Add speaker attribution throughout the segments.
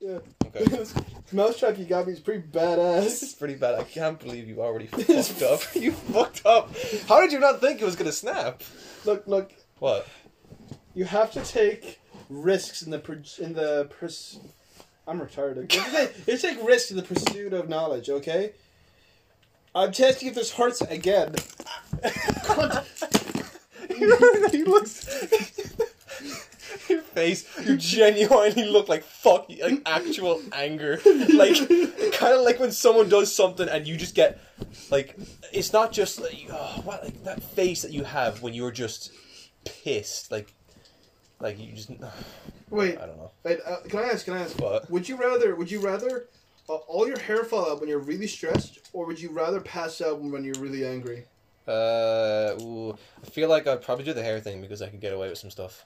Speaker 1: Yeah.
Speaker 2: Okay.
Speaker 1: Mousetrap you got me is pretty badass.
Speaker 2: This is pretty bad. I can't believe you already
Speaker 1: This
Speaker 2: fucked up. You fucked up. How did you not think it was gonna snap?
Speaker 1: Look, look,
Speaker 2: What?
Speaker 1: you have to take risks in the pur- in the pers- I'm retarded. You have, to take, you have to take risks in the pursuit of knowledge. Okay. I'm testing if this hurts again.
Speaker 2: he looks. Your face, you genuinely look like fuck, like actual anger, like kind of like when someone does something and you just get, like, it's not just like, oh, what, like that face that you have when you're just pissed, like, like you just,
Speaker 1: Wait,
Speaker 2: I don't know,
Speaker 1: wait. Uh, can I ask? Can I ask?
Speaker 2: What?
Speaker 1: Would you rather? Would you rather uh, all your hair fall out when you're really stressed, or would you rather pass out when you're really angry?
Speaker 2: uh, ooh, I feel like I'd probably do the hair thing because I could get away with some stuff.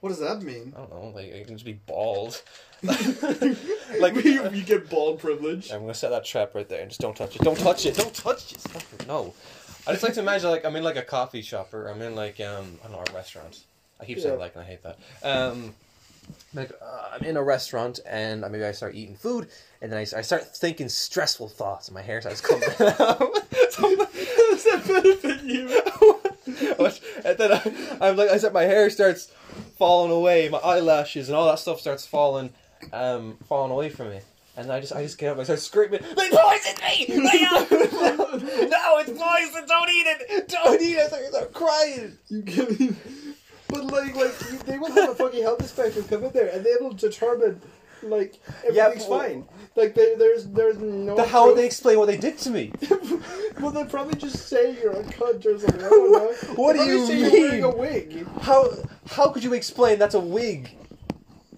Speaker 1: What does that mean?
Speaker 2: I don't know, like I can just be bald.
Speaker 1: like you, you get bald privilege.
Speaker 2: I'm gonna set that trap right there and just don't touch it. Don't touch it. Don't touch it. Stop it. No. I just like to imagine like I'm in like a coffee shop or I'm in like um I don't know a restaurant. I keep saying
Speaker 1: Yeah.
Speaker 2: like and I hate that. Um, like uh, I'm in a restaurant and I- maybe I start eating food and then I, s- I start thinking stressful thoughts and my hair starts coming out. So-
Speaker 1: How does that benefit you?
Speaker 2: and then I, I'm like I said, my hair starts falling away, my eyelashes and all that stuff starts falling, um, falling away from me. And I just, I just get up, and I start screaming, "They poisoned me! They are- no, it's poison! Don't eat it! Don't eat it!" I start crying.
Speaker 1: You give me, but like, like you- they will have a fucking health inspector come in there, and they will determine, like,
Speaker 2: Yeah,
Speaker 1: everything's
Speaker 2: well-
Speaker 1: fine. Like, there, there's, there's no.
Speaker 2: The how would they explain what they did to me?
Speaker 1: well, they probably just say you're a cunt or something. I don't know.
Speaker 2: What
Speaker 1: They
Speaker 2: do you
Speaker 1: probably say You're wearing
Speaker 2: mean?
Speaker 1: a wig.
Speaker 2: How, how could you explain that's a wig?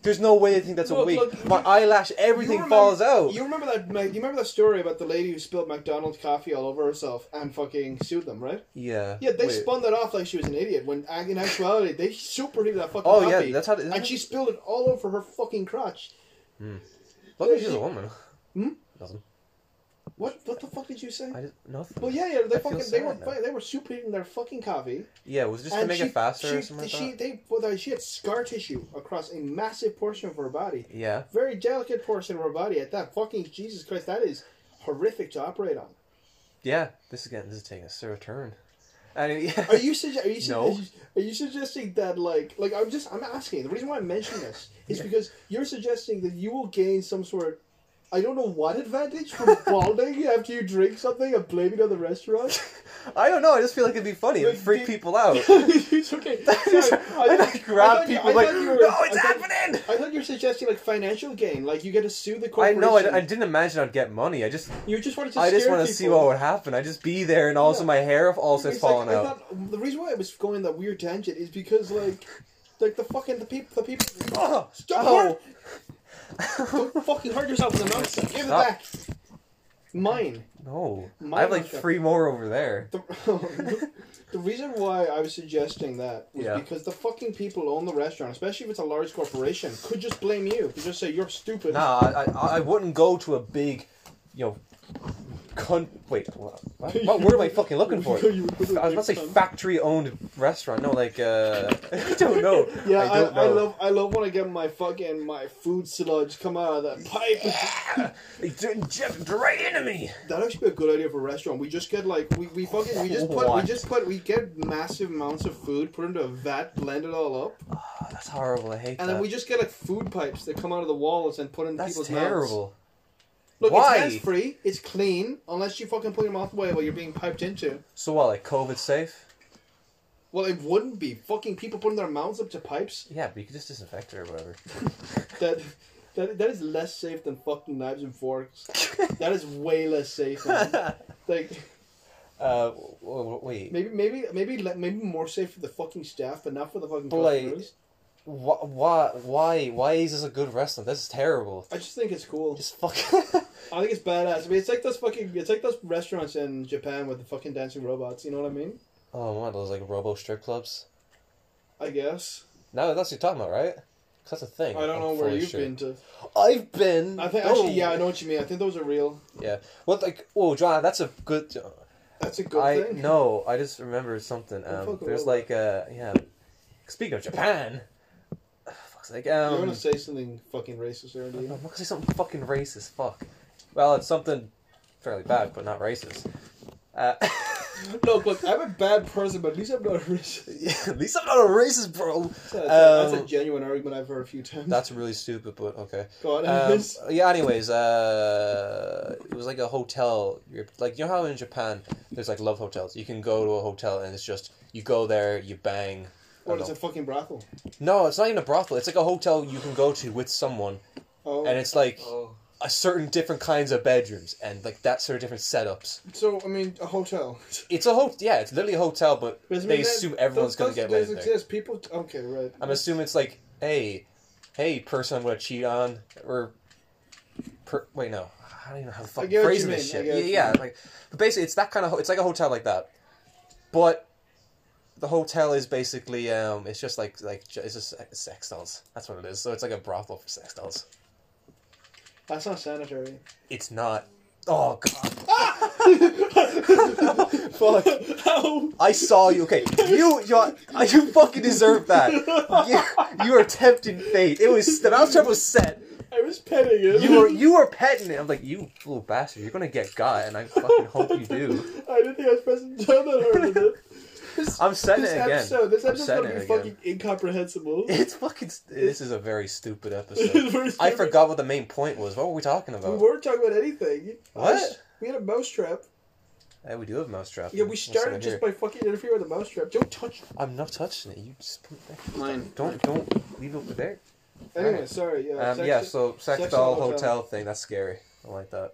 Speaker 2: There's no way they think that's a
Speaker 1: Look,
Speaker 2: wig.
Speaker 1: look,
Speaker 2: my eyelash, everything
Speaker 1: You remember-
Speaker 2: falls out.
Speaker 1: You remember that? Meg, You remember that story about the lady who spilled McDonald's coffee all over herself and fucking sued them, right?
Speaker 2: yeah.
Speaker 1: Yeah, they
Speaker 2: Wait.
Speaker 1: spun that off like she was an idiot. When ac- in actuality, they superheated that fucking
Speaker 2: Oh
Speaker 1: coffee.
Speaker 2: yeah, that's how. Isn't
Speaker 1: and
Speaker 2: that-
Speaker 1: she spilled it all over her fucking crotch.
Speaker 2: Luckily, she's a woman.
Speaker 1: Hmm?
Speaker 2: Nothing.
Speaker 1: What? What the fuck did you say?
Speaker 2: I just, nothing.
Speaker 1: Well, yeah, yeah, they
Speaker 2: I feel
Speaker 1: fucking they were
Speaker 2: sad now.
Speaker 1: fi- they were superheating their fucking coffee.
Speaker 2: Yeah, was it just to
Speaker 1: and
Speaker 2: make
Speaker 1: she-
Speaker 2: it faster
Speaker 1: she,
Speaker 2: or something like
Speaker 1: she,
Speaker 2: that?
Speaker 1: They, well, they- she had scar tissue across a massive portion of her body,
Speaker 2: Yeah.
Speaker 1: very delicate portion of her body. At that fucking Jesus Christ, that is horrific to operate on.
Speaker 2: Yeah. This is getting this is taking us to a turn. And yeah.
Speaker 1: Are you sugge- are you, su-
Speaker 2: No.
Speaker 1: are you are you suggesting that like like I'm just I'm asking the reason why I'm mentioning this is because you're suggesting that you will gain some sort. I don't know what advantage from balding after you drink something and blame it on the restaurant.
Speaker 2: I don't know. I just feel like it'd be funny. It'd
Speaker 1: But
Speaker 2: freak
Speaker 1: did-
Speaker 2: people out.
Speaker 1: it's okay. Sorry,
Speaker 2: I like grab
Speaker 1: thought you- I
Speaker 2: people
Speaker 1: thought
Speaker 2: like,
Speaker 1: you
Speaker 2: no,
Speaker 1: were-
Speaker 2: it's
Speaker 1: I thought-
Speaker 2: happening.
Speaker 1: I thought you were suggesting like financial gain, like you get to sue the
Speaker 2: I
Speaker 1: corporation.
Speaker 2: know. I, I didn't imagine I'd get money. I just,
Speaker 1: you just wanted to.
Speaker 2: I just
Speaker 1: scare
Speaker 2: want to see
Speaker 1: people.
Speaker 2: what would happen. I just be there, and also
Speaker 1: Yeah.
Speaker 2: my hair also is
Speaker 1: It's like,
Speaker 2: falling
Speaker 1: I
Speaker 2: out.
Speaker 1: thought- the reason why I was going that weird tangent is because like, like the fucking the people, the people.
Speaker 2: Oh,
Speaker 1: "Ah, Stop
Speaker 2: ow. Oh.
Speaker 1: Don't fucking hurt yourself in the mouth. Give it
Speaker 2: Stop.
Speaker 1: back. Mine.
Speaker 2: no!
Speaker 1: My
Speaker 2: I have like
Speaker 1: mouth-
Speaker 2: three more over there.
Speaker 1: The, the reason why I was suggesting that was
Speaker 2: Yeah.
Speaker 1: because the fucking people who own the restaurant, especially if it's a large corporation, could just blame you. Could just say you're stupid.
Speaker 2: Nah, I, I, I wouldn't go to a big, you know, cunt. Wait, what, what, what word am I fucking looking for?
Speaker 1: You would go to a
Speaker 2: I was about to
Speaker 1: big
Speaker 2: say
Speaker 1: con-
Speaker 2: factory-owned restaurant. No, like uh, I don't know.
Speaker 1: Yeah,
Speaker 2: I
Speaker 1: I,
Speaker 2: don't
Speaker 1: I,
Speaker 2: know.
Speaker 1: love I love when I get my fucking my food sludge come out of that pipe.
Speaker 2: They injected right into me.
Speaker 1: That'd actually be a good idea for a restaurant. We just get like we, we fucking we just put
Speaker 2: What?
Speaker 1: we just put we get massive amounts of food, put it into a vat, blend it all up,
Speaker 2: Oh, that's horrible. I hate
Speaker 1: and
Speaker 2: that.
Speaker 1: then we just get like food pipes that come out of the walls and put in
Speaker 2: that's
Speaker 1: people's mouths.
Speaker 2: terrible.
Speaker 1: Look,
Speaker 2: Why?
Speaker 1: it's hands free, it's clean, unless you fucking put your mouth away while you're being piped into.
Speaker 2: So what? Like COVID safe?
Speaker 1: Well, it wouldn't be fucking people putting their mouths up to pipes.
Speaker 2: Yeah, but you could just disinfect it or whatever.
Speaker 1: That that that is less safe than fucking knives and forks. that is way less safe. Man. like
Speaker 2: Uh, w- w- wait.
Speaker 1: maybe maybe maybe le- maybe more safe for the fucking staff, but not for the fucking
Speaker 2: But, like-
Speaker 1: customers.
Speaker 2: Wh- why? Why? Why is this a good restaurant? This is terrible.
Speaker 1: I just think it's cool.
Speaker 2: Just fuck.
Speaker 1: I think it's badass. I mean, it's like those fucking, it's like those restaurants in Japan with the fucking dancing robots. You know what I mean?
Speaker 2: oh, one of those like robo strip clubs.
Speaker 1: I guess.
Speaker 2: No, that's what you're talking about, right? 'Cause that's a thing.
Speaker 1: I don't
Speaker 2: I'm
Speaker 1: know where
Speaker 2: fully
Speaker 1: you've
Speaker 2: sure.
Speaker 1: been to.
Speaker 2: I've been.
Speaker 1: I think
Speaker 2: Oh.
Speaker 1: actually, yeah, I know what you mean. I think those are real.
Speaker 2: Yeah. Well, like, oh, John, that's a good.
Speaker 1: That's a good
Speaker 2: I
Speaker 1: thing.
Speaker 2: no, I just remembered something. Um,
Speaker 1: fuck
Speaker 2: there's
Speaker 1: away.
Speaker 2: like, uh, yeah. Speaking of Japan, fuck's It's like um,
Speaker 1: You're gonna say something fucking racist there, aren't
Speaker 2: I'm
Speaker 1: you?
Speaker 2: gonna say something fucking racist. Fuck. Well, it's something fairly bad, but not racist. Uh,
Speaker 1: Look, look, I'm a bad person, but at least I'm not racist.
Speaker 2: yeah, at least I'm not a racist, bro.
Speaker 1: That's a, that's a
Speaker 2: Um,
Speaker 1: genuine argument I've heard a few times.
Speaker 2: That's really stupid, but okay.
Speaker 1: God,
Speaker 2: Um,
Speaker 1: it's-
Speaker 2: yeah. Anyways, uh, it was like a hotel. You're, like you know how in Japan there's like love hotels. You can go to a hotel and it's just you go there, you bang. I
Speaker 1: what
Speaker 2: don't
Speaker 1: is a fucking brothel?
Speaker 2: know. No, it's not even a brothel. It's like a hotel you can go to with someone,
Speaker 1: Oh,
Speaker 2: and it's like
Speaker 3: Oh,
Speaker 2: a certain different kinds of bedrooms and like that sort of different setups.
Speaker 1: so I mean, a hotel.
Speaker 2: It's a hotel. Yeah, it's literally a hotel, but
Speaker 1: Because, I
Speaker 2: they
Speaker 1: mean, that-
Speaker 2: assume everyone's
Speaker 1: those-
Speaker 2: gonna
Speaker 1: those
Speaker 2: get laid
Speaker 1: days
Speaker 2: there.
Speaker 1: exist. People, okay, right.
Speaker 2: I'm assuming it's like, hey, hey, person I'm gonna cheat on, or per, wait, no, I don't even know how the fuck
Speaker 1: get what
Speaker 2: phrasing
Speaker 1: you
Speaker 2: this
Speaker 1: mean, I
Speaker 2: shit.
Speaker 1: get
Speaker 2: Yeah,
Speaker 1: what you
Speaker 2: yeah, like, but basically, it's that kind of. Ho- it's like a hotel like that, but the hotel is basically, um, it's just like, like, ju- it's just like sex dolls. That's what it is. So it's like a brothel for sex dolls.
Speaker 1: That's not sanitary.
Speaker 2: It's not. Oh god!
Speaker 1: Fuck. Ow.
Speaker 2: I saw you. Okay, you, you, are- you fucking deserve that. You, you are tempting fate. It was the mousetrap was set.
Speaker 1: I was petting it.
Speaker 2: You were you were petting it. I'm like, you little bastard, you're gonna get got, and I fucking hope you do.
Speaker 1: I didn't think I was pressing down that hard enough. This,
Speaker 2: I'm setting
Speaker 1: this
Speaker 2: it again.
Speaker 1: episode, this
Speaker 2: I'm
Speaker 1: episode's
Speaker 2: setting
Speaker 1: gonna be
Speaker 2: it again.
Speaker 1: fucking incomprehensible.
Speaker 2: It's fucking. st- This is a very stupid episode.
Speaker 1: We're
Speaker 2: I
Speaker 1: stupid.
Speaker 2: forgot what the main point was. What were we talking
Speaker 1: We
Speaker 2: about?
Speaker 1: weren't talking about anything.
Speaker 2: What?
Speaker 1: Us- We had a mousetrap.
Speaker 2: Hey, we do have mousetrap.
Speaker 1: Yeah, we started
Speaker 2: Listen
Speaker 1: just
Speaker 2: here.
Speaker 1: by fucking interfering with the mousetrap. Don't touch
Speaker 2: I'm not touching it. You just put it there.
Speaker 1: mine.
Speaker 2: don't don't leave it over there.
Speaker 1: Anyway, sorry. Yeah.
Speaker 2: Um,
Speaker 1: sex-
Speaker 2: yeah, so sex
Speaker 1: sex
Speaker 2: doll
Speaker 1: doll hotel.
Speaker 2: hotel thing. That's scary. I like that.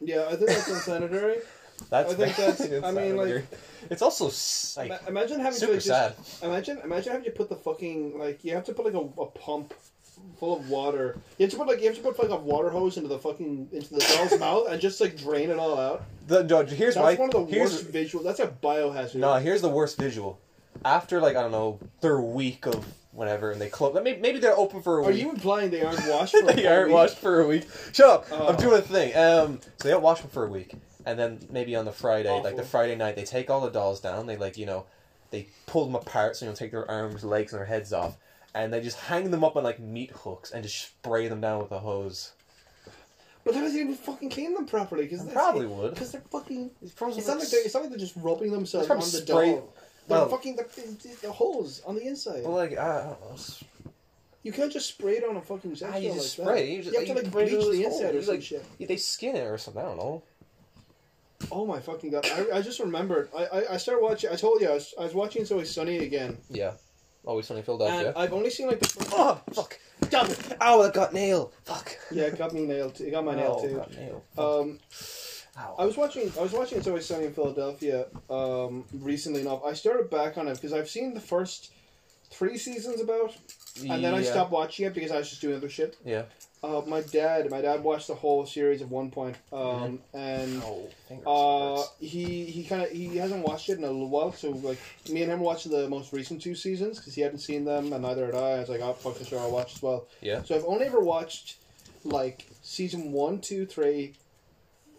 Speaker 1: yeah, I think that's unsanitary.
Speaker 2: That's
Speaker 1: I think that's-
Speaker 2: it's
Speaker 1: I mean,
Speaker 2: not
Speaker 1: like-
Speaker 2: weird. it's also s- like
Speaker 1: Ima- imagine having to
Speaker 2: super
Speaker 1: like,
Speaker 2: sad.
Speaker 1: just, imagine imagine having to put the fucking like you have to put like a, a pump full of water. You have to put like you have to put like a water hose into the fucking into the doll's mouth and just like drain it all out.
Speaker 2: The, no, here's
Speaker 1: That's
Speaker 2: why.
Speaker 1: one of the
Speaker 2: here's,
Speaker 1: worst visuals. That's a biohazard.
Speaker 2: No, here's the worst visual. After like I don't know their week of whatever, and they close. Maybe, maybe they're open for a
Speaker 1: Are
Speaker 2: week.
Speaker 1: you implying they aren't washed? For a
Speaker 2: they
Speaker 1: whole
Speaker 2: aren't
Speaker 1: week?
Speaker 2: washed for a week. Shut up!
Speaker 1: Oh.
Speaker 2: I'm doing a thing. Um, so they don't wash them for a week, and then maybe on the Friday, like the
Speaker 1: Awful.
Speaker 2: Friday night, they take all the dolls down. They like you know, they pull them apart, so you know, take their arms, legs, and their heads off, and they just hang them up on like meat hooks and just spray them down with a hose.
Speaker 1: But that doesn't even fucking clean them properly because
Speaker 2: Probably would.
Speaker 1: because they're fucking.
Speaker 2: It's probably,
Speaker 1: It's not like they're, it's not like they're just rubbing themselves on
Speaker 2: probably
Speaker 1: the
Speaker 2: spray- Oh.
Speaker 1: doll. They're
Speaker 2: well-
Speaker 1: fucking the, the, the holes on the inside.
Speaker 2: But, like I I don't know.
Speaker 1: You can't just spray it on a fucking sex
Speaker 2: Ah, you
Speaker 1: doll
Speaker 2: just
Speaker 1: like
Speaker 2: spray.
Speaker 1: That.
Speaker 2: You, just,
Speaker 1: have to like
Speaker 2: spray
Speaker 1: bleach
Speaker 2: those
Speaker 1: the
Speaker 2: holes.
Speaker 1: inside or
Speaker 2: You,
Speaker 1: some
Speaker 2: like,
Speaker 1: shit.
Speaker 2: They skin it or something. I don't know.
Speaker 1: Oh my fucking god! I, I just remembered. I, I, I started watching. I told you I was, I was watching It's Always Sunny again,
Speaker 2: Yeah. Always sunny in
Speaker 1: and
Speaker 2: Philadelphia.
Speaker 1: I've only seen like the first.
Speaker 2: Oh fuck!
Speaker 1: Stop it!
Speaker 2: Ow! That got nail. Fuck.
Speaker 1: Yeah, it got me nailed. Too. It got my
Speaker 2: Ow,
Speaker 1: nail too.
Speaker 2: Oh, Got nail. Fuck.
Speaker 1: Um,
Speaker 2: Ow.
Speaker 1: I was watching. I was watching It's Always Sunny in Philadelphia. Um, recently enough, I started back on it because I've seen the first three seasons about, and then I
Speaker 2: Yeah.
Speaker 1: stopped watching it because I was just doing other shit.
Speaker 2: Yeah.
Speaker 1: Uh, my dad, my dad watched the whole series at one point, um, and
Speaker 2: Ow. Oh, Fingers.
Speaker 1: uh,
Speaker 2: hurts.
Speaker 1: he he kind of he hasn't watched it in a little while. So like me and him watched the most recent two seasons because he hadn't seen them, and neither had I. I was like, oh fuck the show, I'll watch as well.
Speaker 2: Yeah.
Speaker 1: So I've only ever watched like season one, two, three,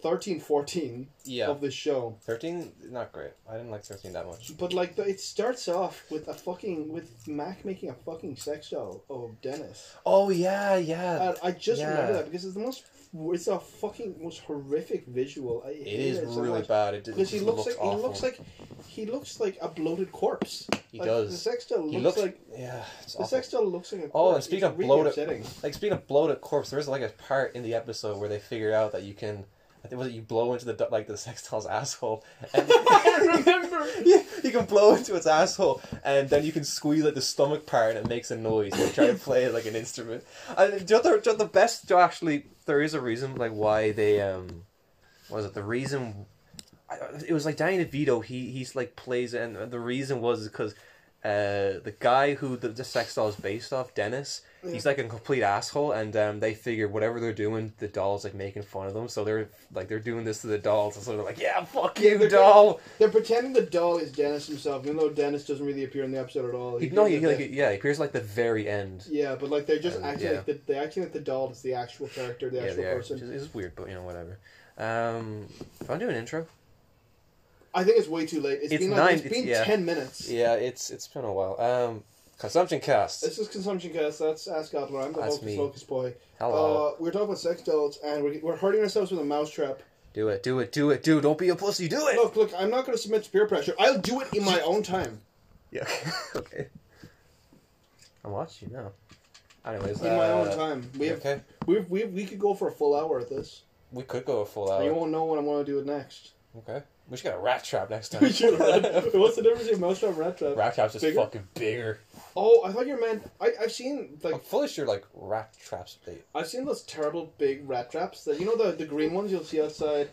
Speaker 1: 13, 14
Speaker 2: Yeah.
Speaker 1: of the show.
Speaker 2: Thirteen. Not great. I didn't like thirteen that much.
Speaker 1: But like the, it starts off with a fucking with Mac making a fucking sex doll of Dennis.
Speaker 2: Oh yeah, yeah.
Speaker 1: And I just
Speaker 2: Uh, Yeah.
Speaker 1: remember that because it's the most, it's a fucking most horrific visual. I
Speaker 2: it is really
Speaker 1: bad
Speaker 2: bad. It, did- it
Speaker 1: because he
Speaker 2: just
Speaker 1: looks
Speaker 2: looked
Speaker 1: like
Speaker 2: awful.
Speaker 1: he looks like he looks like a bloated corpse.
Speaker 2: he
Speaker 1: Like, The
Speaker 2: does.
Speaker 1: sex doll looks,
Speaker 2: He looks
Speaker 1: like
Speaker 2: yeah. It's
Speaker 1: the
Speaker 2: awful.
Speaker 1: sex doll looks like a. Corpse.
Speaker 2: Oh, and speaking
Speaker 1: It's
Speaker 2: of
Speaker 1: really
Speaker 2: bloated-
Speaker 1: upsetting.
Speaker 2: Like speaking of bloated corpse, there is like a part in the episode where they figured out that you can. I think was it you blow into the do- like the sex doll's asshole, and
Speaker 1: I remember.
Speaker 2: yeah, you can blow into its asshole, and then you can squeeze like the stomach part, and it makes a noise. And try to play it like an instrument. And the other, the other best actually, there is a reason like why they um, what was it the reason? I- It was like Danny DeVito. He he's like plays, it, and the reason was because. Uh, the guy who the, the sex doll is based off, Dennis, he's like a complete asshole, and um, they figure whatever they're doing, the doll's like making fun of them. So they're like they're doing this to the dolls, and so they're like, "Yeah, fuck
Speaker 1: Yeah,
Speaker 2: you,
Speaker 1: they're-
Speaker 2: doll."
Speaker 1: They're pretending the doll is Dennis himself, even though Dennis doesn't really appear in the episode at all.
Speaker 2: He, no, he,
Speaker 1: appears
Speaker 2: he,
Speaker 1: at
Speaker 2: like,
Speaker 1: the-
Speaker 2: yeah, he appears like the very end.
Speaker 1: yeah, but like they're just
Speaker 2: Um,
Speaker 1: acting
Speaker 2: yeah.
Speaker 1: like the, they're acting like the doll is the actual character, the
Speaker 2: Yeah,
Speaker 1: actual
Speaker 2: they are,
Speaker 1: person.
Speaker 2: which is, is weird, but you know, whatever. Um, if I do an intro,
Speaker 1: I think it's way too late.
Speaker 2: It's
Speaker 1: been
Speaker 2: nine-
Speaker 1: like, it's
Speaker 2: it's-
Speaker 1: been
Speaker 2: yeah.
Speaker 1: ten minutes.
Speaker 2: yeah, it's it's been a while. Um, Consumption cast.
Speaker 1: This is Consumption Cast. That's Ask Adler. I'm the
Speaker 2: That's
Speaker 1: Hocus
Speaker 2: me.
Speaker 1: Pocus boy.
Speaker 2: Hello.
Speaker 1: Uh, we're talking about sex dolls, and we're, we're hurting ourselves with a mousetrap.
Speaker 2: do it, do it, do it, do it. Don't be a pussy, do it!
Speaker 1: Look, look, I'm not going to submit to peer pressure. I'll do it in my own time.
Speaker 2: Yeah, okay. I'm watching you now. Anyways,
Speaker 1: In my own
Speaker 2: uh,
Speaker 1: time. We have,
Speaker 2: okay.
Speaker 1: we've, we we could go for a full hour at this.
Speaker 2: We could go a full
Speaker 1: and you
Speaker 2: hour.
Speaker 1: won't know when I'm going to do it next.
Speaker 2: Okay. We should get a rat trap next time.
Speaker 1: We should rat- What's the difference between mousetrap and rat trap?
Speaker 2: rat trap's just
Speaker 1: Bigger?
Speaker 2: fucking bigger.
Speaker 1: Oh, I thought you meant. I, I've seen
Speaker 2: I'm
Speaker 1: like
Speaker 2: fully sure, like, rat traps. They...
Speaker 1: I've seen those terrible big rat traps that you know the the green ones you'll see outside.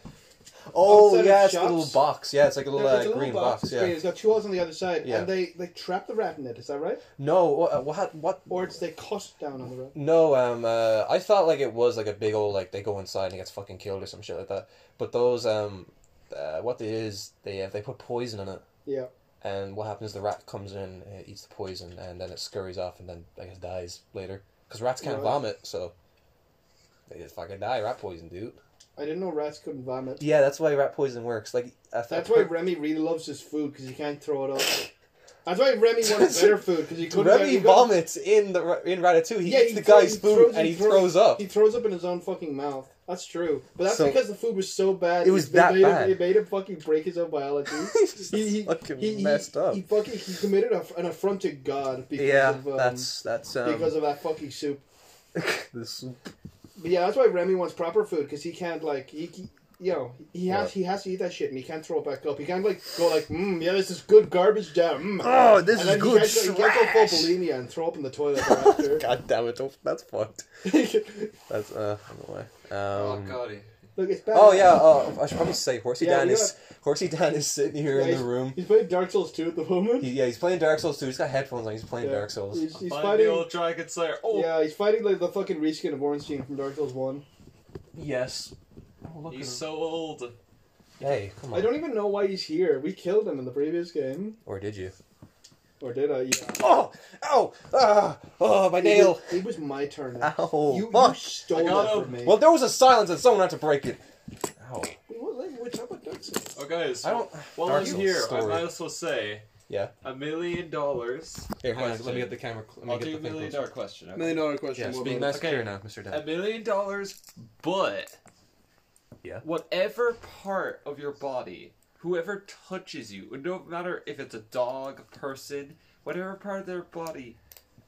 Speaker 2: Oh,
Speaker 1: Outside of
Speaker 2: yeah, it's a
Speaker 1: shops?
Speaker 2: little box. Yeah, it's like a little,
Speaker 1: It's a
Speaker 2: uh,
Speaker 1: little
Speaker 2: green box.
Speaker 1: It's
Speaker 2: yeah.
Speaker 1: green. It's got two holes on the other side,
Speaker 2: Yeah.
Speaker 1: and they they trap the rat in it. Is that right?
Speaker 2: No, what, uh, what, what?
Speaker 1: Or it's they cut down on the rat.
Speaker 2: No, um, uh, I thought like it was like a big old like they go inside and he gets fucking killed or some shit like that. But those, um, uh, what they is they uh, they put poison in it,
Speaker 1: Yeah.
Speaker 2: and what happens? The rat comes in, it eats the poison, and then it scurries off, and then I guess dies later because rats can't
Speaker 1: Right.
Speaker 2: vomit, so they just fucking die. Rat poison, dude.
Speaker 1: I didn't know rats couldn't vomit.
Speaker 2: Yeah, that's why rat poison works. Like I
Speaker 1: That's
Speaker 2: I
Speaker 1: why Remy really loves his food because he can't throw it up. That's why Remy wanted better food because he couldn't.
Speaker 2: Remy
Speaker 1: he couldn't-
Speaker 2: vomits in the ra- in Ratatouille. He
Speaker 1: Yeah,
Speaker 2: eats
Speaker 1: he
Speaker 2: the
Speaker 1: throw-
Speaker 2: guy's
Speaker 1: he
Speaker 2: food
Speaker 1: throws-
Speaker 2: and he
Speaker 1: he
Speaker 2: throws up.
Speaker 1: He throws up in his own fucking mouth. That's true, but that's
Speaker 2: So-
Speaker 1: because the food was so bad.
Speaker 2: It was
Speaker 1: they
Speaker 2: that
Speaker 1: made him-
Speaker 2: bad.
Speaker 1: they made him fucking break his own biology. he, he-
Speaker 2: fucking
Speaker 1: he- he-
Speaker 2: messed up.
Speaker 1: He fucking he committed a, an affront to God because
Speaker 2: yeah,
Speaker 1: of um,
Speaker 2: that's that's um,
Speaker 1: because of that fucking soup.
Speaker 2: the soup.
Speaker 1: But yeah, that's why Remy wants proper food because he can't like he. he you know, he has
Speaker 2: Yeah.
Speaker 1: he has to eat that shit, and he can't throw it back up. He can't like go like, mm, yeah, this is good garbage, damn. Mm.
Speaker 2: Oh,
Speaker 1: and
Speaker 2: this is
Speaker 1: then
Speaker 2: good
Speaker 1: He can't, go- he can't go
Speaker 2: trash.
Speaker 1: full bulimia and throw up in the toilet after.
Speaker 2: God damn it! Don't, that's fucked. That's uh, I don't know why. Um,
Speaker 3: oh god.
Speaker 1: Look, it's bad.
Speaker 2: oh yeah, oh, I should probably say Horsey
Speaker 1: Yeah,
Speaker 2: Dan
Speaker 1: you
Speaker 2: is Horsey Dan is sitting here
Speaker 1: Yeah,
Speaker 2: in
Speaker 1: he's-
Speaker 2: the room.
Speaker 1: He's playing Dark Souls 2 at the moment.
Speaker 2: He, yeah, he's playing Dark Souls 2. He's got headphones on. He's playing
Speaker 1: Yeah.
Speaker 2: Dark Souls.
Speaker 1: He's, he's
Speaker 3: Find
Speaker 1: fighting.
Speaker 3: the old dragon slayer. Oh,
Speaker 1: Yeah, he's fighting like the fucking reskin of Orange Team from Dark Souls One.
Speaker 2: Yes. Oh, look at him.
Speaker 3: he's so old.
Speaker 2: Hey, come on.
Speaker 1: I don't even know why he's here. We killed him in the previous game,
Speaker 2: Or did you?
Speaker 1: or did I? Yeah.
Speaker 2: Oh, ow, ah, oh, my nail.
Speaker 1: It was, it was my turn.
Speaker 2: Ow.
Speaker 1: you, you
Speaker 2: fuck.
Speaker 1: stole
Speaker 3: I got
Speaker 1: that
Speaker 3: him.
Speaker 1: from me.
Speaker 2: Well, there was a silence and someone had to break it. Ow.
Speaker 1: we were, like, we're talking about Dark Souls.
Speaker 3: Oh guys,
Speaker 2: I don't.
Speaker 3: while
Speaker 2: Dark
Speaker 3: I'm
Speaker 2: Souls
Speaker 3: here, I
Speaker 2: story.
Speaker 3: might as well say
Speaker 2: Yeah.
Speaker 3: a million dollars.
Speaker 2: Here, hang on,
Speaker 3: Question.
Speaker 2: Let me get the camera. cl- Let me
Speaker 3: I'll
Speaker 2: get
Speaker 3: do a
Speaker 2: the thing
Speaker 3: million
Speaker 2: closer.
Speaker 3: dollar question. okay?
Speaker 1: Million dollar question.
Speaker 2: Yes,
Speaker 1: what
Speaker 2: being
Speaker 1: about
Speaker 2: nice
Speaker 3: Okay.
Speaker 2: clear now, Mr. Dan.
Speaker 3: A million dollars, but
Speaker 2: Yeah.
Speaker 3: whatever part of your body, whoever touches you, it don't matter if it's a dog, a person, whatever part of their body.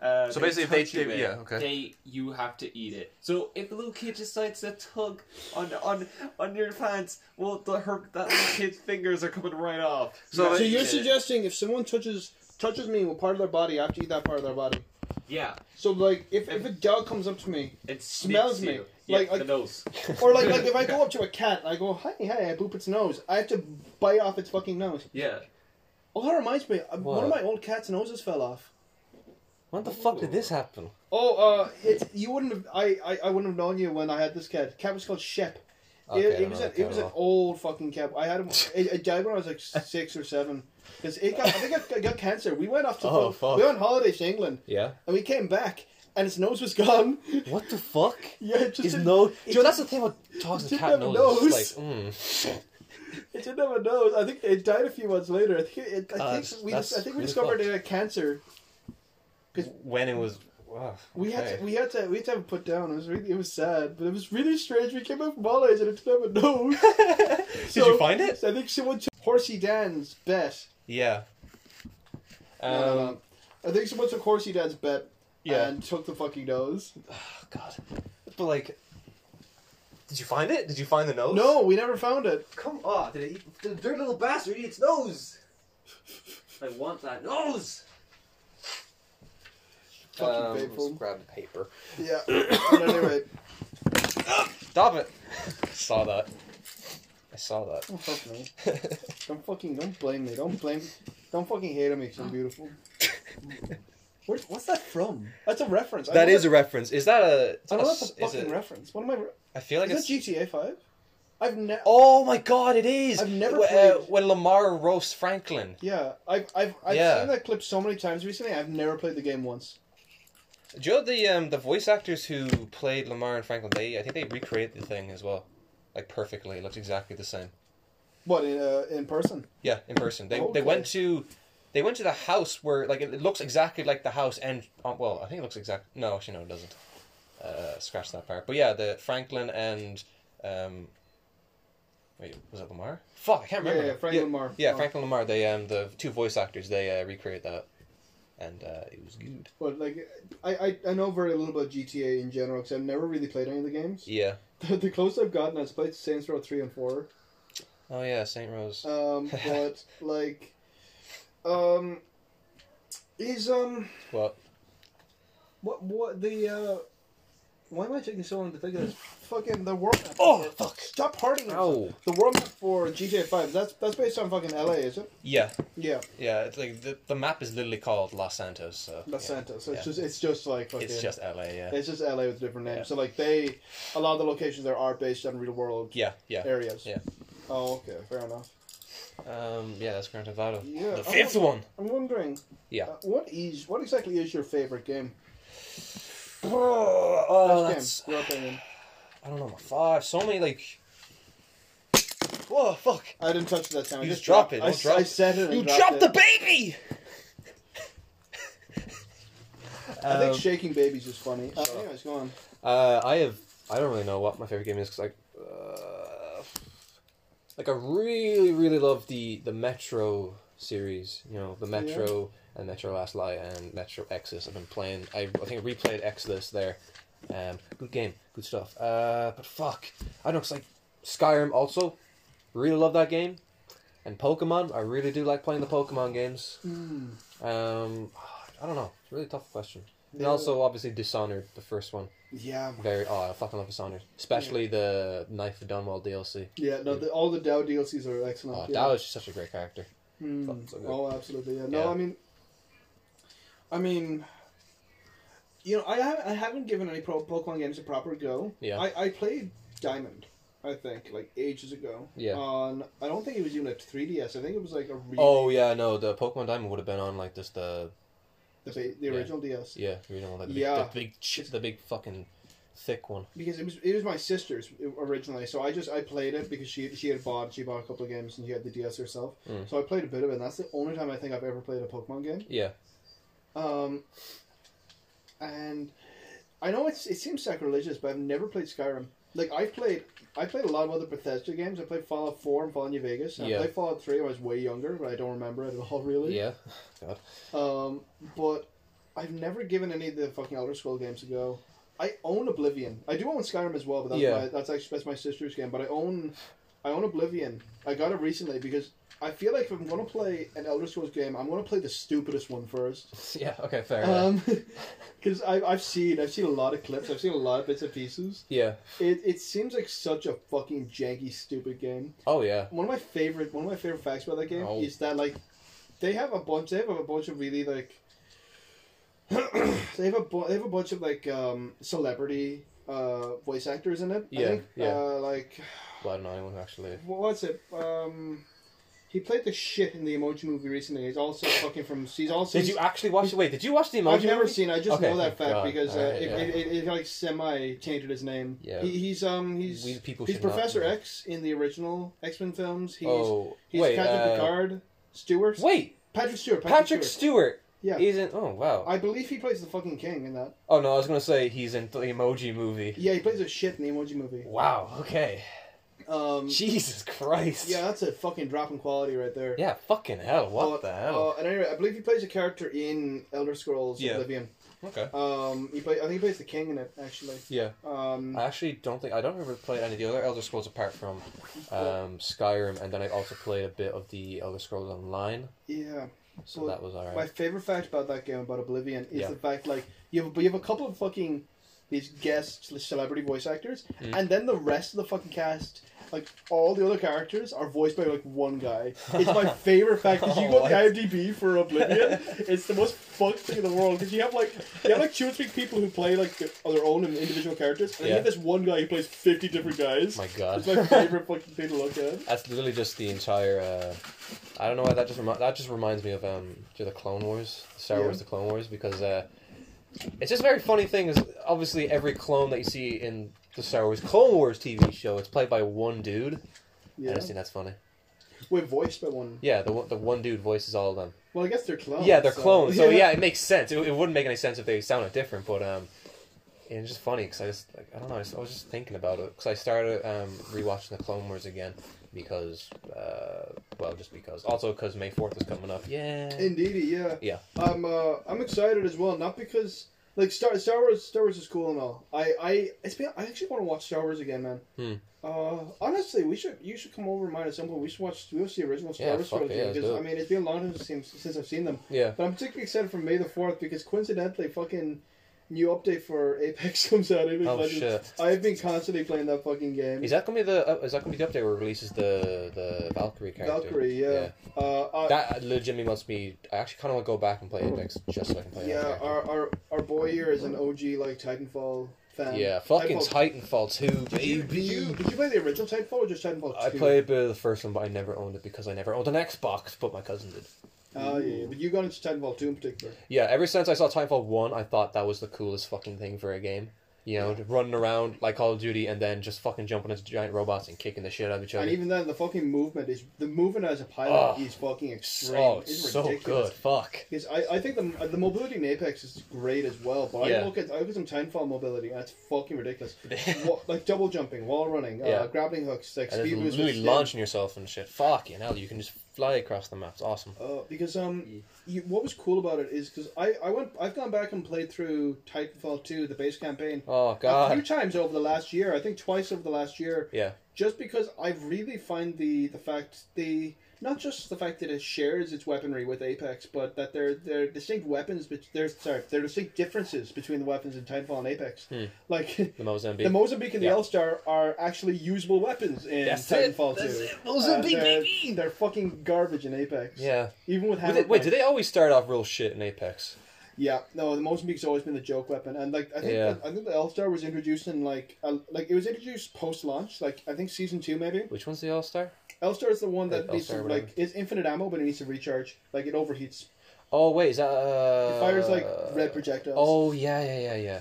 Speaker 3: Uh,
Speaker 2: So basically if they-
Speaker 3: touch you
Speaker 2: they-
Speaker 3: in,
Speaker 2: yeah, okay.
Speaker 3: They, you have to eat it. So if the little kid decides to tug on on on your pants, well, the her that little kid's fingers are coming right off.
Speaker 2: So
Speaker 3: You
Speaker 1: it?
Speaker 3: have
Speaker 1: So
Speaker 3: to
Speaker 1: you're
Speaker 3: eat it.
Speaker 1: suggesting if someone touches touches me with part of their body, I have to eat that part of their body.
Speaker 3: yeah,
Speaker 1: So like, if, if a dog comes up to me,
Speaker 3: it
Speaker 1: Smells
Speaker 3: sneaks
Speaker 1: me.
Speaker 3: you.
Speaker 1: Like-
Speaker 3: yeah,
Speaker 1: like-
Speaker 3: the nose.
Speaker 1: or like like if I go up to a cat and I go hi hi, I boop its nose, I have to bite off its fucking nose.
Speaker 3: Yeah,
Speaker 1: Oh, that reminds me, uh, one of
Speaker 2: What?
Speaker 1: my old cat's noses fell off.
Speaker 2: When the fuck did this happen?
Speaker 1: Oh, uh, it's you wouldn't have. I, I, I wouldn't have known you when I had this cat. Cat was called Shep.
Speaker 2: Okay, I
Speaker 1: it,
Speaker 2: don't
Speaker 1: it was
Speaker 2: know
Speaker 1: an,
Speaker 2: the
Speaker 1: it
Speaker 2: cat
Speaker 1: was
Speaker 2: at
Speaker 1: an
Speaker 2: all.
Speaker 1: old fucking cat. I had him. It, it died when I was like six or seven. Because it got, I think it got, got cancer. We went off to
Speaker 2: Oh, fuck.
Speaker 1: we went on holidays to England,
Speaker 2: Yeah.
Speaker 1: and we came back, and its nose was gone.
Speaker 2: What the fuck?
Speaker 1: yeah, it just
Speaker 2: His
Speaker 1: didn't,
Speaker 2: nose.
Speaker 1: it
Speaker 2: Joe,
Speaker 1: just-
Speaker 2: that's the thing about dogs and
Speaker 1: didn't
Speaker 2: cat
Speaker 1: have a
Speaker 2: noses. It's
Speaker 1: nose.
Speaker 2: Like, mm.
Speaker 1: it didn't have a nose. I think it died a few months later. I think it, I
Speaker 2: Ah, That's-
Speaker 1: think we
Speaker 2: that's
Speaker 1: just, I think we
Speaker 2: really
Speaker 1: discovered
Speaker 2: fucked.
Speaker 1: it had cancer.
Speaker 2: When it was. Wow,
Speaker 1: We had
Speaker 2: okay.
Speaker 1: to, we had to we had to have it put down. It was really it was sad, but it was really strange. We came back from holidays and it didn't have a nose.
Speaker 2: Did
Speaker 1: So-
Speaker 2: you find it?
Speaker 1: So I think someone took Horsey Dan's bet.
Speaker 2: Yeah. Um,
Speaker 1: No, no, no. I think someone took Horsey Dan's bet
Speaker 2: Yeah.
Speaker 1: and took the fucking nose.
Speaker 2: Oh, God. But, like. Did you find it? Did you find the nose?
Speaker 1: No, we never found it.
Speaker 2: Come on. Did it eat. The dirty little bastard eat its nose!
Speaker 3: I want that nose.
Speaker 1: Fucking
Speaker 2: Um,
Speaker 1: faithful.
Speaker 2: let's grab the paper.
Speaker 1: Yeah. but anyway,
Speaker 2: Stop it! saw that. I saw that.
Speaker 1: don't fuck me. Don't fucking don't blame me. Don't blame. Don't fucking hate on me. 'cause I'm beautiful. Where, what's that from? That's a reference. I
Speaker 2: that
Speaker 1: know
Speaker 2: is a reference. Is that a?
Speaker 1: I know
Speaker 2: a-
Speaker 1: that's a
Speaker 2: is
Speaker 1: fucking
Speaker 2: it-
Speaker 1: reference. What am I? Re-
Speaker 2: I feel like
Speaker 1: is
Speaker 2: it's.
Speaker 1: that GTA Five? I've never.
Speaker 2: Oh my god, it is.
Speaker 1: I've never
Speaker 2: Wh- uh,
Speaker 1: played-
Speaker 2: when Lamar roasts Franklin.
Speaker 1: Yeah, I've I've, I've
Speaker 2: Yeah.
Speaker 1: seen that clip so many times recently. I've never played the game once.
Speaker 2: Do you know the um, the voice actors who played Lamar and Franklin? They I think they recreated the thing as well, like perfectly. It looks exactly the same.
Speaker 1: What in uh, in person?
Speaker 2: Yeah, in person. They they
Speaker 1: Okay.
Speaker 2: went to They went to the house where, like, it, it looks exactly like the house. And uh, well, I think it looks exact. No, actually, no, it doesn't. Uh, scratch that part. But yeah, the Franklin and um, wait, was it Lamar? Fuck, I can't
Speaker 1: Yeah,
Speaker 2: remember.
Speaker 1: yeah,
Speaker 2: now.
Speaker 1: Franklin Lamar.
Speaker 2: Yeah,
Speaker 1: Oh.
Speaker 2: Franklin Lamar. They um, the two voice actors. They uh, recreate that, and uh, it was good.
Speaker 1: But like, I, I, I know very little about GTA in general because I've never really played any of the games.
Speaker 2: Yeah.
Speaker 1: The, the closest I've gotten is played Saints Row three and four.
Speaker 2: Oh yeah, Saint Rose.
Speaker 1: Um, but like, um, is um,
Speaker 2: well,
Speaker 1: what what the uh, why am I taking so long to think of this? Fucking the world. Map
Speaker 2: Oh,
Speaker 1: for-
Speaker 2: fuck.
Speaker 1: Stop partying.
Speaker 2: Ow.
Speaker 1: The world map for GTA five. That's that's based on fucking LA, is it?
Speaker 2: yeah,
Speaker 1: Yeah,
Speaker 2: yeah. It's like the, the map is literally called Los Santos. So,
Speaker 1: Los
Speaker 2: yeah.
Speaker 1: Santos. So
Speaker 2: Yeah.
Speaker 1: it's just it's just like fucking.
Speaker 2: It's just LA. Yeah.
Speaker 1: It's just LA with a different name.
Speaker 2: Yeah.
Speaker 1: So like they, a lot of the locations there are based on real world
Speaker 2: Yeah, yeah.
Speaker 1: areas.
Speaker 2: Yeah.
Speaker 1: Oh, okay, fair enough.
Speaker 2: Um, yeah, Oh. that's Grand Theft Auto.
Speaker 1: Yeah,
Speaker 2: the
Speaker 1: I
Speaker 2: fifth one.
Speaker 1: I'm wondering.
Speaker 2: Yeah.
Speaker 1: uh, what is what exactly is your favorite game?
Speaker 2: Oh,
Speaker 1: Best
Speaker 2: that's
Speaker 1: game, your opinion.
Speaker 2: I don't know. my Five. So many like. Whoa! Fuck!
Speaker 1: I didn't touch that sound.
Speaker 2: You
Speaker 1: I
Speaker 2: just dropped it.
Speaker 1: I,
Speaker 2: Don't drop
Speaker 1: I
Speaker 2: it.
Speaker 1: said it. and
Speaker 2: You
Speaker 1: dropped,
Speaker 2: dropped
Speaker 1: it.
Speaker 2: the baby.
Speaker 1: I think
Speaker 2: Um,
Speaker 1: shaking babies is funny. Uh, anyways, go on.
Speaker 2: Uh, I have. I don't really know what my favorite game is because I, uh, like I really really love the the Metro series. You know the Metro and Metro Last Light and Metro Exodus. I've been playing. I, I think I replayed Exodus there. Um, good game, good stuff. Uh, but fuck, I don't know. It's like Skyrim also. Really love that game, and Pokemon. I really do like playing the Pokemon games. Um, I don't know. It's a really tough question. And
Speaker 1: Yeah.
Speaker 2: also, obviously, Dishonored, the first one.
Speaker 1: Yeah.
Speaker 2: Very. Oh, I fucking love Dishonored, especially the Knife of Dunwall DLC.
Speaker 1: Yeah. No, the, all the Dow DLCs are excellent.
Speaker 2: Oh,
Speaker 1: yeah.
Speaker 2: Dow is just such a great character.
Speaker 1: Mm.
Speaker 2: Fucking so good.
Speaker 1: Oh, absolutely. Yeah. No,
Speaker 2: Yeah.
Speaker 1: I mean, I mean, you know, I haven't, I haven't given any pro- Pokemon games a proper go.
Speaker 2: Yeah.
Speaker 1: I, I played Diamond, I think, like ages ago.
Speaker 2: Yeah.
Speaker 1: On I don't think it was even a 3DS. I think it was like a re-
Speaker 2: Oh yeah, no, the Pokemon Diamond would have been on like just the
Speaker 1: the, the
Speaker 2: yeah.
Speaker 1: original DS
Speaker 2: yeah, you know, like the big,
Speaker 1: Yeah.
Speaker 2: the big, ch- the big fucking thick one.
Speaker 1: because it was it was my sister's originally. So I just I played it because she she had bought she bought a couple of games and she had the DS herself.
Speaker 2: Mm.
Speaker 1: So I played a bit of it. and That's the only time I think I've ever played a Pokemon game.
Speaker 2: Yeah,
Speaker 1: Um, and I know it's it seems sacrilegious, but I've never played Skyrim. Like I played, I played a lot of other Bethesda games. I played Fallout Four and Fallout New Vegas. And
Speaker 2: Yeah.
Speaker 1: I played Fallout Three. when I was way younger, but I don't remember it at all really.
Speaker 2: yeah, God.
Speaker 1: Um, but I've never given any of the fucking Elder Scroll games a go. I own Oblivion. I do own Skyrim as well, but that's
Speaker 2: Yeah.
Speaker 1: my, that's actually that's my sister's game. But I own, I own Oblivion. I got it recently because I feel like if I'm gonna play an Elder Scrolls game, I'm gonna play the stupidest one first.
Speaker 2: yeah. Okay, fair. enough.
Speaker 1: Um, because I've, I've seen I've seen a lot of clips. I've seen a lot of bits and pieces.
Speaker 2: yeah.
Speaker 1: It, it seems like such a fucking janky, stupid game.
Speaker 2: Oh yeah.
Speaker 1: One of my favorite one of my favorite facts about that game
Speaker 2: Oh.
Speaker 1: is that like they have a bunch they have a bunch of really like they have a bu- they have a bunch of like um, celebrity uh, voice actors in it. I
Speaker 2: Yeah,
Speaker 1: think.
Speaker 2: yeah.
Speaker 1: Uh, like
Speaker 2: Well, I don't know anyone who actually.
Speaker 1: what was it? Um, he played the shit in the Emoji movie recently. He's also fucking from. He's also
Speaker 2: Did you actually watch? Wait, did you watch the emoji?
Speaker 1: I've never
Speaker 2: movie?
Speaker 1: seen. it. I just
Speaker 2: Okay,
Speaker 1: know that
Speaker 2: thank
Speaker 1: fact
Speaker 2: God.
Speaker 1: because uh,
Speaker 2: Alright,
Speaker 1: it,
Speaker 2: yeah.
Speaker 1: it, it, it like semi tainted his name.
Speaker 2: Yeah.
Speaker 1: He, he's um he's
Speaker 2: We the people
Speaker 1: he's
Speaker 2: should not
Speaker 1: Professor
Speaker 2: know.
Speaker 1: X in the original X Men films. He's
Speaker 2: Oh
Speaker 1: he's
Speaker 2: wait,
Speaker 1: Captain
Speaker 2: uh,
Speaker 1: Picard. Stewart.
Speaker 2: wait,
Speaker 1: Patrick Stewart. Patrick,
Speaker 2: Patrick
Speaker 1: Stewart.
Speaker 2: Stewart
Speaker 1: Yeah.
Speaker 2: isn't. Oh wow.
Speaker 1: I believe he plays the fucking king in that.
Speaker 2: Oh no, I was gonna say he's in the Emoji Movie.
Speaker 1: Yeah, he plays a shit in the Emoji movie.
Speaker 2: Wow. Okay.
Speaker 1: Um,
Speaker 2: Jesus Christ.
Speaker 1: yeah, that's a fucking drop in quality right there.
Speaker 2: Yeah. Fucking hell.
Speaker 1: Uh,
Speaker 2: What the hell?
Speaker 1: Uh, and anyway, I believe he plays a character in Elder Scrolls
Speaker 2: Yeah.
Speaker 1: Oblivion.
Speaker 2: okay.
Speaker 1: Um, he play, I think he plays the king in it actually.
Speaker 2: Yeah.
Speaker 1: Um,
Speaker 2: I actually don't think I don't remember playing any of the other Elder Scrolls apart from um, Skyrim, and then I also played a bit of the Elder Scrolls Online,
Speaker 1: yeah.
Speaker 2: so
Speaker 1: Well,
Speaker 2: that was alright.
Speaker 1: My favorite fact about that game, about Oblivion, is
Speaker 2: Yeah.
Speaker 1: the fact like you have, but you have a couple of fucking these guest slash celebrity voice actors,
Speaker 2: Mm.
Speaker 1: and then the rest of the fucking cast, like all the other characters, are voiced by like one guy. It's my favorite fact. If you go to
Speaker 2: Oh, what?
Speaker 1: IMDb for Oblivion, it's the most fucked thing in the world because you have like you have like two or three people who play like their, their own individual characters, and then you
Speaker 2: Yeah.
Speaker 1: have this one guy who plays fifty different guys.
Speaker 2: My God.
Speaker 1: it's my favorite fucking thing to look at.
Speaker 2: That's literally just the entire. Uh, I don't know why that just remi- that just reminds me of um, to the Clone Wars, Star
Speaker 1: Yeah.
Speaker 2: Wars, the Clone Wars, because uh, it's just a very funny thing. Is obviously every clone that you see in the Star Wars Clone Wars TV show, it's played by one dude. I
Speaker 1: Yeah,
Speaker 2: just think that's funny.
Speaker 1: we're voiced by one.
Speaker 2: Yeah, the one- the one dude voices all of them.
Speaker 1: Well, I guess they're clones.
Speaker 2: yeah, they're
Speaker 1: so-
Speaker 2: clones. So yeah, it makes sense. It, it wouldn't make any sense if they sounded different, but um, it's just funny because I just like I don't know. I, just, I was just thinking about it because I started um rewatching the Clone Wars again because uh well just because also because May Fourth is coming up. Yeah.
Speaker 1: Indeedy, yeah.
Speaker 2: Yeah.
Speaker 1: I'm uh, I'm excited as well, not because like Star Star Wars Star Wars is cool and all. I I it's been I actually want to watch Star Wars again, man.
Speaker 2: Hmm.
Speaker 1: Uh, honestly, we should you should come over mine at some point. We should watch we watch the original Star
Speaker 2: Yeah,
Speaker 1: Wars
Speaker 2: fuck it,
Speaker 1: trilogy
Speaker 2: yeah, let's
Speaker 1: because
Speaker 2: do it.
Speaker 1: I mean it's been a long time since since I've seen them.
Speaker 2: Yeah.
Speaker 1: But I'm particularly excited for May the Fourth because coincidentally, fucking new update for Apex comes out. Apex
Speaker 2: Oh
Speaker 1: Legends.
Speaker 2: shit.
Speaker 1: I've been constantly playing that fucking game.
Speaker 2: Is that gonna be the uh, is that gonna be the update where it releases the the Valkyrie character?
Speaker 1: Valkyrie, yeah. Uh, I-
Speaker 2: That legitimately must be. I actually kind of want to go back and play Apex just so I can play. that
Speaker 1: yeah,
Speaker 2: character.
Speaker 1: our, our our boy here is an OG like Titanfall fan.
Speaker 2: yeah, fucking
Speaker 1: Titanfall
Speaker 2: Titanfall two,
Speaker 1: Did you, did, you,
Speaker 2: baby.
Speaker 1: did you play the original Titanfall or just Titanfall 2?
Speaker 2: I played a bit of the first one, but I never owned it because I never owned an Xbox, but my cousin did.
Speaker 1: Oh, yeah, yeah, but you got into Titanfall 2 in particular.
Speaker 2: Yeah, ever since I saw Titanfall 1, I thought that was the coolest fucking thing for a game. You know, running around like Call of Duty and then just fucking jumping into giant robots and kicking the shit out of each other.
Speaker 1: And even then, the fucking movement is. The movement as a pilot
Speaker 2: Oh.
Speaker 1: is fucking extreme.
Speaker 2: oh, it's
Speaker 1: it's
Speaker 2: so
Speaker 1: ridiculous.
Speaker 2: good. Fuck.
Speaker 1: Because I, I think the, the mobility in Apex is great as well, but I
Speaker 2: Yeah.
Speaker 1: look at I look at some Titanfall mobility and it's fucking ridiculous. Wa- like double jumping, wall running, uh,
Speaker 2: Yeah.
Speaker 1: grappling hooks, like
Speaker 2: And
Speaker 1: speed
Speaker 2: just
Speaker 1: boosts.
Speaker 2: literally
Speaker 1: with
Speaker 2: launching yourself and shit. Fucking hell, you can just fly across the map. It's awesome.
Speaker 1: Uh, because um, you, what was cool about it is because I, I went I've gone back and played through Titanfall 2, the base campaign,
Speaker 2: Oh,
Speaker 1: a few
Speaker 2: God.
Speaker 1: times over the last year. I think twice over the last year.
Speaker 2: Yeah.
Speaker 1: just because I really find the the fact the not just the fact that it shares its weaponry with Apex, but that there there are distinct weapons, but there's sorry, there are distinct differences between the weapons in Titanfall and Apex. Like
Speaker 2: The Mozambique.
Speaker 1: the Mozambique and the
Speaker 2: Hmm. Yeah.
Speaker 1: L Star are actually usable weapons in
Speaker 2: That's it.
Speaker 1: Titanfall
Speaker 2: That's
Speaker 1: Two. Uh,
Speaker 2: it. Mozambique,
Speaker 1: they're,
Speaker 2: baby!
Speaker 1: they're fucking garbage in Apex.
Speaker 2: yeah.
Speaker 1: even with
Speaker 2: Wait,
Speaker 1: hammer.
Speaker 2: wait, do they always start off real shit in Apex?
Speaker 1: Yeah, no, the Mozambique's always been the joke weapon, and like I think
Speaker 2: Yeah.
Speaker 1: I think the L Star was introduced in like uh, like it was introduced post launch, like I think season two maybe.
Speaker 2: Which one's the All Star?
Speaker 1: L Star is the one that
Speaker 2: Like
Speaker 1: needs
Speaker 2: Elstar
Speaker 1: to
Speaker 2: or
Speaker 1: like it's infinite ammo, but it needs to recharge. Like it overheats.
Speaker 2: Oh wait, is that
Speaker 1: It
Speaker 2: uh,
Speaker 1: fires like red projectiles.
Speaker 2: Oh yeah, yeah, yeah, yeah,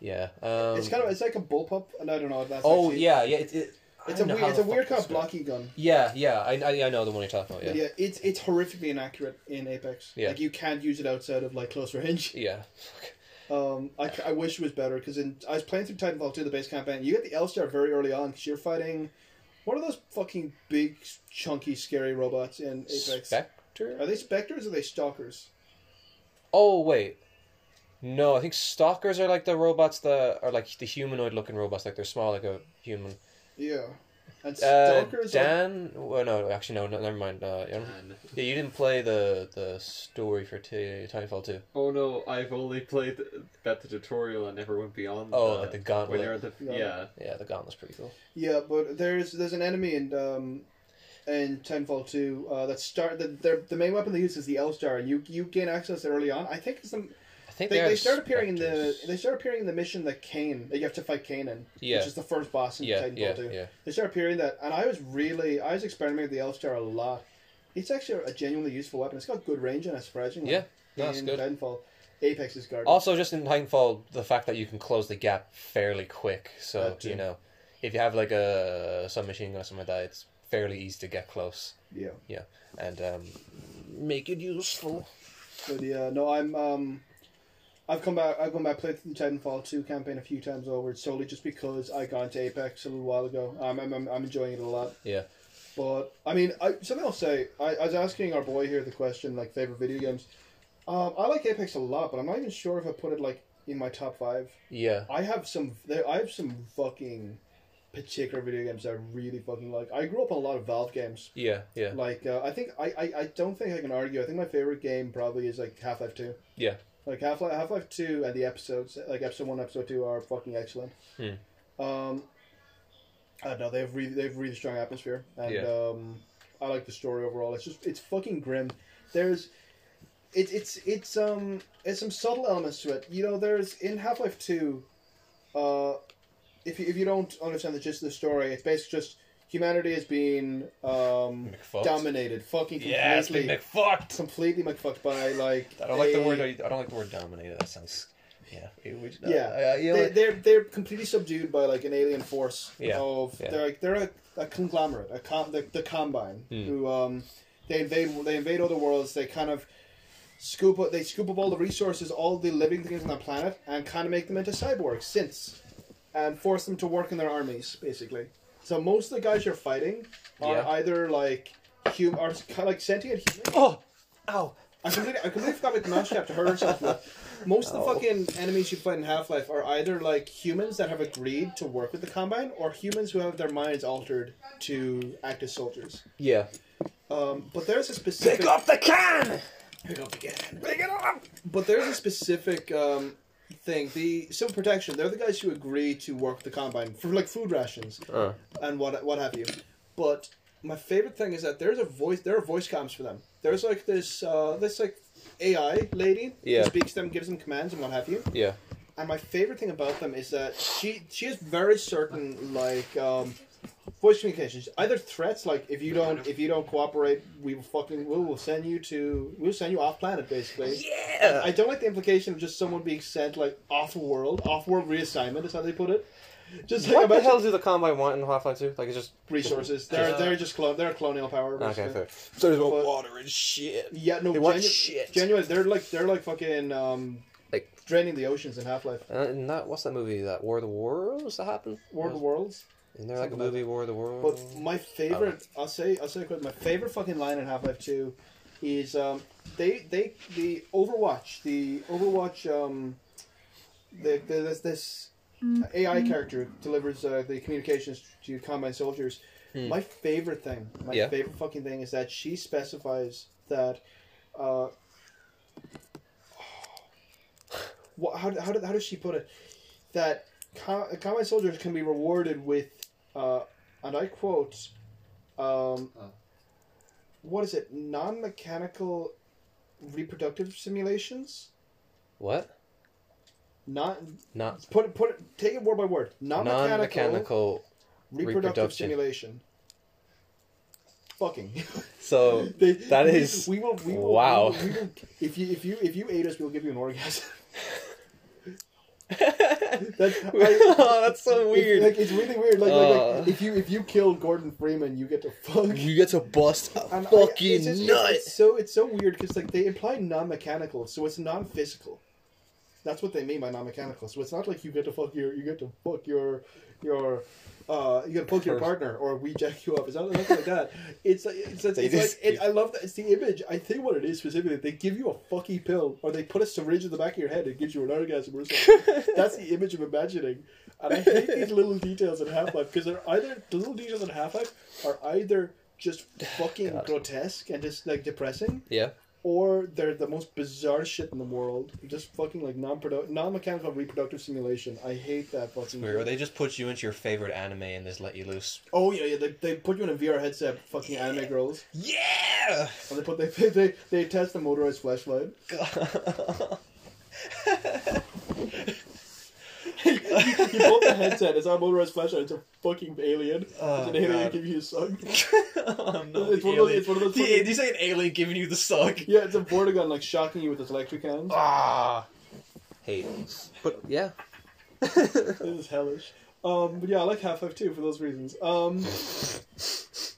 Speaker 2: yeah. Um,
Speaker 1: it's kind of it's like a bullpup, and I don't know. if That's
Speaker 2: oh
Speaker 1: actually-
Speaker 2: yeah, yeah. It, it, I
Speaker 1: It's a
Speaker 2: don't know
Speaker 1: weird,
Speaker 2: how
Speaker 1: it's
Speaker 2: the
Speaker 1: a weird
Speaker 2: fuck
Speaker 1: kind
Speaker 2: it's
Speaker 1: of uh,
Speaker 2: called.
Speaker 1: blocky gun.
Speaker 2: Yeah, yeah. I, I I know the one you're talking about.
Speaker 1: But
Speaker 2: Yeah,
Speaker 1: yeah, it's it's horrifically inaccurate in Apex.
Speaker 2: Yeah.
Speaker 1: Like you can't use it outside of like close range.
Speaker 2: yeah.
Speaker 1: Um, I, c- I wish it was better because in I was playing through Titanfall 2, the base campaign. You get the L Star very early on because you're fighting one of those fucking big, chunky, scary robots in Apex. are
Speaker 2: Spectre.
Speaker 1: they specters or are they stalkers?
Speaker 2: Oh wait, no. I think stalkers are like the robots that are like the humanoid-looking robots. Like they're small, like a human.
Speaker 1: Yeah. And
Speaker 2: Uh,
Speaker 1: stalkers. are,
Speaker 2: Dan. Well, no, actually, no. no never mind. Uh, I don't- yeah, you didn't play the the story for T- Titanfall two.
Speaker 3: Oh no, I've only played that the tutorial and never went beyond.
Speaker 2: Oh,
Speaker 3: that.
Speaker 2: like the
Speaker 3: when you're
Speaker 2: gauntlet.
Speaker 3: at the
Speaker 1: No.
Speaker 3: yeah.
Speaker 2: Yeah, the gauntlet's pretty cool.
Speaker 1: Yeah, but there's there's an enemy in um in Titanfall two uh, that start that their the main weapon they use is the L star, and you you gain access early on. I think it's the,
Speaker 2: I think
Speaker 1: they,
Speaker 2: are
Speaker 1: they start appearing in the
Speaker 2: Spectres.
Speaker 1: they start appearing in the mission that Kane that you have to fight Kane in,
Speaker 2: Yeah.
Speaker 1: which is the first boss in
Speaker 2: yeah,
Speaker 1: Titanfall
Speaker 2: yeah,
Speaker 1: two.
Speaker 2: yeah.
Speaker 1: They start appearing that, and I was really I was experimenting with the L star a lot. It's actually a genuinely useful weapon. It's got good range and surprisingly.
Speaker 2: Yeah, no, it's
Speaker 1: in
Speaker 2: good.
Speaker 1: Titanfall, Apex is garbage.
Speaker 2: Also, just in Titanfall, the fact that you can close the gap fairly quick. So
Speaker 1: That too.
Speaker 2: you know, if you have like a submachine gun or something like that, it's fairly easy to get close
Speaker 1: yeah.
Speaker 2: and um, make it useful.
Speaker 1: But yeah, no, I'm um, I've come back. I've come back played through the Titanfall two campaign a few times over solely just because I got into Apex a little while ago. I'm I'm, I'm I'm enjoying it a lot.
Speaker 2: Yeah.
Speaker 1: But I mean, I, something I'll say. I, I was asking our boy here the question like favorite video games. Um, I like Apex a lot, but I'm not even sure if I put it like in my top five.
Speaker 2: Yeah.
Speaker 1: I have some. there- I have some fucking particular video games that I really fucking like. I grew up on a lot of Valve games.
Speaker 2: Yeah. Yeah.
Speaker 1: Like uh, I think I, I I don't think I can argue. I think my favorite game probably is like Half Life Two.
Speaker 2: Yeah.
Speaker 1: Like Half Life Half Life Two and the episodes like Episode One, Episode Two are fucking excellent.
Speaker 2: Hmm.
Speaker 1: Um, I don't know. They have really they have really strong atmosphere, and
Speaker 2: Yeah.
Speaker 1: um, I like the story overall. It's just it's fucking grim. There's it, it's it's um it's some subtle elements to it. You know, there's in Half Life Two. Uh, if you, if you don't understand the gist of the story, it's basically just humanity is being um,
Speaker 2: McFucked.
Speaker 1: dominated, fucking
Speaker 2: Yeah. It's been
Speaker 1: completely,
Speaker 2: McFucked.
Speaker 1: completely Mcfucked by like.
Speaker 2: I don't like the
Speaker 1: a-
Speaker 2: word. I don't like the word dominated. That sounds. Yeah. It would- uh,
Speaker 1: Yeah.
Speaker 2: uh, you know
Speaker 1: They,
Speaker 2: what?
Speaker 1: they're they're completely subdued by like an alien force
Speaker 2: Yeah,
Speaker 1: of
Speaker 2: yeah. Hmm.
Speaker 1: they're like they're a, a conglomerate, a com, the, the combine who um They invade. They invade other worlds. They kind of scoop. up They scoop up all the resources, all the living things on the planet, and kind of make them into cyborgs, synths, and force them to work in their armies, basically. So most of the guys you're fighting are
Speaker 2: Yeah.
Speaker 1: either like human, are kind of like sentient humans.
Speaker 2: Oh, ow.
Speaker 1: I completely, I completely forgot about the mouse trap to hurt herself with. Most of the fucking enemies you fight in Half Life are either like humans that have agreed to work with the Combine or humans who have their minds altered to act as soldiers.
Speaker 2: Yeah.
Speaker 1: Um, but there's a specific.
Speaker 2: the can.
Speaker 1: Pick up again.
Speaker 2: Pick it up.
Speaker 1: But there's a specific um, thing. The Civil Protection, they're the guys who agree to work with the Combine for like food rations
Speaker 2: Uh,
Speaker 1: and what what have you. But my favorite thing is that there's a voice. There are voice comms for them. There's like this uh, this like AI lady
Speaker 2: Yeah.
Speaker 1: who speaks to them, gives them commands and what have you.
Speaker 2: yeah.
Speaker 1: And my favorite thing about them is that she she has very certain like um, voice communications. Either threats like if you don't if you don't cooperate, we will fucking we will send you to we'll send you off planet basically.
Speaker 2: Yeah.
Speaker 1: I don't like the implication of just someone being sent like off world, off world reassignment is how they put it. Just like
Speaker 2: What the
Speaker 1: imagine-
Speaker 2: hell do the combine want in Half Life Two? Like it's just
Speaker 1: resources. They're
Speaker 3: Uh,
Speaker 1: they're just clone. They're a colonial power.
Speaker 2: Okay,
Speaker 1: basically.
Speaker 2: fair. So there's
Speaker 1: But-
Speaker 2: water and shit.
Speaker 1: Yeah, no.
Speaker 2: They want
Speaker 1: Genu-
Speaker 2: shit.
Speaker 1: Genuine. They're like they're like fucking um,
Speaker 2: Like-
Speaker 1: draining the oceans in Half Life.
Speaker 2: Uh, and that what's that movie? That War of the Worlds that happened?
Speaker 1: War of the Worlds.
Speaker 2: Isn't there like a
Speaker 1: Something like
Speaker 2: movie War of the
Speaker 1: But
Speaker 2: Worlds?
Speaker 1: my favorite, I'll say, I'll say it quick. My favorite fucking line in Half Life Two is um, they they the Overwatch the Overwatch um, the, the this this AI character delivers uh, the communications to combine soldiers. My favorite thing, my
Speaker 2: Yeah.
Speaker 1: favorite fucking thing, is that she specifies that. Uh, what, how, how, did, how does she put it? That co- combine soldiers can be rewarded with, uh, and I quote, um,
Speaker 3: Oh.
Speaker 1: what is it? Non mechanical reproductive simulations?
Speaker 2: What?
Speaker 1: Not
Speaker 2: Not
Speaker 1: put it, put it, take it word by word. Non mechanical
Speaker 2: non-mechanical.
Speaker 1: reproductive
Speaker 2: reproduction.
Speaker 1: simulation. Fucking.
Speaker 2: So
Speaker 1: They-
Speaker 2: that
Speaker 1: we-
Speaker 2: is
Speaker 1: We will. We will
Speaker 2: wow.
Speaker 1: We will, we will, if you if you if you ate us, we'll give you an orgasm. That's, I,
Speaker 2: oh, that's so
Speaker 1: It's,
Speaker 2: weird.
Speaker 1: like it's really weird. Like, like, like,
Speaker 2: Uh.
Speaker 1: if you if you kill Gordon Freeman, you get to fuck.
Speaker 2: You get to bust a
Speaker 1: And I-
Speaker 2: fucking
Speaker 1: it's just-
Speaker 2: nut.
Speaker 1: It's so it's so weird because like they imply non-mechanical, so it's non-physical. That's what they mean by non-mechanical. So it's not like you get to fuck your you get to fuck your your uh you get to fuck your
Speaker 2: Person.
Speaker 1: partner or we jack you up. It's not nothing like that. It's like it's, it's,
Speaker 2: They
Speaker 1: it's
Speaker 2: just-
Speaker 1: like it, I love that it's the image. I think what it is specifically, they give you a fucky pill or they put a syringe in the back of your head and gives you an orgasm or something. That's the image of imagining. And I hate these little details in Half Life because they're either the little details in Half Life are either just fucking grotesque and just like depressing,
Speaker 2: yeah.
Speaker 1: or they're the most bizarre shit in the world. Just fucking like non non mechanical reproductive simulation. I hate that fucking.
Speaker 2: Or they just put you into your favorite anime and just let you loose.
Speaker 1: Oh yeah, yeah. They, they put you in a VR headset, fucking anime girls,
Speaker 2: Yeah.
Speaker 1: and they put they they they, they test the motorized flashlight. You put the headset, it's not a motorized flashlight. It's a fucking alien.
Speaker 2: Oh,
Speaker 1: it's an alien
Speaker 2: God.
Speaker 1: giving you a suck.
Speaker 2: oh, no,
Speaker 1: It's
Speaker 2: the
Speaker 1: one of those-
Speaker 2: alien.
Speaker 1: it's one of those
Speaker 2: The-
Speaker 1: fucking-
Speaker 2: Did you say an alien giving you the suck?
Speaker 1: Yeah, it's a border gun like shocking you with its electric hands.
Speaker 2: Ah. Hate. But yeah.
Speaker 1: This is hellish. Um, but yeah, I like Half Life 2 for those reasons.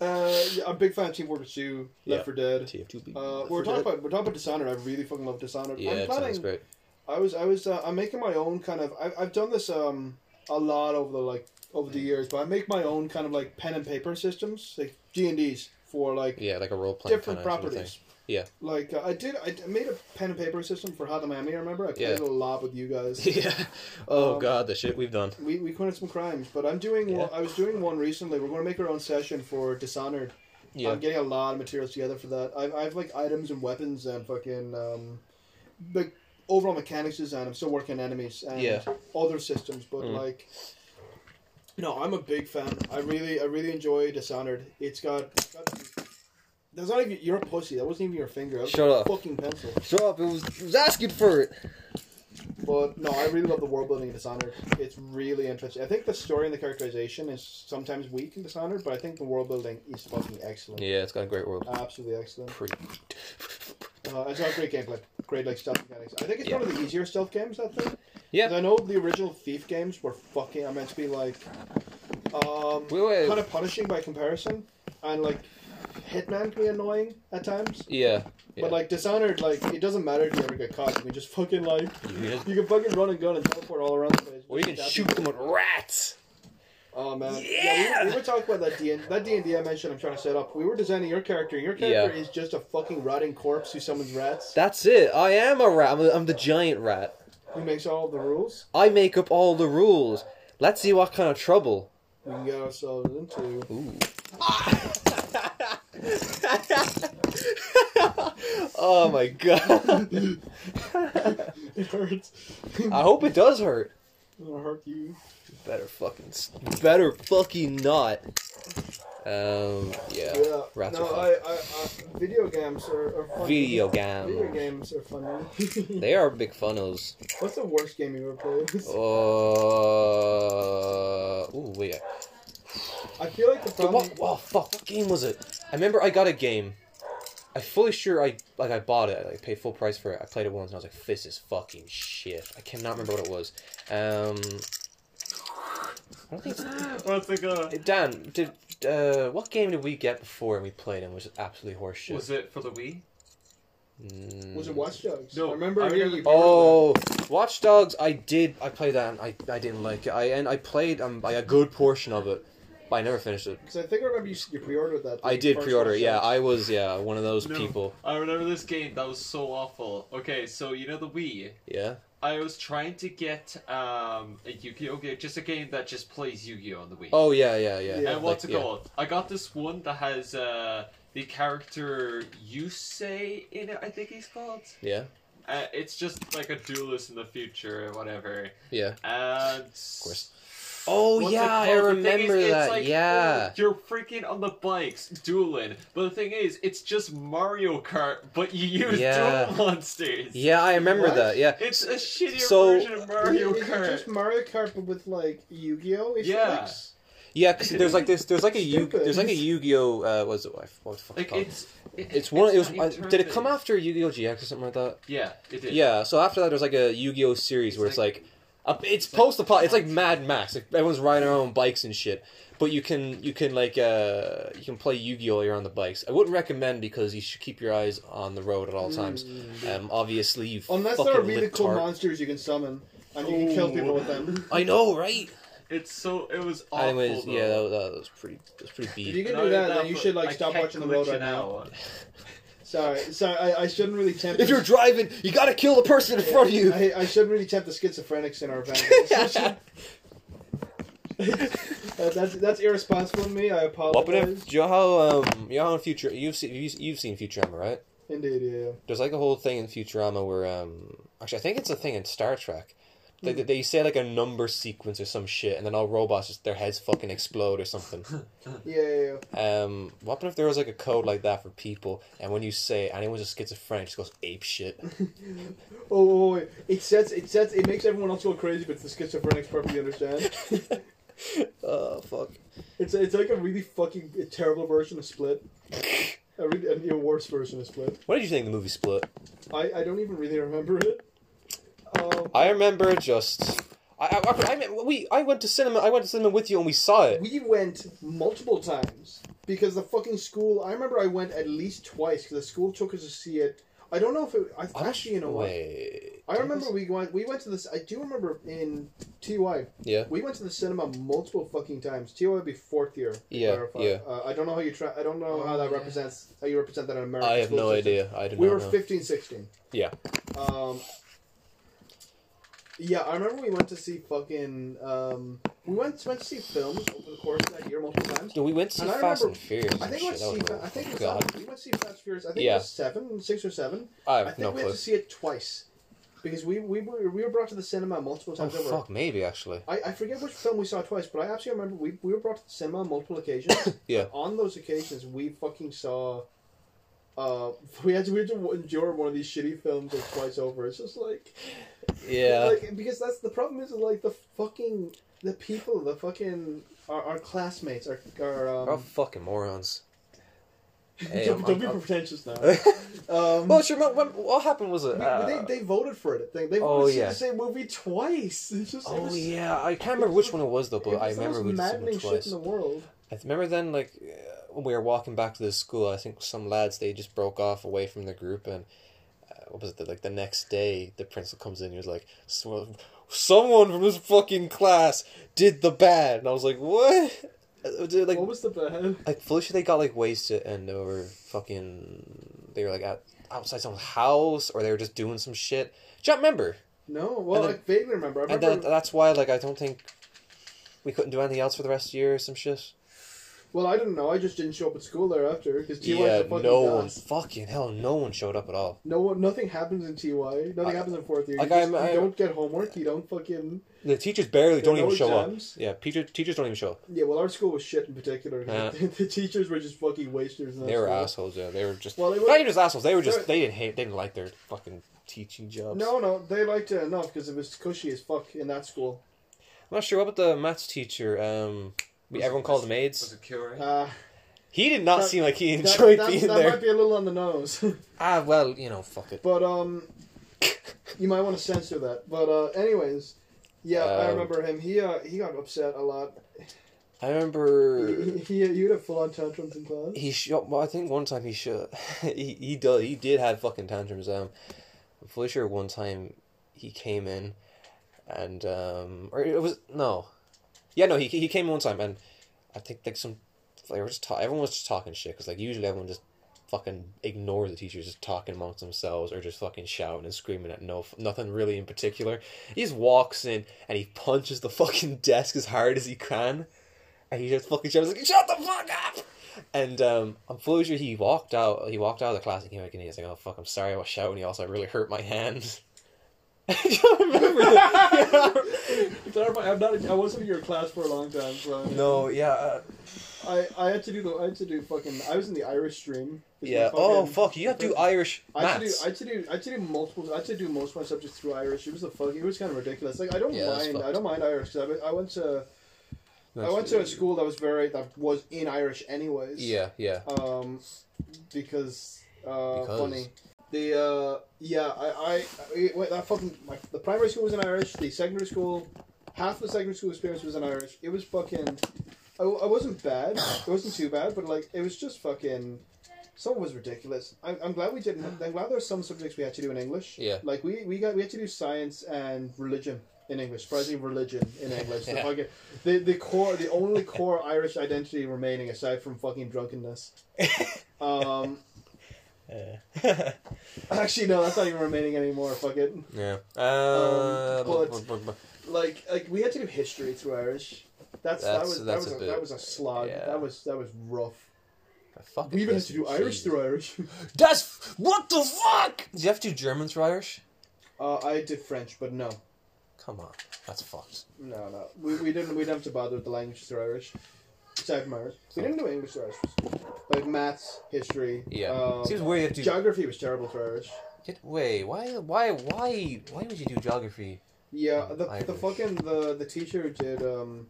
Speaker 1: Um, uh, yeah, I'm a big fan of Team Fortress 2, Left
Speaker 2: Yeah.
Speaker 1: 4 Dead.
Speaker 2: TF2B.
Speaker 1: Uh, we're talking about we're talking about Dishonored. I really fucking love Dishonored.
Speaker 2: Yeah,
Speaker 1: I'm
Speaker 2: it sounds
Speaker 1: planning.
Speaker 2: great.
Speaker 1: I was I was uh, I'm making my own kind of. I, I've done this um a lot over the like over
Speaker 2: Mm.
Speaker 1: the years, but I make my own kind of like pen and paper systems, like D and D's for like
Speaker 2: Yeah, like a role playing
Speaker 1: different
Speaker 2: kind of sort of
Speaker 1: properties.
Speaker 2: thing. Yeah.
Speaker 1: Like uh, I did, I d- made a pen and paper system for Hot Miami. I remember I played
Speaker 2: Yeah.
Speaker 1: it a lot with you guys.
Speaker 2: yeah. Oh
Speaker 1: Um,
Speaker 2: god, the shit we've done.
Speaker 1: We, we committed some crimes, but I'm doing. One,
Speaker 2: Yeah.
Speaker 1: I was doing one recently. We're going to make our own session for Dishonored.
Speaker 2: Yeah.
Speaker 1: I'm getting a lot of materials together for that. I've, I've like items and weapons and fucking um, like overall mechanics design. I'm still working on enemies and
Speaker 2: Yeah.
Speaker 1: other systems, but
Speaker 2: Mm.
Speaker 1: like, no, I'm a big fan. I really I really enjoy Dishonored. It's got. It's got that's not even. You're a pussy. That wasn't even your finger. That was
Speaker 2: Shut
Speaker 1: a
Speaker 2: up.
Speaker 1: Fucking pencil.
Speaker 2: Shut up, it was, it was asking for it.
Speaker 1: But no, I really love the world building in Dishonored. It's really interesting. I think the story and the characterization is sometimes weak in Dishonored, but I think the world building is fucking excellent.
Speaker 2: Yeah, it's got a great world.
Speaker 1: Absolutely excellent.
Speaker 2: Pretty.
Speaker 1: Uh, it's not great gameplay. Great like stealth mechanics. I think it's one
Speaker 2: Yeah.
Speaker 1: of the easier stealth games. I think. 'Cause
Speaker 2: Yeah.
Speaker 1: I know the original Thief games were fucking. I meant to be like, um,
Speaker 2: Wait, wait.
Speaker 1: kind of punishing by comparison, and like Hitman can be annoying at times.
Speaker 2: Yeah. Yeah.
Speaker 1: But like Dishonored, like it doesn't matter if you ever get caught. You can just fucking like
Speaker 2: You just-
Speaker 1: you can fucking run and gun and teleport all around the place.
Speaker 2: or you can
Speaker 1: That's-
Speaker 2: shoot them with rats.
Speaker 1: Oh man,
Speaker 2: Yeah!
Speaker 1: we, we were talking about that D and that D and D I mentioned. I'm trying to set up. We were designing your character. and Your character
Speaker 2: Yeah.
Speaker 1: is just a fucking rotting corpse who summons rats.
Speaker 2: That's it. I am a rat. I'm, a, I'm the giant rat.
Speaker 1: Who makes all the rules?
Speaker 2: I make up all the rules. Let's see what kind of trouble.
Speaker 1: We can get ourselves into.
Speaker 2: Ooh. oh my god.
Speaker 1: It hurts.
Speaker 2: I hope it does hurt.
Speaker 1: It'll hurt you.
Speaker 2: Better fucking, s- better fucking not. Um, yeah.
Speaker 1: Yeah.
Speaker 2: Rats
Speaker 1: no,
Speaker 2: are fun.
Speaker 1: I, I, I, video games are, are fun.
Speaker 2: Video
Speaker 1: Video
Speaker 2: game.
Speaker 1: games are funny.
Speaker 2: They Oh. are big funnels.
Speaker 1: What's the worst game you ever played?
Speaker 2: Uh, ooh, wait.
Speaker 1: I feel like the
Speaker 2: Dude,
Speaker 1: problem.
Speaker 2: what, oh fuck! What game was it? I remember I got a game. I fully sure I like I bought it. I like, paid full price for it. I played it once and I was like, "This is fucking shit." I cannot remember what it was. Um, I don't think. it's-
Speaker 3: What's it going?
Speaker 2: Dan, did uh, what game did we get before and we played and was just absolutely horseshit?
Speaker 3: Was it for the Wii?
Speaker 2: Mm.
Speaker 1: Was it Watch Dogs?
Speaker 3: No,
Speaker 1: I remember.
Speaker 3: I
Speaker 1: hearing
Speaker 3: remember-
Speaker 1: you
Speaker 2: Oh, Watch Dogs. I did. I played that. and I I didn't like it. I and I played um like a good portion of it, but I never finished it.
Speaker 1: Because I think I remember you, s- you pre-ordered that.
Speaker 2: I
Speaker 1: the
Speaker 2: did
Speaker 1: first
Speaker 2: pre-order. it,
Speaker 1: Watch
Speaker 2: Yeah,
Speaker 1: Dogs.
Speaker 2: I was yeah one of those
Speaker 3: No.
Speaker 2: people.
Speaker 3: I remember this game that was so awful. Okay, so you know the Wii.
Speaker 2: Yeah.
Speaker 3: I was trying to get um, a Yu-Gi-Oh game, just a game that just plays Yu-Gi-Oh on the Wii.
Speaker 2: Oh yeah, yeah, yeah.
Speaker 1: Yeah.
Speaker 3: and what's
Speaker 2: Like,
Speaker 3: it called? I got this one that has uh, the character Yusei in it. I think he's called.
Speaker 2: Yeah,
Speaker 3: Uh, it's just like a duelist in the future or whatever.
Speaker 2: yeah.
Speaker 3: And
Speaker 2: Of course. Oh
Speaker 3: What's it
Speaker 2: yeah, I
Speaker 3: called? The thing
Speaker 2: remember
Speaker 3: is, it's
Speaker 2: that.
Speaker 3: like,
Speaker 2: yeah.
Speaker 3: oh, you're freaking on the bikes dueling, but the thing is, it's just Mario Kart, but you use
Speaker 2: Yeah.
Speaker 3: duel monsters.
Speaker 2: Yeah, I remember
Speaker 1: What?
Speaker 2: that. Yeah.
Speaker 3: It's a shittier
Speaker 2: So-
Speaker 3: version of Mario
Speaker 1: Is it
Speaker 3: Kart.
Speaker 1: just Mario Kart, but with like Yu-Gi-Oh. ish
Speaker 3: Yeah.
Speaker 1: links?
Speaker 2: Yeah, cuz there's like this there's like a Yu
Speaker 1: Stupid.
Speaker 2: there's like a Yu-Gi-Oh uh what was it? I- What the fuck
Speaker 3: Like
Speaker 2: called?
Speaker 3: it's it-
Speaker 2: Oh. It's one it was
Speaker 3: not
Speaker 2: I- did it come
Speaker 3: turn-based.
Speaker 2: after Yu-Gi-Oh GX or something like that?
Speaker 3: Yeah, it did.
Speaker 2: Yeah, so after that there's like a Yu-Gi-Oh series
Speaker 3: It's
Speaker 2: where it's like a, it's post apo it's like Mad Max. Like everyone's riding their own bikes and shit. But you can you can like uh you can play Yu-Gi-Oh while you're on the bikes. I wouldn't recommend because you should keep your eyes on the road at all times.
Speaker 3: Mm,
Speaker 2: Um obviously you
Speaker 1: Unless
Speaker 2: fucking
Speaker 1: there are really cool
Speaker 2: libtard.
Speaker 1: monsters you can summon, and you can kill
Speaker 3: Ooh.
Speaker 1: people with them.
Speaker 2: I know, right?
Speaker 3: It's so it was awful.
Speaker 2: Anyways,
Speaker 3: though.
Speaker 2: yeah, that, that was pretty. That was pretty
Speaker 1: If you
Speaker 2: beat.
Speaker 1: can
Speaker 3: Not
Speaker 1: do
Speaker 3: only
Speaker 1: that, then you
Speaker 3: but
Speaker 1: should like
Speaker 3: I
Speaker 1: stop
Speaker 3: kept
Speaker 1: watching the road right
Speaker 3: glitching
Speaker 1: now.
Speaker 3: out.
Speaker 1: Sorry, sorry, I, I shouldn't really tempt.
Speaker 2: If you're
Speaker 1: the-
Speaker 2: driving, you gotta kill the person in front of you.
Speaker 1: I, I shouldn't really tempt the schizophrenics in our van. Uh, that's that's irresponsible of me. I
Speaker 2: What if
Speaker 1: apologize.
Speaker 2: do you know how um you know how in future you've seen you've, you've seen Futurama right?
Speaker 1: Indeed, yeah.
Speaker 2: There's like a whole thing in Futurama where um actually I think it's a thing in Star Trek. They,
Speaker 1: Hmm.
Speaker 2: they- they say like a number sequence or some shit, and then all robots just their heads fucking explode or something.
Speaker 1: Yeah, yeah, yeah.
Speaker 2: Um, what happened if there was like a code like that for people, and when you say anyone's a schizophrenic, it just goes ape shit.
Speaker 1: Oh, wait, wait, wait. it sets, it sets, it makes everyone else go crazy, but the schizophrenics perfectly understand.
Speaker 2: oh fuck!
Speaker 1: It's it's like a really fucking terrible version of Split. A really an even worse version of Split.
Speaker 2: What did you think of the movie Split?
Speaker 1: I, I don't even really remember it. Um,
Speaker 2: I remember just. I, I, I, I mean, we I went to cinema. I went to cinema with you, and we saw it.
Speaker 1: we went multiple times because the fucking school. I remember I went at least twice because the school took us to see it. I don't know if it. I, actually, you know what?
Speaker 2: Wait.
Speaker 1: I remember we went. We went to this. I do remember in TY.
Speaker 2: Yeah.
Speaker 1: We went to the cinema multiple fucking times. TY would be fourth year. to
Speaker 2: Yeah,
Speaker 1: clarify.
Speaker 2: yeah.
Speaker 1: Uh, I don't know how you try. I don't know how
Speaker 3: Oh,
Speaker 1: that
Speaker 3: yeah.
Speaker 1: represents. How you represent that in America?
Speaker 2: I have no idea. I do
Speaker 1: We
Speaker 2: not
Speaker 1: were
Speaker 2: know.
Speaker 1: 15, 16.
Speaker 2: Yeah.
Speaker 1: Um. Yeah, I remember we went to see fucking. Um, we went went to see films over the course of that year multiple times.
Speaker 2: Dude, we went to see
Speaker 1: And I
Speaker 2: Fast and
Speaker 1: remember-
Speaker 2: Furious.
Speaker 1: I
Speaker 2: and
Speaker 1: think we went
Speaker 2: shit.
Speaker 1: to see.
Speaker 2: That
Speaker 1: Fa-
Speaker 2: was
Speaker 1: I think it was um,
Speaker 2: God.
Speaker 1: Fast- we went to see Fast Furious. I think
Speaker 2: Yeah.
Speaker 1: it was seven, six or seven.
Speaker 2: I
Speaker 1: I
Speaker 2: have
Speaker 1: think
Speaker 2: no
Speaker 1: we had
Speaker 2: clue.
Speaker 1: to see it twice because we we were, we were brought to the cinema multiple
Speaker 2: Oh
Speaker 1: times. over.
Speaker 2: fuck, maybe actually.
Speaker 1: I, I forget which film we saw twice, but I actually remember we, we were brought to the cinema on multiple occasions.
Speaker 2: Yeah.
Speaker 1: On those occasions, we fucking saw. Uh, we had to we had to endure one of these shitty films like twice over. It's just like,
Speaker 2: Yeah.
Speaker 1: like because that's the problem is like the fucking the people the fucking our, our classmates are are um,
Speaker 2: We're all fucking morons. Oh, Hey,
Speaker 1: don't,
Speaker 2: I'm-
Speaker 1: don't be
Speaker 2: I'm-
Speaker 1: pretentious now. um,
Speaker 2: Well, sure. What, what- what happened was it?
Speaker 1: we-
Speaker 2: uh,
Speaker 1: they, they voted for it. They they voted
Speaker 2: oh,
Speaker 1: to see
Speaker 2: yeah.
Speaker 1: the same movie twice. It's just, it
Speaker 2: oh
Speaker 1: was,
Speaker 2: yeah, I can't remember which one it was though, but
Speaker 1: it
Speaker 2: I
Speaker 1: was the
Speaker 2: remember
Speaker 1: most
Speaker 2: we did
Speaker 1: maddening
Speaker 2: it
Speaker 1: shit
Speaker 2: twice.
Speaker 1: in the world.
Speaker 2: I th- remember then, like, uh, when we were walking back to the school, I think some lads they just broke off away from the group, and uh, what was it? Like the next day, the principal comes in. and He was like, "So- "Someone from this fucking class did the bad," and I was like, "What?" Uh, dude, Like,
Speaker 1: what was the bad?
Speaker 2: like Felicia, they got like wasted and they were fucking. They were like out, outside someone's house, or they were just doing some shit. Do you not remember?
Speaker 1: No, well,
Speaker 2: And
Speaker 1: I vaguely remember. I
Speaker 2: And
Speaker 1: remember.
Speaker 2: that, that's why, like, I don't think we couldn't do anything else for the rest of the year or some shit.
Speaker 1: well, I don't know. I just didn't show up at school thereafter because TY
Speaker 2: yeah,
Speaker 1: a fucking
Speaker 2: no
Speaker 1: gas.
Speaker 2: one, fucking hell, no one showed up at all.
Speaker 1: No one, nothing happens in TY. Nothing
Speaker 2: I-
Speaker 1: happens in fourth year. You,
Speaker 2: like,
Speaker 1: just-
Speaker 2: I'm-
Speaker 1: you
Speaker 2: I-
Speaker 1: don't get homework. You don't fucking
Speaker 2: The teachers barely
Speaker 1: There
Speaker 2: don't
Speaker 1: are
Speaker 2: even
Speaker 1: no
Speaker 2: show
Speaker 1: exams?
Speaker 2: up. Yeah, teacher, teachers don't even show up.
Speaker 1: yeah. Well, our school was shit in particular. 'cause the teachers were just fucking wasters. in that
Speaker 2: They were
Speaker 1: school.
Speaker 2: assholes. Yeah, they were just
Speaker 1: Well, they were-
Speaker 2: not even just assholes. They were
Speaker 1: Sure.
Speaker 2: just they didn't hate. They didn't like their fucking teaching jobs.
Speaker 1: No, no, they liked it enough because it was cushy as fuck in that school.
Speaker 2: I'm not sure. What about the maths teacher? Um, we,
Speaker 3: Was it-
Speaker 2: everyone called him
Speaker 3: Was
Speaker 2: AIDS.
Speaker 3: it Curie?
Speaker 1: Uh,
Speaker 2: He did not
Speaker 1: that-
Speaker 2: seem like he
Speaker 1: that
Speaker 2: enjoyed
Speaker 1: that,
Speaker 2: being
Speaker 1: that
Speaker 2: there.
Speaker 1: might be a little on the nose,
Speaker 2: Ah, well, you know, fuck it.
Speaker 1: but um, you might want to censor that. But uh, anyways, yeah, I
Speaker 2: Um,
Speaker 1: remember him. He uh, he got upset a lot.
Speaker 2: I remember
Speaker 1: He, he, he would have full on tantrums in class.
Speaker 2: he shot. Well, I think one time he shot. he he did he did have fucking tantrums. Um, I'm fully sure one time he came in, and um, or it was no, yeah, no, he he came in one time, and I think like some like we're just ta- everyone was just talking shit because like usually everyone just fucking ignore the teachers just talking amongst themselves or just fucking shouting and screaming at no nothing really in particular. He just walks in and he punches the fucking desk as hard as he can. And he just fucking shouts like, "Shut the fuck up!" And um, I'm fully sure he walked out. He walked out of the class and came back in. He's like, "Oh fuck, I'm sorry, I was shouting. He also really hurt my hand." I don't remember. that.
Speaker 1: Clarify, I'm not. I wasn't in your class for a long time, so
Speaker 2: no, yeah, uh,
Speaker 1: I, I had to do the. I had to do fucking. I was in the Irish stream.
Speaker 2: yeah. oh fuck, you have to do Irish
Speaker 1: I had to do,
Speaker 2: maths.
Speaker 1: I had to do, I had to do multiple, I had to do most of my subjects through Irish. It was a fuck, it was kind of ridiculous. Like I don't
Speaker 2: Yeah, that's
Speaker 1: mind, I
Speaker 2: fucked.
Speaker 1: don't mind Irish. 'cause I, I went to, I went to a school that was very that was in Irish anyways.
Speaker 2: Yeah, yeah.
Speaker 1: Um, because uh,
Speaker 2: Because.
Speaker 1: funny. The uh, yeah, I I, I wait, that fucking my, the primary school was in Irish. The secondary school, half the secondary school experience was in Irish. It was fucking. I, I wasn't bad. It wasn't too bad, but like it was just fucking. Some was ridiculous. I'm, I'm glad we didn't. I'm glad there's some subjects we had to do in English.
Speaker 2: Yeah.
Speaker 1: Like we, we got we had to do science and religion in English. Surprisingly, religion in English. The,
Speaker 2: Yeah.
Speaker 1: fucking, the the core, the only core Irish identity remaining aside from fucking drunkenness. Um,
Speaker 2: Uh,
Speaker 1: actually, no, that's not even remaining anymore. Fuck it.
Speaker 2: yeah. Uh,
Speaker 1: Um, but-
Speaker 2: bu- bu- bu-
Speaker 1: Like, like we had to do history through Irish. That's, that
Speaker 2: That's-
Speaker 1: was
Speaker 2: that's
Speaker 1: that
Speaker 2: a
Speaker 1: was a,
Speaker 2: bit-
Speaker 1: that was a slog.
Speaker 2: yeah.
Speaker 1: That was that was rough.
Speaker 2: bu- fuck
Speaker 1: We
Speaker 2: it,
Speaker 1: even had
Speaker 2: yes,
Speaker 1: to do Irish
Speaker 2: Jesus.
Speaker 1: through Irish.
Speaker 2: That's what the fuck. Do you have to do German through Irish?
Speaker 1: Uh, I did French, but no,
Speaker 2: Come on, that's fucked.
Speaker 1: no, no. We, we didn't we didn't have to bother with the languages through Irish. Aside from Irish, we didn't do English through Irish. Like maths, history.
Speaker 2: Yeah.
Speaker 1: um,
Speaker 2: Seems weird you have to.
Speaker 1: geography was terrible through Irish.
Speaker 2: Get wait, why, why, why, why would you do geography?
Speaker 1: Yeah, the, the
Speaker 2: Um, Irish.
Speaker 1: fucking the the teacher who did um,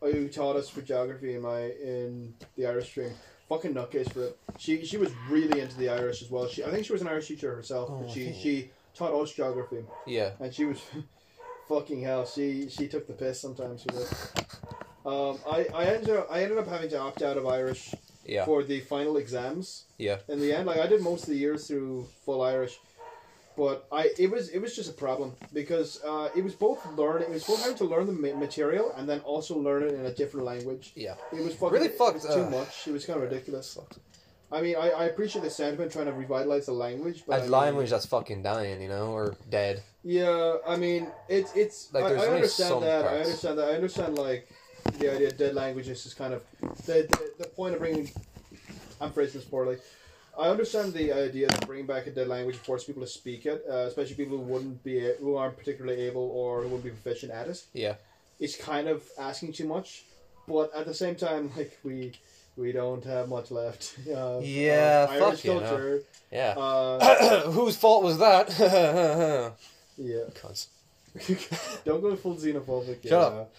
Speaker 1: who taught us for geography in my in the Irish stream. Fucking nutcase for it. She she was really into the Irish as well. She I think she was an Irish teacher herself,
Speaker 2: Oh,
Speaker 1: but
Speaker 2: I
Speaker 1: she
Speaker 2: think-
Speaker 1: she taught us geography,
Speaker 2: Yeah,
Speaker 1: and she was fucking hell. She she took the piss sometimes with it. Um, I I ended up, I ended up having to opt out of Irish
Speaker 2: yeah,
Speaker 1: for the final exams
Speaker 2: yeah.
Speaker 1: in the end. Like I did most of the years through full Irish, but I it was it was just a problem because uh, it was both learning it was both having to learn the ma- material and then also learn it in a different language.
Speaker 2: Yeah.
Speaker 1: It was fucking,
Speaker 2: Really
Speaker 1: it
Speaker 2: fucked,
Speaker 1: was
Speaker 2: uh,
Speaker 1: too much. It was kind of ridiculous. I mean, I, I appreciate the sentiment trying to revitalize the language, but I
Speaker 2: That
Speaker 1: mean-
Speaker 2: language that's fucking dying, you know, or dead.
Speaker 1: yeah, I mean, it's it's.
Speaker 2: Like,
Speaker 1: I,
Speaker 2: there's
Speaker 1: I
Speaker 2: only
Speaker 1: understand
Speaker 2: some
Speaker 1: that. I
Speaker 2: parts.
Speaker 1: understand that. I understand like the idea of dead languages is kind of the the, the point of bringing. I'm phrasing this poorly. I understand the idea of bringing back a dead language and force people to speak it, uh, especially people who wouldn't be who aren't particularly able or who wouldn't be proficient at it.
Speaker 2: Yeah,
Speaker 1: It's kind of asking too much, but at the same time, like we we don't have much left. Uh,
Speaker 2: Yeah,
Speaker 1: uh, Irish
Speaker 2: fuck you, no.
Speaker 1: culture.
Speaker 2: yeah.
Speaker 1: Uh,
Speaker 2: Whose fault was that?
Speaker 1: yeah,
Speaker 2: Cunts.
Speaker 1: don't go full xenophobic.
Speaker 2: Shut
Speaker 1: yeah.
Speaker 2: up.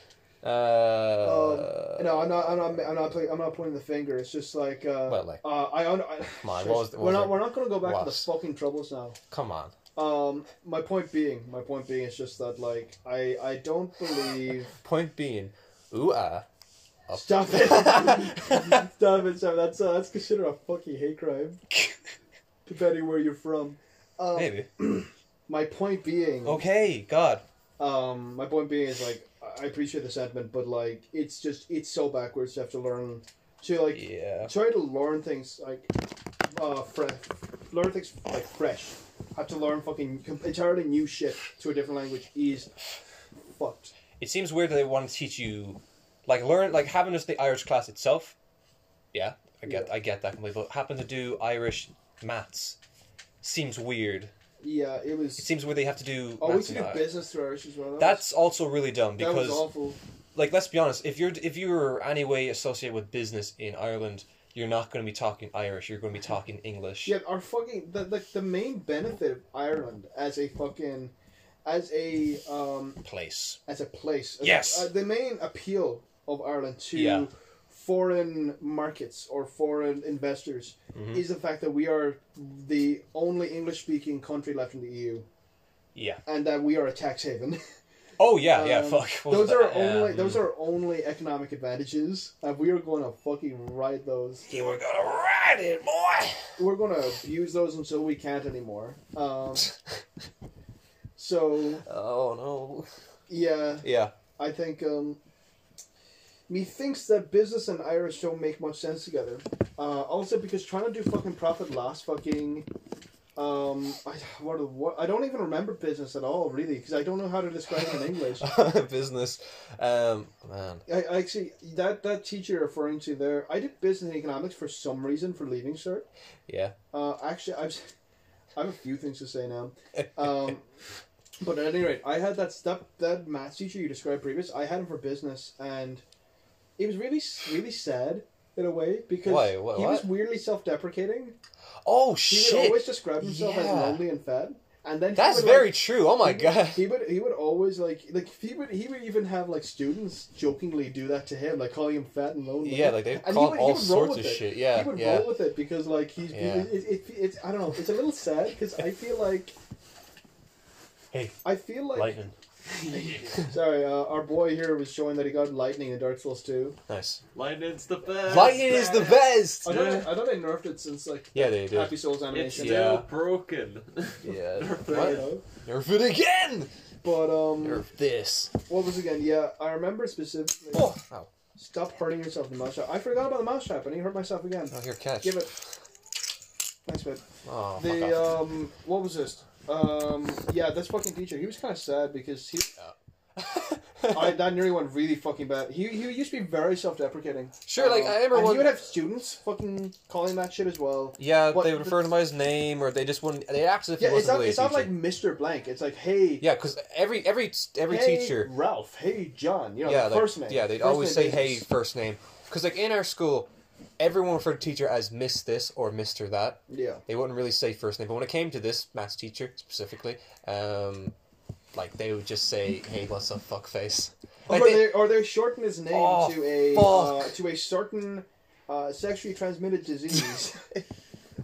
Speaker 2: Uh,
Speaker 1: No, I'm not. I'm not. I'm not. Playing, I'm not pointing the finger. It's just like. Uh,
Speaker 2: Well, like-
Speaker 1: uh, I. un- I
Speaker 2: Come on, what was- what
Speaker 1: we're
Speaker 2: was
Speaker 1: not.
Speaker 2: it?
Speaker 1: We're not going to go back to the
Speaker 2: Was.
Speaker 1: fucking troubles now.
Speaker 2: come on.
Speaker 1: Um, my point being, my point being, is just that like I. I don't believe.
Speaker 2: Point being, ooh ah, up.
Speaker 1: Stop it! Stop it, Sam. That's uh, that's considered a fucking hate crime, depending where you're from. Um,
Speaker 2: Maybe.
Speaker 1: My point being,
Speaker 2: Okay, God.
Speaker 1: um, my point being is like I appreciate the sentiment, but like it's just it's so backwards to have to learn to like
Speaker 2: Yeah.
Speaker 1: try to learn things like uh fresh, learn things like fresh. Have to learn fucking com- entirely new shit to a different language is fucked.
Speaker 2: It seems weird that they want to teach you, like learn, like having just the Irish class itself. Yeah, I get, I get that completely. But having to do Irish maths seems weird.
Speaker 1: Yeah, it was.
Speaker 2: It seems weird they have to do.
Speaker 1: Oh, we
Speaker 2: maths
Speaker 1: took
Speaker 2: in
Speaker 1: a
Speaker 2: Ir-
Speaker 1: business through Irish as well. That
Speaker 2: That's also really dumb
Speaker 1: was, that was
Speaker 2: because
Speaker 1: awful.
Speaker 2: like let's be honest if you're if you're any way associated with business in ireland you're not going to be talking irish you're going to be talking english
Speaker 1: Yeah, our fucking the, the the main benefit of Ireland as a fucking as a um
Speaker 2: place
Speaker 1: as a place. as a-
Speaker 2: Yes.
Speaker 1: uh, the main appeal of Ireland to
Speaker 2: Yeah.
Speaker 1: foreign markets or foreign investors
Speaker 2: Mm-hmm.
Speaker 1: is the fact that we are the only English speaking country left in the EU
Speaker 2: yeah
Speaker 1: and that we are a tax haven.
Speaker 2: oh yeah yeah
Speaker 1: Um,
Speaker 2: fuck What was
Speaker 1: those are
Speaker 2: that?
Speaker 1: only
Speaker 2: Um,
Speaker 1: those are only economic advantages and we are going to fucking ride those.
Speaker 2: you were gonna ride it boy
Speaker 1: we're going to abuse those until we can't anymore. Um, so
Speaker 2: oh
Speaker 1: yeah,
Speaker 2: no yeah
Speaker 1: I think um, methinks that business and Irish don't make much sense together. Uh, also because trying to do fucking profit loss fucking. Um, I, what, what, I don't even remember business at all, really, because I don't know how to describe it in English.
Speaker 2: business um man
Speaker 1: I, I actually, that, that teacher you're referring to there, I did business and economics for some reason for leaving cert.
Speaker 2: yeah
Speaker 1: Uh, actually, I've, I have a few things to say now. Um, but at any rate, I had that step that math teacher you described previous. I had him for business, and it was really really sad in a way because
Speaker 2: Why? Wha-
Speaker 1: he
Speaker 2: what?
Speaker 1: was weirdly self deprecating.
Speaker 2: oh
Speaker 1: He would
Speaker 2: shit
Speaker 1: always describe himself as
Speaker 2: Yeah.
Speaker 1: lonely and fat, and then he
Speaker 2: that's
Speaker 1: would,
Speaker 2: very
Speaker 1: Like,
Speaker 2: true oh my
Speaker 1: he-
Speaker 2: god
Speaker 1: He would he would always like like he would he would even have like students jokingly do that to him, like calling him fat and lonely.
Speaker 2: yeah like they
Speaker 1: And
Speaker 2: call
Speaker 1: he would-
Speaker 2: all
Speaker 1: he would roll
Speaker 2: sorts of
Speaker 1: with it.
Speaker 2: shit
Speaker 1: he
Speaker 2: yeah
Speaker 1: would
Speaker 2: yeah
Speaker 1: roll with it because like he's
Speaker 2: Yeah.
Speaker 1: it, it, it, it's I don't know it's a little sad because I feel like
Speaker 2: hey
Speaker 1: I feel like
Speaker 2: lightning
Speaker 1: sorry uh, our boy here was showing that he got lightning in Dark Souls 2
Speaker 2: nice
Speaker 3: Lightning's the best.
Speaker 2: lightning is the best
Speaker 1: I thought I, I thought they nerfed it since like
Speaker 2: yeah they do
Speaker 1: Happy Souls
Speaker 3: It's
Speaker 1: animation
Speaker 2: Yeah.
Speaker 3: still broken.
Speaker 2: yeah
Speaker 1: You
Speaker 2: what?
Speaker 1: know?
Speaker 2: nerf it again
Speaker 1: but um
Speaker 2: nerf this
Speaker 1: what was it again yeah I remember specifically
Speaker 2: oh ow.
Speaker 1: stop hurting yourself in the mouse trap I forgot about the mouse trap and he hurt myself again
Speaker 2: Oh, here, catch.
Speaker 1: give it thanks man
Speaker 2: Oh, fuck
Speaker 1: the
Speaker 2: off.
Speaker 1: um what was this um yeah this fucking teacher he was kind of sad because he I, that nearly went really fucking bad. He, he used to be very self-deprecating. Um,
Speaker 2: Sure, like, I remember
Speaker 1: and
Speaker 2: one-
Speaker 1: he would have students fucking calling that shit as well.
Speaker 2: yeah,
Speaker 1: what-
Speaker 2: they would refer to him by his name, or they just wouldn't. They acted as if
Speaker 1: Yeah,
Speaker 2: he
Speaker 1: it's
Speaker 2: wasn't
Speaker 1: not,
Speaker 2: really
Speaker 1: it's
Speaker 2: a
Speaker 1: not
Speaker 2: teacher.
Speaker 1: like Mr. Blank. It's like, hey,
Speaker 2: yeah, because every every every
Speaker 1: hey,
Speaker 2: teacher,
Speaker 1: Ralph, hey, John. You know,
Speaker 2: yeah,
Speaker 1: the
Speaker 2: like,
Speaker 1: first name.
Speaker 2: yeah, they'd
Speaker 1: First
Speaker 2: always say
Speaker 1: name
Speaker 2: hey
Speaker 1: basis.
Speaker 2: first name. Because like in our school, everyone referred to teacher as Miss this or Mister that.
Speaker 1: Yeah.
Speaker 2: They wouldn't really say first name, but when it came to this maths teacher specifically, um, like they would just say, "Hey, what's up, fuckface?" Like
Speaker 1: or,
Speaker 2: they-
Speaker 1: Oh, they, or they shorten his name
Speaker 2: Oh,
Speaker 1: to a
Speaker 2: fuck.
Speaker 1: uh, to a certain uh, sexually transmitted disease.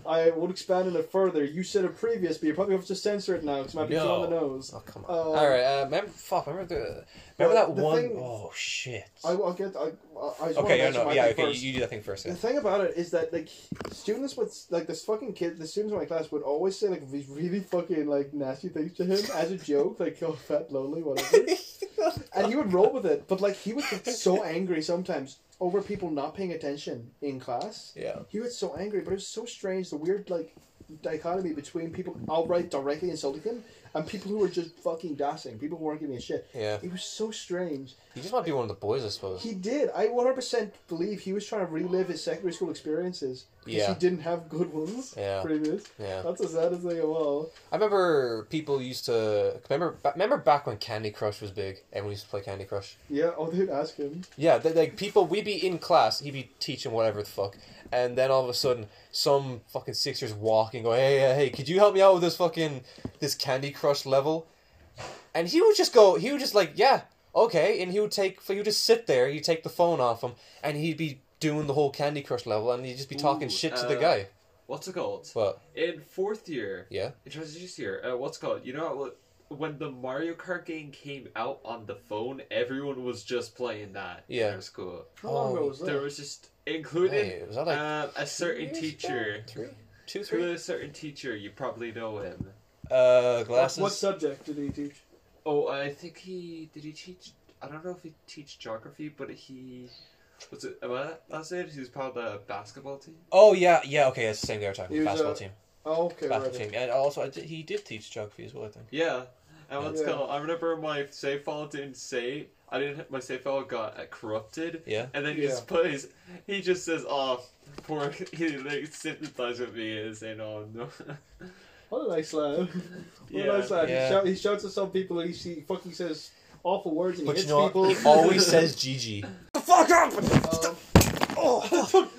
Speaker 1: I would expand on it further. You said it previous, but you probably have to censor it now because it might be too on the
Speaker 2: No.
Speaker 1: nose.
Speaker 2: oh come on!
Speaker 1: Um,
Speaker 2: All right, uh, remember, fuck, remember the, remember
Speaker 1: Well,
Speaker 2: that
Speaker 1: the
Speaker 2: one
Speaker 1: thing-
Speaker 2: oh shit.
Speaker 1: I, I'll get. I, I I just
Speaker 2: okay,
Speaker 1: okay,
Speaker 2: yeah,
Speaker 1: want to
Speaker 2: no, yeah, okay, you, you do that thing first. Yeah.
Speaker 1: The thing about it is that like students would like this fucking kid, the students in my class would always say like these really fucking like nasty things to him as a joke, like oh fat lonely whatever, and he would roll with it. But like he would get so angry sometimes over people not paying attention in class.
Speaker 2: Yeah.
Speaker 1: He was so angry, but it was so strange the weird like dichotomy between people outright directly insulting him and people who were just fucking dashing, people who weren't giving a shit.
Speaker 2: Yeah.
Speaker 1: It was so strange.
Speaker 2: You just want to be one of the boys, I suppose.
Speaker 1: He did. I 100% believe he was trying to relive his secondary school experiences because
Speaker 2: Yeah.
Speaker 1: he didn't have good ones
Speaker 2: Yeah.
Speaker 1: previous.
Speaker 2: Yeah.
Speaker 1: That's the saddest thing of all.
Speaker 2: I remember people used to remember ba- remember back when Candy Crush was big. Everyone used to play Candy Crush.
Speaker 1: Yeah, oh, they'd ask him.
Speaker 2: Yeah, they, like people, we'd be in class, he'd be teaching whatever the fuck, and then all of a sudden, some fucking sixers walking, go, hey, hey, hey, could you help me out with this fucking this Candy Crush level? And he would just go, he would just like, yeah, okay, and he would take, he would just sit there, he'd take the phone off him, and he'd be doing the whole Candy Crush level, and he'd just be talking
Speaker 3: Ooh,
Speaker 2: shit to the
Speaker 3: uh,
Speaker 2: guy.
Speaker 3: What's it called?
Speaker 2: But
Speaker 3: In fourth year,
Speaker 2: yeah,
Speaker 3: in transition year, uh, what's it called? You know what? when the Mario Kart game came out on the phone, everyone was just playing that.
Speaker 2: Yeah.
Speaker 3: It was cool.
Speaker 1: How long ago
Speaker 2: Oh,
Speaker 1: was that?
Speaker 3: There was just included
Speaker 2: Hey, was that like
Speaker 3: um, a
Speaker 2: two
Speaker 3: certain
Speaker 2: years
Speaker 3: teacher.
Speaker 2: back? Three? Two,
Speaker 3: Through
Speaker 2: three?
Speaker 3: a certain teacher, you probably know him.
Speaker 2: Uh,
Speaker 1: What-
Speaker 2: glasses.
Speaker 1: What subject did he teach?
Speaker 3: Oh, I think he did. He teach. I don't know if he teach geography, but he was it. Am I that's it? He was part of the basketball team.
Speaker 2: Oh, yeah, yeah, okay, it's the same guy we're talking
Speaker 1: He
Speaker 2: about.
Speaker 1: was,
Speaker 2: Basketball
Speaker 1: uh,
Speaker 2: team.
Speaker 1: Oh, okay,
Speaker 2: Basketball
Speaker 1: right.
Speaker 2: team. And also, I did, he did teach geography as well, I think.
Speaker 3: Yeah, and what's
Speaker 1: Yeah.
Speaker 3: called? I remember my save file didn't say. I didn't. My save file got uh, corrupted.
Speaker 2: Yeah.
Speaker 3: And then he
Speaker 1: Yeah.
Speaker 3: just put his. He just says, "Oh, poor." He like sympathized with me and saying, "Oh no."
Speaker 1: What a nice lad. What
Speaker 3: yeah.
Speaker 1: a nice lad.
Speaker 2: Yeah.
Speaker 1: He, shout, he shouts at some people and he, he fucking says awful words and he
Speaker 2: But you
Speaker 1: hits
Speaker 2: know what?
Speaker 1: people.
Speaker 2: He always says GG. the fuck up!
Speaker 1: Um,
Speaker 2: Oh!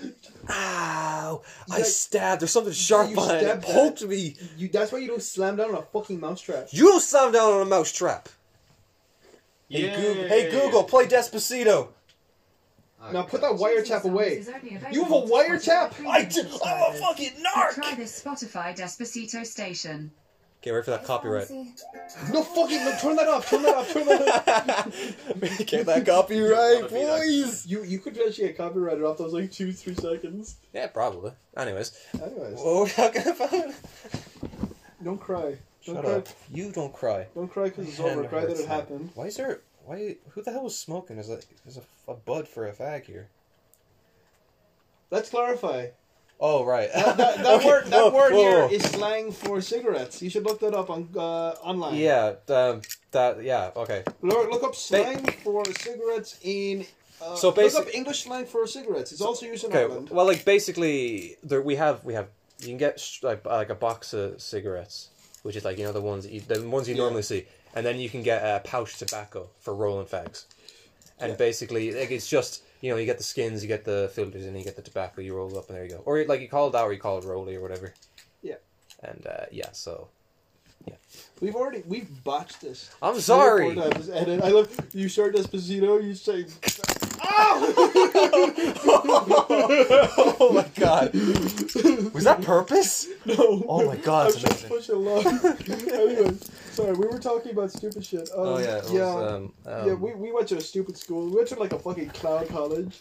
Speaker 2: Ow! I
Speaker 1: Yeah.
Speaker 2: stabbed. There's something sharp
Speaker 1: You
Speaker 2: behind it.
Speaker 1: stabbed
Speaker 2: Poked me.
Speaker 1: you, that's why you don't slam down on a fucking mousetrap.
Speaker 2: You don't slam down on a mouse trap. Hey,
Speaker 3: Yeah.
Speaker 2: Google, hey Google, play Despacito.
Speaker 1: Now put that wiretap away. You
Speaker 4: You
Speaker 1: have a wiretap?
Speaker 2: I do. I'm a fucking
Speaker 4: Try
Speaker 2: narc.
Speaker 4: this Spotify Despacito station.
Speaker 2: Get ready for that copyright.
Speaker 1: No fucking, no, turn that off, turn that off, turn that off.
Speaker 2: Get that copyright, boys.
Speaker 1: You, you could actually get copyrighted off those like two, three seconds.
Speaker 2: Yeah, probably. Anyways,
Speaker 1: Anyways,
Speaker 2: what were we talking about?
Speaker 1: don't cry. Don't
Speaker 2: Shut
Speaker 1: cry.
Speaker 2: up. You don't cry.
Speaker 1: Don't cry because it's
Speaker 2: My hand
Speaker 1: over. Cry that
Speaker 2: hurts
Speaker 1: it
Speaker 2: now.
Speaker 1: happened.
Speaker 2: Why is there? Why? Who the hell was smoking? Is that? Is a, a bud for a fag here?
Speaker 1: Let's clarify.
Speaker 2: Oh right.
Speaker 1: That, that, that
Speaker 2: Okay,
Speaker 1: word, that
Speaker 2: whoa,
Speaker 1: word
Speaker 2: whoa, whoa.
Speaker 1: here is slang for cigarettes. You should look that up on uh, online.
Speaker 2: Yeah. Um, that. Yeah. Okay.
Speaker 1: Look, look up slang for cigarettes in. Uh,
Speaker 2: So
Speaker 1: look
Speaker 2: basic-
Speaker 1: up English slang for cigarettes. It's also used in
Speaker 2: Okay.
Speaker 1: Ireland.
Speaker 2: Well, like basically, there we have we have you can get sh- like, uh, like a box of cigarettes, which is like you know the ones that you, the ones you
Speaker 1: Yeah.
Speaker 2: normally see, and then you can get uh, pouch tobacco for rolling fags, and
Speaker 1: Yeah.
Speaker 2: basically like it's just you know you get the skins, you get the filters, and you get the tobacco. You roll it up, and there you go. Or like you call it that, or you call it roly or whatever.
Speaker 1: Yeah.
Speaker 2: And uh, yeah, so
Speaker 1: We've already we've botched this.
Speaker 2: I'm sorry.
Speaker 1: Three or four times. And then I love you. Start Esposito. You say.
Speaker 2: oh my god. Was that purpose?
Speaker 1: No.
Speaker 2: Oh my
Speaker 1: I'm
Speaker 2: God, it's
Speaker 1: just
Speaker 2: amazing.
Speaker 1: pushing along. Anyways, sorry. We were talking about stupid shit. Um,
Speaker 2: Oh yeah. It was,
Speaker 1: yeah.
Speaker 2: Um, um,
Speaker 1: yeah. We, we went to a stupid school. We went to like a fucking clown college.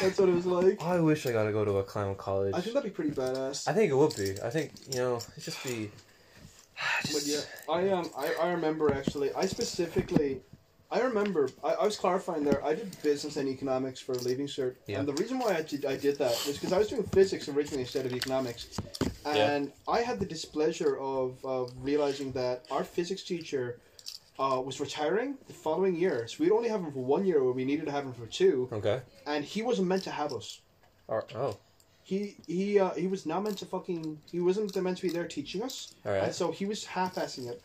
Speaker 1: That's what it was like.
Speaker 2: I wish I got to go to a clown college.
Speaker 1: I think that'd be pretty badass.
Speaker 2: I think it would be. I think you know, it'd just be.
Speaker 1: But
Speaker 2: just-
Speaker 1: yeah, I um, I, I remember actually. I specifically, I remember. I, I was clarifying there. I did business and economics for leaving cert,
Speaker 2: Yeah.
Speaker 1: and the reason why I did I did that was because I was doing physics originally instead of economics, and I had the displeasure of of realizing that our physics teacher. Uh, was retiring the following year, so we'd only have him for one year where we needed to have him for two,
Speaker 2: Okay.
Speaker 1: and he wasn't meant to have us.
Speaker 2: Or, oh,
Speaker 1: He he uh, he was not meant to fucking. He wasn't meant to be there teaching us.
Speaker 2: all
Speaker 1: And
Speaker 2: right.
Speaker 1: so he was half-assing it.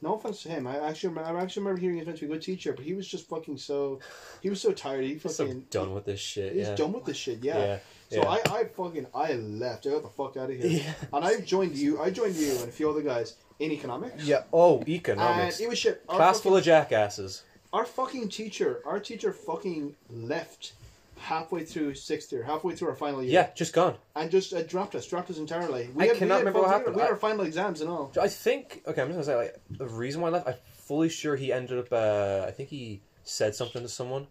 Speaker 1: No offense to him. I actually, remem- I actually remember hearing he was meant to be a good teacher, but he was just fucking so. He was so tired. He fucking.
Speaker 2: So done with this shit.
Speaker 1: He's
Speaker 2: yeah.
Speaker 1: done with this shit. Yeah.
Speaker 2: Yeah.
Speaker 1: So
Speaker 2: yeah.
Speaker 1: I, I fucking, I left. I got the fuck out of here.
Speaker 2: Yeah.
Speaker 1: And I joined you. I joined you and a few other guys in economics.
Speaker 2: Yeah. Oh,
Speaker 1: And
Speaker 2: economics.
Speaker 1: it was shit. Our
Speaker 2: Class
Speaker 1: fucking-
Speaker 2: full of jackasses.
Speaker 1: our fucking teacher, our teacher fucking left halfway through sixth year, halfway through our final year,
Speaker 2: Yeah. just gone.
Speaker 1: and just uh, dropped us, dropped us entirely. We
Speaker 2: I cannot remember what
Speaker 1: fucking-
Speaker 2: happened.
Speaker 1: We had
Speaker 2: I-
Speaker 1: our final exams and all.
Speaker 2: I think. Okay, I'm just gonna say like the reason why I left. I'm fully sure he ended up. Uh, I think he said something to someone,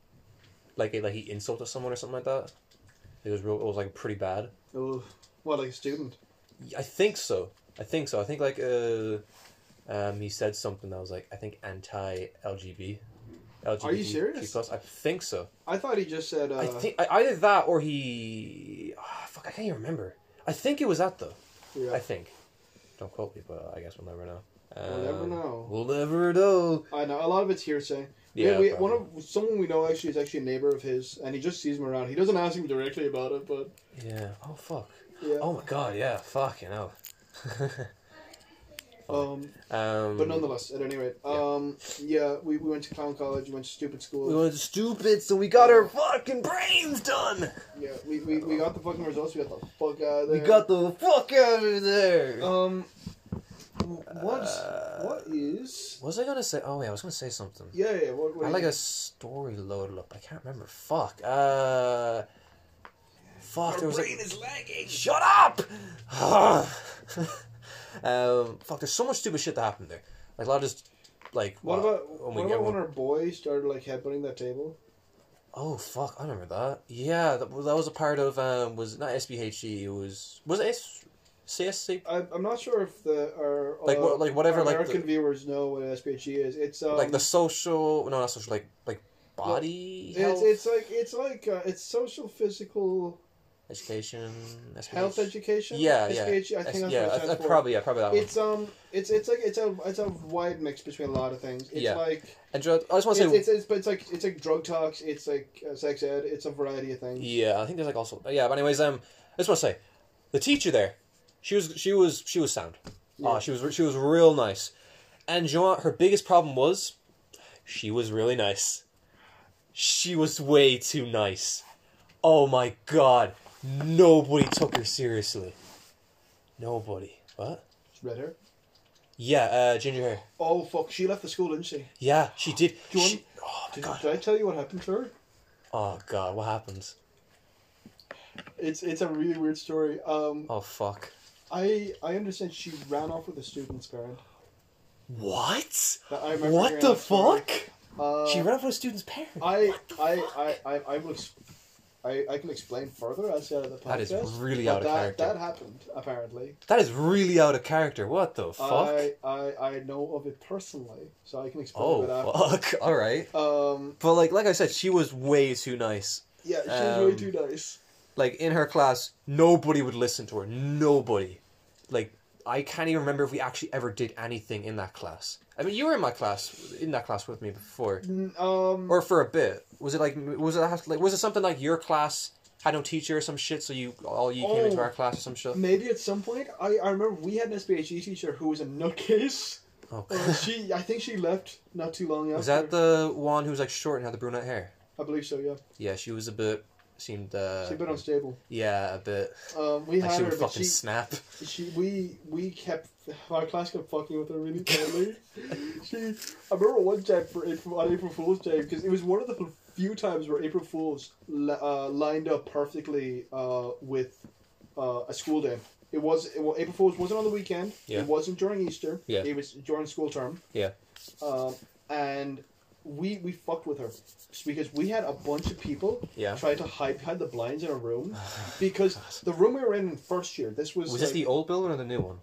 Speaker 2: like like he insulted someone or something like that. It was real. It was like pretty bad.
Speaker 1: Oh, what like a student.
Speaker 2: I think so. I think so. I think like uh, um, he said something that was like I think anti LGB.
Speaker 1: Are you serious?
Speaker 2: Plus, I think so.
Speaker 1: I thought he just said. Uh,
Speaker 2: I think I, either that or he. ah, fuck, I can't even remember. I think it was that though.
Speaker 1: yeah.
Speaker 2: I think. Don't quote me, but I guess we'll never know.
Speaker 1: We'll never
Speaker 2: Um,
Speaker 1: know.
Speaker 2: We'll never know.
Speaker 1: I know a lot of it's hearsay.
Speaker 2: Yeah,
Speaker 1: Yeah, we, one of someone we know actually is actually a neighbor of his, and he just sees him around. He doesn't ask him directly about it, but
Speaker 2: Yeah. Oh fuck.
Speaker 1: yeah.
Speaker 2: Oh my god. Yeah. Fucking hell.
Speaker 1: um,
Speaker 2: um,
Speaker 1: but nonetheless, at any rate, um, yeah, we, we went to clown college, we went to stupid school.
Speaker 2: we went stupid, so we got our fucking brains done.
Speaker 1: yeah, we, we, we got the fucking results. We got the fuck out of there.
Speaker 2: We got the fuck out of there.
Speaker 1: um, what
Speaker 2: Uh,
Speaker 1: what is?
Speaker 2: What was I gonna say? Oh yeah, I was gonna say something.
Speaker 1: Yeah, yeah. What, what do
Speaker 2: I had,
Speaker 1: you
Speaker 2: like
Speaker 1: think?
Speaker 2: a story loaded up. I can't remember. Fuck. Uh. Fuck. there was like.
Speaker 1: is lagging.
Speaker 2: Shut up. um. Fuck. There's so much stupid shit that happened there. Like a lot of just like
Speaker 1: What
Speaker 2: wow, Oh
Speaker 1: about
Speaker 2: when
Speaker 1: what
Speaker 2: we get
Speaker 1: about when
Speaker 2: one-
Speaker 1: our boy started like headbutting that table?
Speaker 2: Oh fuck! I remember that. Yeah, that, well, that was a part of um was it not SBHG. E, It was was it S- CSC
Speaker 1: I, I'm not sure if the our
Speaker 2: Like
Speaker 1: uh,
Speaker 2: what- like whatever,
Speaker 1: our
Speaker 2: like
Speaker 1: American
Speaker 2: the-
Speaker 1: viewers know what SPHG is. It's um,
Speaker 2: like the social no not social like like body
Speaker 1: it's,
Speaker 2: health
Speaker 1: it's like it's like uh, it's social physical
Speaker 2: education SBH.
Speaker 1: health education.
Speaker 2: Yeah, yeah,
Speaker 1: SPHG, I think that's
Speaker 2: yeah.
Speaker 1: what it
Speaker 2: I, I
Speaker 1: stands for.
Speaker 2: probably yeah probably that one.
Speaker 1: It's um, it's it's like it's a it's a wide mix between a lot of things. It's
Speaker 2: Yeah.
Speaker 1: like
Speaker 2: And you know, I just
Speaker 1: it's,
Speaker 2: want to say
Speaker 1: it's, it's but it's like it's like drug talks. It's like uh, sex ed. It's a variety of things.
Speaker 2: yeah. I think there's like also yeah. But anyways, um, I just want to say the teacher there, she was she was she was sound.
Speaker 1: Yeah.
Speaker 2: Oh, she was she was real nice. And you know what? Her biggest problem was she was really nice. She was way too nice. Oh my god. Nobody took her seriously. Nobody. What?
Speaker 1: Red hair.
Speaker 2: Yeah, uh, ginger hair.
Speaker 1: Oh fuck! She left the school, didn't she?
Speaker 2: Yeah, she did.
Speaker 1: Do you want-
Speaker 2: She, oh my
Speaker 1: Did,
Speaker 2: god.
Speaker 1: did I tell you what happened to her?
Speaker 2: Oh god, what happens?
Speaker 1: It's it's a really weird story. Um,
Speaker 2: Oh fuck.
Speaker 1: I I understand she ran off with a student's parent.
Speaker 2: What?
Speaker 1: That I remember
Speaker 2: What
Speaker 1: hearing
Speaker 2: the
Speaker 1: that story.
Speaker 2: fuck?
Speaker 1: Uh,
Speaker 2: She ran off with a student's parent.
Speaker 1: I I, I I I will. ex- I, I can explain further outside of the podcast.
Speaker 2: That is really
Speaker 1: but
Speaker 2: out of
Speaker 1: that,
Speaker 2: character.
Speaker 1: That happened apparently.
Speaker 2: That is really out of character. What the fuck?
Speaker 1: I, I I know of it personally, so I can explain
Speaker 2: oh
Speaker 1: it after.
Speaker 2: fuck. All right.
Speaker 1: Um,
Speaker 2: But like like I said, she was way too nice.
Speaker 1: yeah, she was
Speaker 2: Um,
Speaker 1: way too nice.
Speaker 2: Like in her class, nobody would listen to her. Nobody. Like I can't even remember if we actually ever did anything in that class. I mean, you were in my class, in that class with me before,
Speaker 1: Mm, Um,
Speaker 2: or for a bit. Was it like was it like was it something like your class had no teacher or some shit? So you all you came into
Speaker 1: Oh.
Speaker 2: our class or some shit.
Speaker 1: maybe at some point, I, I remember we had an SPHE E teacher who was a nutcase.
Speaker 2: Oh,
Speaker 1: Uh, she, I think she left not too long after.
Speaker 2: was that the one who was like short and had the brunette hair?
Speaker 1: I believe so. Yeah,
Speaker 2: Yeah, she was a bit seemed. Uh,
Speaker 1: she's a bit unstable.
Speaker 2: yeah, a bit.
Speaker 1: Um, we
Speaker 2: Like
Speaker 1: had
Speaker 2: she
Speaker 1: her,
Speaker 2: would
Speaker 1: but
Speaker 2: fucking
Speaker 1: she,
Speaker 2: snap.
Speaker 1: she, we, we kept our class kept fucking with her really badly. she, I remember one time for April, on April Fool's Day because it was one of the few times where April Fools li- uh, lined up perfectly uh, with uh, a school day. It was it, well, April Fools wasn't on the weekend.
Speaker 2: Yeah.
Speaker 1: It wasn't during Easter.
Speaker 2: Yeah.
Speaker 1: It was during school term.
Speaker 2: Yeah.
Speaker 1: Um, and we we fucked with her because we had a bunch of people
Speaker 2: Yeah.
Speaker 1: try to hide behind the blinds in a room because the room we were in in first year. This was,
Speaker 2: Was this
Speaker 1: like,
Speaker 2: the old building or the new one?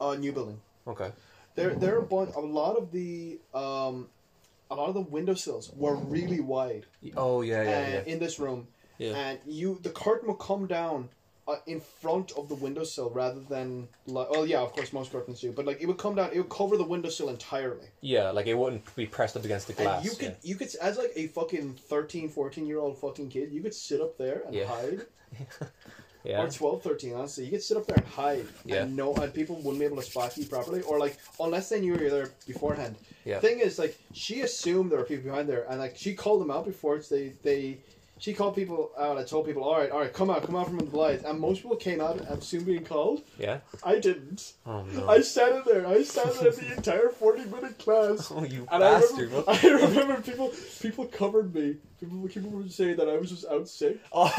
Speaker 1: uh, new building.
Speaker 2: Okay.
Speaker 1: There there are a bunch. A lot of the um, a lot of the windowsills were really wide
Speaker 2: Oh yeah, yeah,
Speaker 1: and,
Speaker 2: yeah.
Speaker 1: in this room,
Speaker 2: Yeah.
Speaker 1: and you the curtain will come down. Uh, in front of the windowsill rather than like well yeah of course most curtains do but like it would come down it would cover the windowsill entirely
Speaker 2: Yeah, like it wouldn't be pressed up against the glass.
Speaker 1: And you could you could as like a fucking 13, 14 year old fucking kid, you could sit up there and
Speaker 2: Yeah.
Speaker 1: hide.
Speaker 2: yeah.
Speaker 1: Or 12, 13, honestly. You could sit up there and hide.
Speaker 2: Yeah.
Speaker 1: And no and people wouldn't be able to spot you properly. Or like unless they knew you were there beforehand.
Speaker 2: Yeah.
Speaker 1: Thing is, like, she assumed there were people behind there and like she called them out before it's they they she called people out and told people, Alright, alright, come out, come out from the blinds and most people came out and assumed being called.
Speaker 2: yeah.
Speaker 1: I didn't.
Speaker 2: Oh no.
Speaker 1: I sat in there. I sat there the entire forty minute class.
Speaker 2: oh you
Speaker 1: And I
Speaker 2: bastard!
Speaker 1: remember,
Speaker 2: what the-
Speaker 1: I remember people people covered me. People people would say that I was just out sick.
Speaker 2: oh,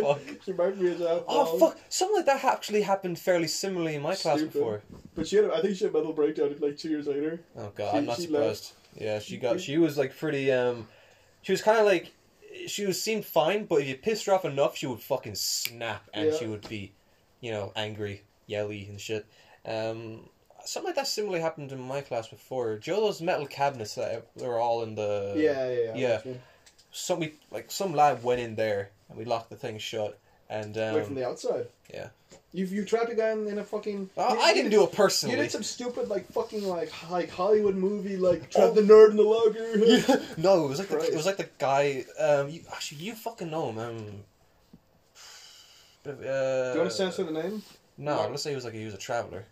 Speaker 1: like,
Speaker 2: fuck.
Speaker 1: She might be as out.
Speaker 2: Oh fuck! Something like that actually happened fairly similarly in my class
Speaker 1: Stupid.
Speaker 2: before.
Speaker 1: But she had a, I think she had a mental breakdown like two years later.
Speaker 2: Oh god,
Speaker 1: She-
Speaker 2: I'm not
Speaker 1: she
Speaker 2: surprised. Yeah, she got. She was like pretty. Um, she was kind of like. She was seemed fine, but if you pissed her off enough, she would fucking snap, and
Speaker 1: Yeah.
Speaker 2: she would be, you know, angry, yelly, and shit. Um, something like that similarly happened in my class before. Do you know those metal cabinets that e-, were all in the
Speaker 1: yeah, Uh, yeah, yeah.
Speaker 2: yeah. Some we like some lad went in there and we locked the thing shut and um,
Speaker 1: Away from the outside.
Speaker 2: yeah.
Speaker 1: You you trapped a guy in, in a fucking.
Speaker 2: I,
Speaker 1: you-
Speaker 2: Oh, I didn't do it personally.
Speaker 1: You did some stupid like fucking like h- like Hollywood movie like trap the nerd in the locker.
Speaker 2: no, it was like the,
Speaker 1: Christ.
Speaker 2: it was like the guy. Um, you, actually, you fucking know him. Um, bit of, uh,
Speaker 1: Do you want to say something the name?
Speaker 2: No, I'm gonna say he was like he was a traveler.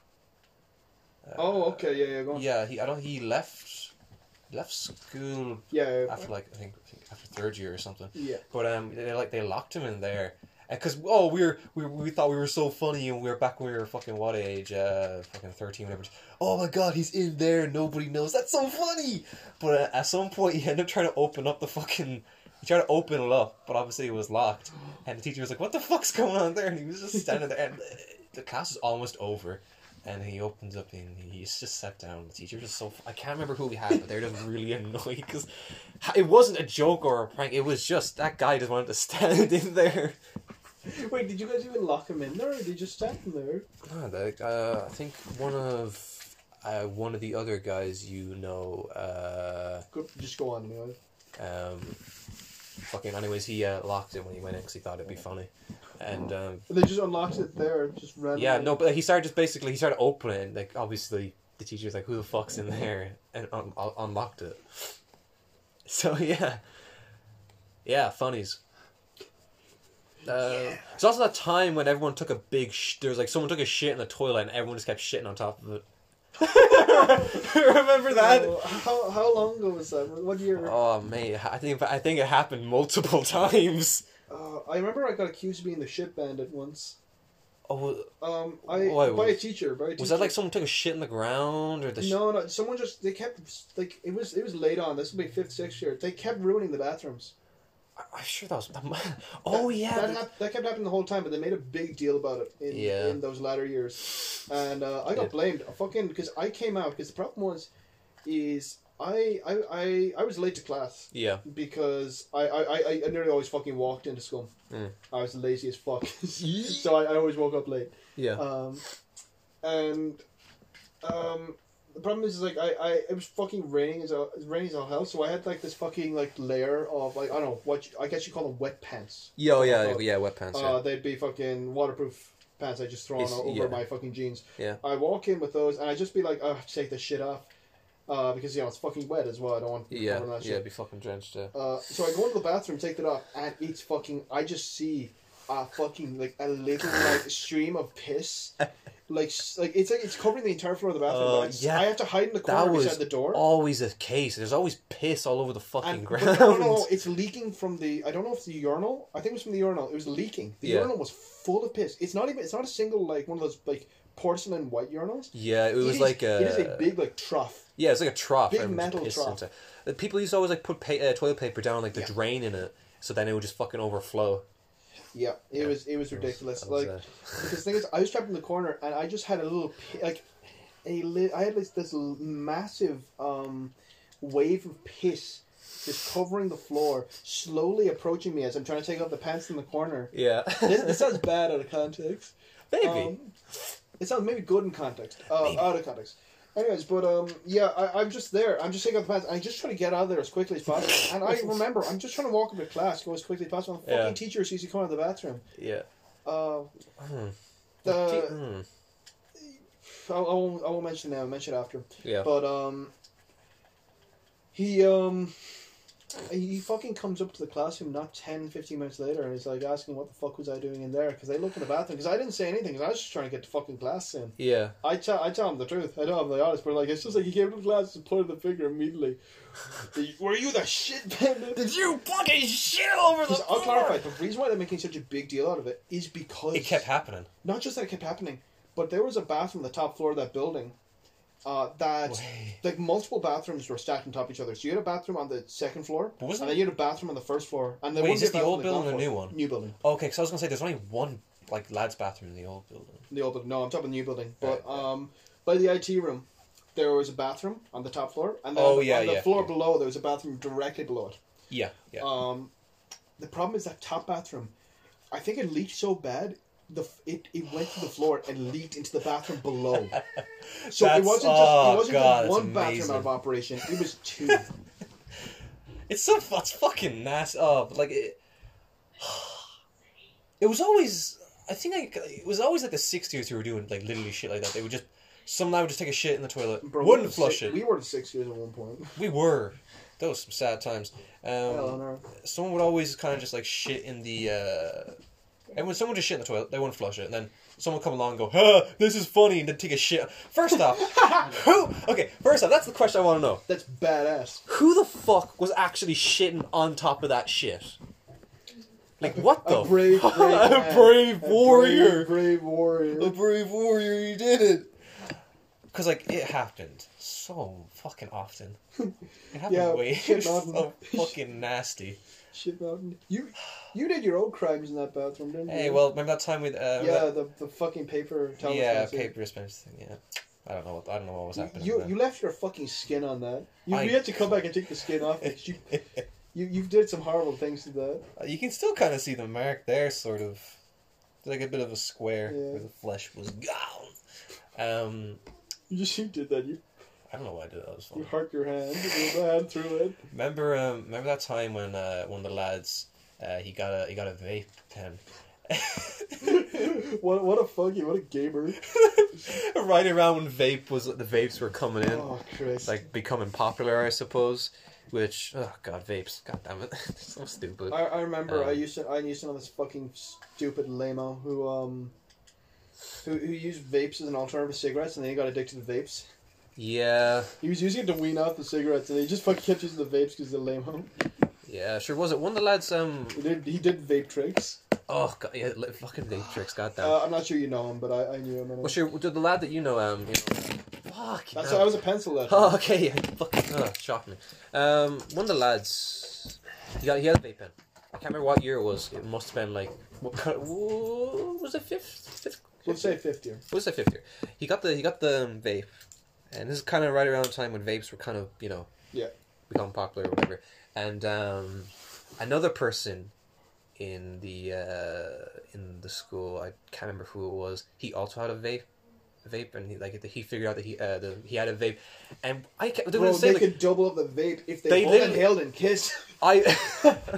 Speaker 2: Uh,
Speaker 1: oh, okay, yeah, yeah, go on. Yeah,
Speaker 2: Yeah, he. I don't. He left. Left school
Speaker 1: yeah, yeah.
Speaker 2: after like I think, I think after third year or something.
Speaker 1: Yeah.
Speaker 2: But um, they like they locked him in there, because oh, we were we, we thought we were so funny, and we were back when we were fucking what age, uh, fucking thirteen, whatever. Oh my god, he's in there, nobody knows. That's so funny. But uh, at some point, he ended up trying to open up the fucking. He tried to open it up, but obviously it was locked. And the teacher was like, "What the fuck's going on there?" And he was just standing there, and uh, the class was almost over. And he opens up and he's just sat down. The teachers are so. I can't remember who we had, but they're just really annoyed because it wasn't a joke or a prank. It was just that guy just wanted to stand in there.
Speaker 1: Wait, did you guys even lock him in there, or did you just stand him there?
Speaker 2: No, the, uh, I think one of uh, one of the other guys you know, uh,
Speaker 1: Go, just go on anyway.
Speaker 2: um, fucking. Anyways, he uh, locked it when he went in because he thought it'd be funny, and um,
Speaker 1: They just unlocked it there, just randomly.
Speaker 2: yeah, no, but he started just basically he started opening like obviously the teacher was like, "Who the fuck's in there?" and un- un- unlocked it. So yeah, yeah, funnies. Uh, It's also that time when everyone took a big. Sh- there was like someone took a shit in the toilet and everyone just kept shitting on top of it. Remember that?
Speaker 1: So, how, how long ago was that? What year?
Speaker 2: Oh man, I think I think it happened multiple times.
Speaker 1: Uh, I remember I got accused of being the shit bandit once.
Speaker 2: Oh,
Speaker 1: Um, I
Speaker 2: Why,
Speaker 1: by a
Speaker 2: was-
Speaker 1: teacher. By a teacher.
Speaker 2: was that like someone took a shit in the ground or the? sh-
Speaker 1: No, no. Someone just they kept like it was it was late on. This would be fifth, sixth year. They kept ruining the bathrooms.
Speaker 2: I- I'm sure that was. oh yeah,
Speaker 1: that,
Speaker 2: the-
Speaker 1: hap- that kept happening the whole time, but they made a big deal about it in,
Speaker 2: Yeah.
Speaker 1: in those latter years, and uh, I got
Speaker 2: Yeah.
Speaker 1: blamed. I fucking because I came out because the problem was, is I I, I I was late to class
Speaker 2: yeah.
Speaker 1: because I I, I, I nearly always fucking walked into school.
Speaker 2: Mm.
Speaker 1: I was lazy as fuck, so I, I always woke up late.
Speaker 2: Yeah.
Speaker 1: Um, and um, the problem is, is like I, I it was fucking raining as all, raining as all hell, so I had like this fucking like layer of like I don't know what you, I guess you call them wet pants.
Speaker 2: yeah, oh, yeah,
Speaker 1: uh,
Speaker 2: yeah, wet pants.
Speaker 1: Uh, they'd be fucking waterproof pants I just throw on
Speaker 2: It's-
Speaker 1: over
Speaker 2: yeah.
Speaker 1: my fucking jeans.
Speaker 2: Yeah.
Speaker 1: I walk in with those and I just be like, oh, I have to take this shit off. Uh, because you know it's fucking wet as well. I don't want to be
Speaker 2: yeah,
Speaker 1: covering
Speaker 2: yeah,
Speaker 1: that
Speaker 2: yeah,
Speaker 1: oh, shit.
Speaker 2: be fucking drenched. Uh,
Speaker 1: Uh, so I go into the bathroom, take that off, and it's fucking. I just see a fucking like a little like stream of piss, like s- like it's like it's covering the entire floor of the bathroom.
Speaker 2: Oh,
Speaker 1: but I, just-
Speaker 2: yeah.
Speaker 1: I have to hide in the corner
Speaker 2: that was
Speaker 1: beside the door.
Speaker 2: always a case. There's always piss all over the fucking
Speaker 1: and, but
Speaker 2: ground.
Speaker 1: no, no, no, it's leaking from the. I don't know if the urinal. I think it was from the urinal. It was leaking. The
Speaker 2: Yeah.
Speaker 1: urinal was full of piss. It's not even. It's not a single like one of those like porcelain white urinals.
Speaker 2: yeah, it was
Speaker 1: is-
Speaker 2: like a,
Speaker 1: It is a big like trough.
Speaker 2: yeah, it's like a trough.
Speaker 1: big
Speaker 2: everyone just
Speaker 1: metal
Speaker 2: pissed
Speaker 1: trough.
Speaker 2: into. The People used to always like put pa- uh, toilet paper down like the
Speaker 1: Yeah.
Speaker 2: drain in it, so then it would just fucking overflow.
Speaker 1: Yeah, it
Speaker 2: Yeah.
Speaker 1: was it was ridiculous.
Speaker 2: that was,
Speaker 1: like
Speaker 2: uh,
Speaker 1: because the thing is, I was trapped in the corner and I just had a little pi- like a li- I had this this l- massive um wave of piss just covering the floor, slowly approaching me as I'm trying to take off the pants in the corner.
Speaker 2: Yeah,
Speaker 1: This, this sounds bad out of context.
Speaker 2: maybe.
Speaker 1: Um, it sounds maybe good in context. Uh, Out of context. Anyways, but um, yeah, I, I'm just there. I'm just taking off the pants. I just try to get out of there as quickly as possible. and I remember, I'm just trying to walk into class, go as quickly as possible. And the
Speaker 2: Yeah.
Speaker 1: fucking teacher sees you coming out of the bathroom.
Speaker 2: yeah.
Speaker 1: Uh,
Speaker 2: Hmm.
Speaker 1: the,
Speaker 2: Hmm.
Speaker 1: I, I won't. I won't mention that. I'll mention it after.
Speaker 2: Yeah.
Speaker 1: But um, he um, he fucking comes up to the classroom not 10, 15 minutes later, and he's like asking, "What the fuck was I doing in there?" Because they look in the bathroom. Because I didn't say anything. 'cause I was just trying to get to fucking class in.
Speaker 2: yeah.
Speaker 1: I tell I tell him the truth. I know I'm the honest, but like it's just like he came to the class and pointed the finger immediately. Were you the shit bandit?
Speaker 2: Did you fucking shit over
Speaker 1: Because I'll clarify. The reason why they're making such a big deal out of it is because
Speaker 2: It kept happening.
Speaker 1: not just that it kept happening, but there was a bathroom on the top floor of that building. Uh, that
Speaker 2: Way.
Speaker 1: like multiple bathrooms were stacked on top of each other. So you had a bathroom on the second floor,
Speaker 2: But wasn't
Speaker 1: and then you had a bathroom on the first floor. And then
Speaker 2: Wait,
Speaker 1: one
Speaker 2: is
Speaker 1: big
Speaker 2: this the
Speaker 1: bathroom
Speaker 2: old
Speaker 1: on ground
Speaker 2: building
Speaker 1: floor.
Speaker 2: or new one?
Speaker 1: New building.
Speaker 2: Okay, because I was gonna say there's only one like lads' bathroom in the old building.
Speaker 1: The old building. No, I'm talking about the new building. But
Speaker 2: Right, yeah.
Speaker 1: um, by the IT room, there was a bathroom on the top floor, and then
Speaker 2: Oh,
Speaker 1: on the,
Speaker 2: yeah,
Speaker 1: on the
Speaker 2: yeah,
Speaker 1: floor
Speaker 2: yeah.
Speaker 1: below there was a bathroom directly below it.
Speaker 2: Yeah, yeah.
Speaker 1: Um, the problem is that top bathroom. I think it leaked so bad. The f- it, it went to the floor and leaked into the bathroom below. So it
Speaker 2: That's-
Speaker 1: wasn't just
Speaker 2: oh,
Speaker 1: it wasn't just
Speaker 2: God, that's
Speaker 1: one bathroom
Speaker 2: amazing.
Speaker 1: out of operation. It was two.
Speaker 2: It's so it's fucking nasty. Oh, but, like it. It was always. I think like it was always like the sixties who were doing like literally shit like that. They would just some lad would just take a shit in the toilet,
Speaker 1: Bro, we were
Speaker 2: wouldn't flush
Speaker 1: si-
Speaker 2: it.
Speaker 1: We were six years at one point.
Speaker 2: We were. That was some sad times. Um,
Speaker 1: Eleanor.
Speaker 2: someone would always kind of just like shit in the. Uh, and when someone just shit in the toilet, they wouldn't flush it, and then someone would come along and go, "Huh, this is funny," and then take a shit. First off, who? Okay, first off, that's the question I want to know.
Speaker 1: That's badass.
Speaker 2: Who the fuck was actually shitting on top of that shit? Like what the?
Speaker 1: A brave, brave,
Speaker 2: fuck?
Speaker 1: man.
Speaker 2: a Oh. brave
Speaker 1: A
Speaker 2: warrior.
Speaker 1: brave, brave warrior.
Speaker 2: A brave warrior. He did it. Cause like it happened so fucking often. It happened
Speaker 1: Yeah,
Speaker 2: way
Speaker 1: shit
Speaker 2: so
Speaker 1: often.
Speaker 2: fucking nasty.
Speaker 1: Shit Mountain. You you did your own crimes in that bathroom, didn't you?
Speaker 2: Hey, well, remember that time with
Speaker 1: Yeah,
Speaker 2: uh, remember
Speaker 1: the, the fucking paper
Speaker 2: that-
Speaker 1: towel
Speaker 2: yeah,
Speaker 1: dispenser.
Speaker 2: paper dispense thing. Yeah, I don't know. What, I don't know what was
Speaker 1: You-
Speaker 2: happening.
Speaker 1: You,
Speaker 2: then.
Speaker 1: you left your fucking skin on that. You,
Speaker 2: I-
Speaker 1: you had to come back and take the skin off. because You, you you did some horrible things to that.
Speaker 2: Uh, you can still kind of see the mark there, sort of. It's like a bit of a square
Speaker 1: Yeah.
Speaker 2: where the flesh was gone. Um,
Speaker 1: You just you did that. You
Speaker 2: I don't know why I did that. It was
Speaker 1: you
Speaker 2: fun.
Speaker 1: hark your hand, your hand through it.
Speaker 2: Remember, um, remember that time when uh, one of the lads uh, he got a he got a vape pen.
Speaker 1: what what a funky, what a gamer.
Speaker 2: right around when vape was the vapes were coming in,
Speaker 1: Oh Chris,
Speaker 2: like becoming popular, I suppose. Which oh god, vapes, god damn it, so stupid.
Speaker 1: I, I remember I
Speaker 2: Um,
Speaker 1: used to I used to know this fucking stupid lameo who um who, who used vapes as an alternative to cigarettes and then he got addicted to vapes.
Speaker 2: Yeah,
Speaker 1: He was using it to wean off the cigarettes and he just fucking kept using the vapes because the lameo.
Speaker 2: yeah, sure was it one of the lads? Um,
Speaker 1: He did he did vape tricks.
Speaker 2: oh god, yeah, li- fucking vape tricks, god damn.
Speaker 1: Uh, I'm not sure you know him, but I, I knew him. Anyway.
Speaker 2: What's your the lad that you know? Um, you know, fuck. you
Speaker 1: That's
Speaker 2: know.
Speaker 1: I was a pencil legend.
Speaker 2: Oh, okay. Yeah, fucking. Oh, shocked me. Um, one of the lads, he got he had a vape pen. I can't remember what year it was. It must have been like what kind of, whoa, was it fifth? Fifth?
Speaker 1: We'll say fifth year.
Speaker 2: What was it fifth year? He got the he got the um, vape, and this is kind of right around the time when vapes were kind of you know
Speaker 1: Yeah.
Speaker 2: become popular or whatever. And um, another person in the uh, in the school, I can't remember who it was. He also had a vape, vape, and he like he figured out that he uh, the, he had a vape, and I kept, they were
Speaker 1: Bro,
Speaker 2: saying
Speaker 1: they
Speaker 2: like,
Speaker 1: could double up the vape if they,
Speaker 2: They
Speaker 1: both
Speaker 2: literally-
Speaker 1: inhaled and kissed.
Speaker 2: I.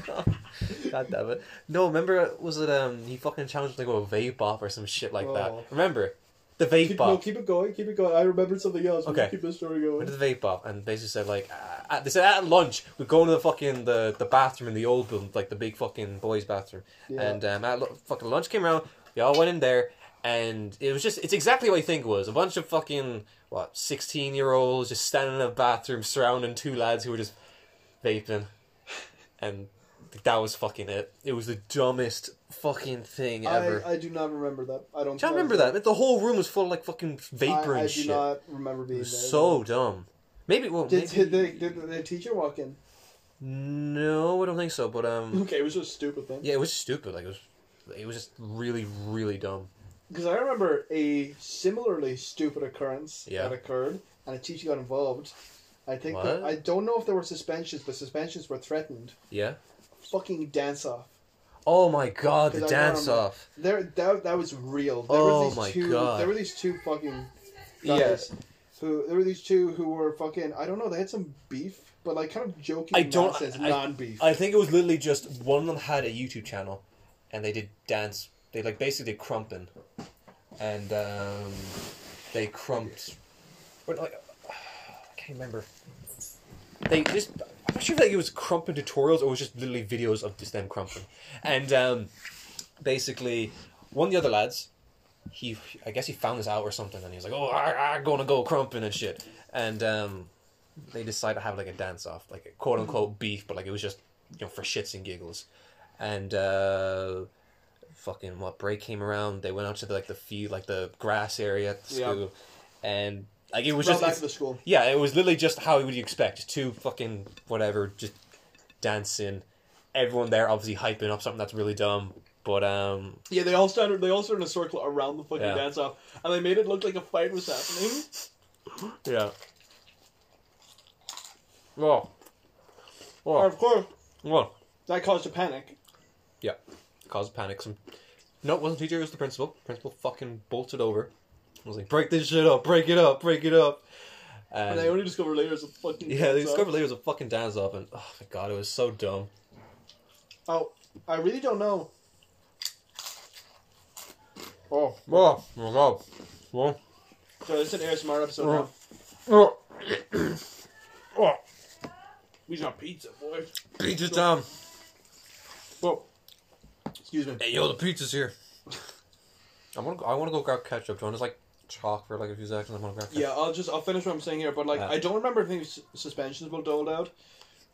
Speaker 2: God damn it! No, remember was it um he fucking challenged to go a vape off or some shit like that.
Speaker 1: Oh.
Speaker 2: Remember the vape
Speaker 1: Keep, no,
Speaker 2: off.
Speaker 1: keep it going, keep it going. I remembered something else. We
Speaker 2: Okay.
Speaker 1: Keep the story
Speaker 2: went
Speaker 1: going.
Speaker 2: to the vape bar and basically said like uh, at- they said at lunch we're going to the fucking the, the bathroom in the old building like the big fucking boys bathroom
Speaker 1: Yeah.
Speaker 2: and um, at lu- fucking lunch came around we all went in there and it was just it's exactly what I think it was a bunch of fucking what sixteen year olds just standing in a bathroom surrounding two lads who were just vaping and that was fucking it it was the dumbest fucking thing ever.
Speaker 1: I, I do not remember that. I don't.
Speaker 2: do you
Speaker 1: think
Speaker 2: remember that? The whole room was full of like fucking vapor
Speaker 1: I,
Speaker 2: and
Speaker 1: I
Speaker 2: shit.
Speaker 1: do not remember being there.
Speaker 2: so dumb. Maybe well,
Speaker 1: Did, did,
Speaker 2: maybe...
Speaker 1: the, did the teacher walk in?
Speaker 2: No, I don't think so. But um,
Speaker 1: Okay, it was just a stupid thing.
Speaker 2: yeah, it was stupid. Like it was, it was just really, really dumb.
Speaker 1: Because I remember a similarly stupid occurrence
Speaker 2: Yeah.
Speaker 1: that occurred, and a teacher got involved. I think that,
Speaker 2: What?
Speaker 1: I don't know if there were suspensions, but suspensions were threatened.
Speaker 2: Yeah.
Speaker 1: Fucking dance off.
Speaker 2: Oh my god, the
Speaker 1: Because I
Speaker 2: dance
Speaker 1: remember-
Speaker 2: off.
Speaker 1: There, that, that was real. There
Speaker 2: Oh
Speaker 1: were these
Speaker 2: my
Speaker 1: two,
Speaker 2: God.
Speaker 1: There were these two fucking guys. Who there were these two who were fucking I don't know. They had some beef, but like kind of joking
Speaker 2: I don't-
Speaker 1: nonsense,
Speaker 2: I-
Speaker 1: non-beef.
Speaker 2: I think it was literally just one of them had a YouTube channel, and they did dance. They like basically did crumping, and um, they crumped. But like, I can't remember. They just. I'm not sure if like it was crumping tutorials or it was just literally videos of just them crumping, and um, basically one of the other lads. He, I guess he found this out or something, and he was like, "Oh, I'm gonna go crumping and shit," and um, they decided to have like a dance off, like a quote unquote beef, but like it was just you know for shits and giggles. And uh, fucking what break came around, they went out to the, like the field, like the grass area at the
Speaker 1: Yeah.
Speaker 2: school, and like it was
Speaker 1: Brought back
Speaker 2: just
Speaker 1: to the school.
Speaker 2: yeah, it was literally just how would you expect just two fucking whatever just dancing. Everyone there obviously hyping up something that's really dumb, but um,
Speaker 1: Yeah, they all started. They all stood in a circle around the fucking
Speaker 2: Yeah.
Speaker 1: dance off, and they made it look like a fight was happening.
Speaker 2: yeah. Well,
Speaker 1: Or,
Speaker 2: well,
Speaker 1: of course,
Speaker 2: Um, well.
Speaker 1: that caused a panic.
Speaker 2: Yeah. Caused panic. Some No, it wasn't teacher, it was the principal. Principal fucking bolted over. was like, break this shit up, break it up, break it up. And,
Speaker 1: And they only discovered later it's a fucking
Speaker 2: yeah,
Speaker 1: dance
Speaker 2: they
Speaker 1: off.
Speaker 2: discovered later it was a fucking dance up and oh my god, it was so dumb.
Speaker 1: Oh, I really don't know. Oh,
Speaker 2: Oh, my god. Oh,
Speaker 1: so this is an ASMR episode
Speaker 2: Oh.
Speaker 1: now.
Speaker 2: oh, oh,
Speaker 1: We got pizza, boy.
Speaker 2: pizza time.
Speaker 1: Whoa. Excuse me.
Speaker 2: Hey yo, the pizza's here. I wanna go, I wanna go grab ketchup. Do you wanna just like talk for like a few seconds? I wanna grab ketchup.
Speaker 1: Yeah, I'll just I'll finish what I'm saying here, but like
Speaker 2: Yeah.
Speaker 1: I don't remember if any s- suspensions were doled out,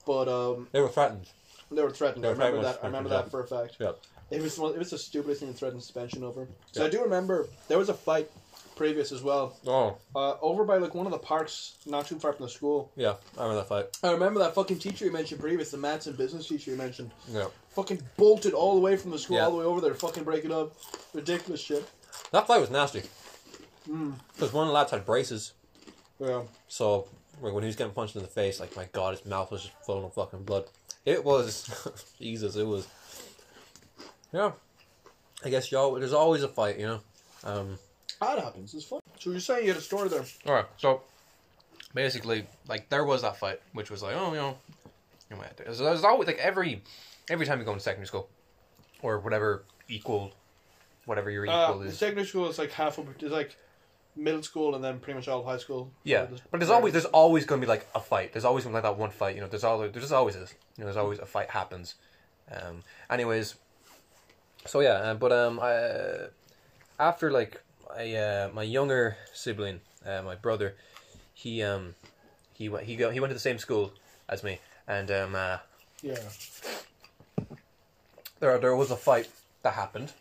Speaker 1: but um
Speaker 2: They were threatened.
Speaker 1: they were threatened.
Speaker 2: They
Speaker 1: I
Speaker 2: were
Speaker 1: remember
Speaker 2: threatened
Speaker 1: that.
Speaker 2: with
Speaker 1: I remember that for a fact.
Speaker 2: Yeah.
Speaker 1: It was one, it was the stupidest thing to threaten suspension over. So
Speaker 2: Yeah.
Speaker 1: I do remember there was a fight previous as well.
Speaker 2: Oh,
Speaker 1: Uh, over by like one of the parks, not too far from the school.
Speaker 2: yeah. I remember that fight.
Speaker 1: I remember that fucking teacher you mentioned previous, the maths and business teacher you mentioned.
Speaker 2: Yeah.
Speaker 1: Fucking bolted all the way from the school,
Speaker 2: Yeah.
Speaker 1: all the way over there, fucking breaking up. Ridiculous shit.
Speaker 2: That fight was nasty. Because one of the lads had braces,
Speaker 1: Yeah.
Speaker 2: so like, when he was getting punched in the face, like, my god, his mouth was just full of fucking blood. It was. Jesus, it was. Yeah. I guess y'all, there's always a fight, you know? Um,
Speaker 1: That happens. It's fun. So you're saying you had a story there?
Speaker 2: All right, so basically, like there was that fight, which was like, oh, you know, you might have to. So there's always like every every time you go into secondary school or whatever equal, whatever your equal
Speaker 1: Uh,
Speaker 2: is.
Speaker 1: secondary school is like half of it's like middle school and then pretty much all of high school.
Speaker 2: Yeah, but there's always there's always gonna be like a fight. There's always gonna be like that one fight. You know, there's always there's just always this. You know, there's always a fight happens. Um, anyways, so yeah, uh, but um, I uh, after like I uh, my younger sibling, uh, my brother, he um, he went he go he went to the same school as me, and um, uh,
Speaker 1: yeah.
Speaker 2: there there was a fight that happened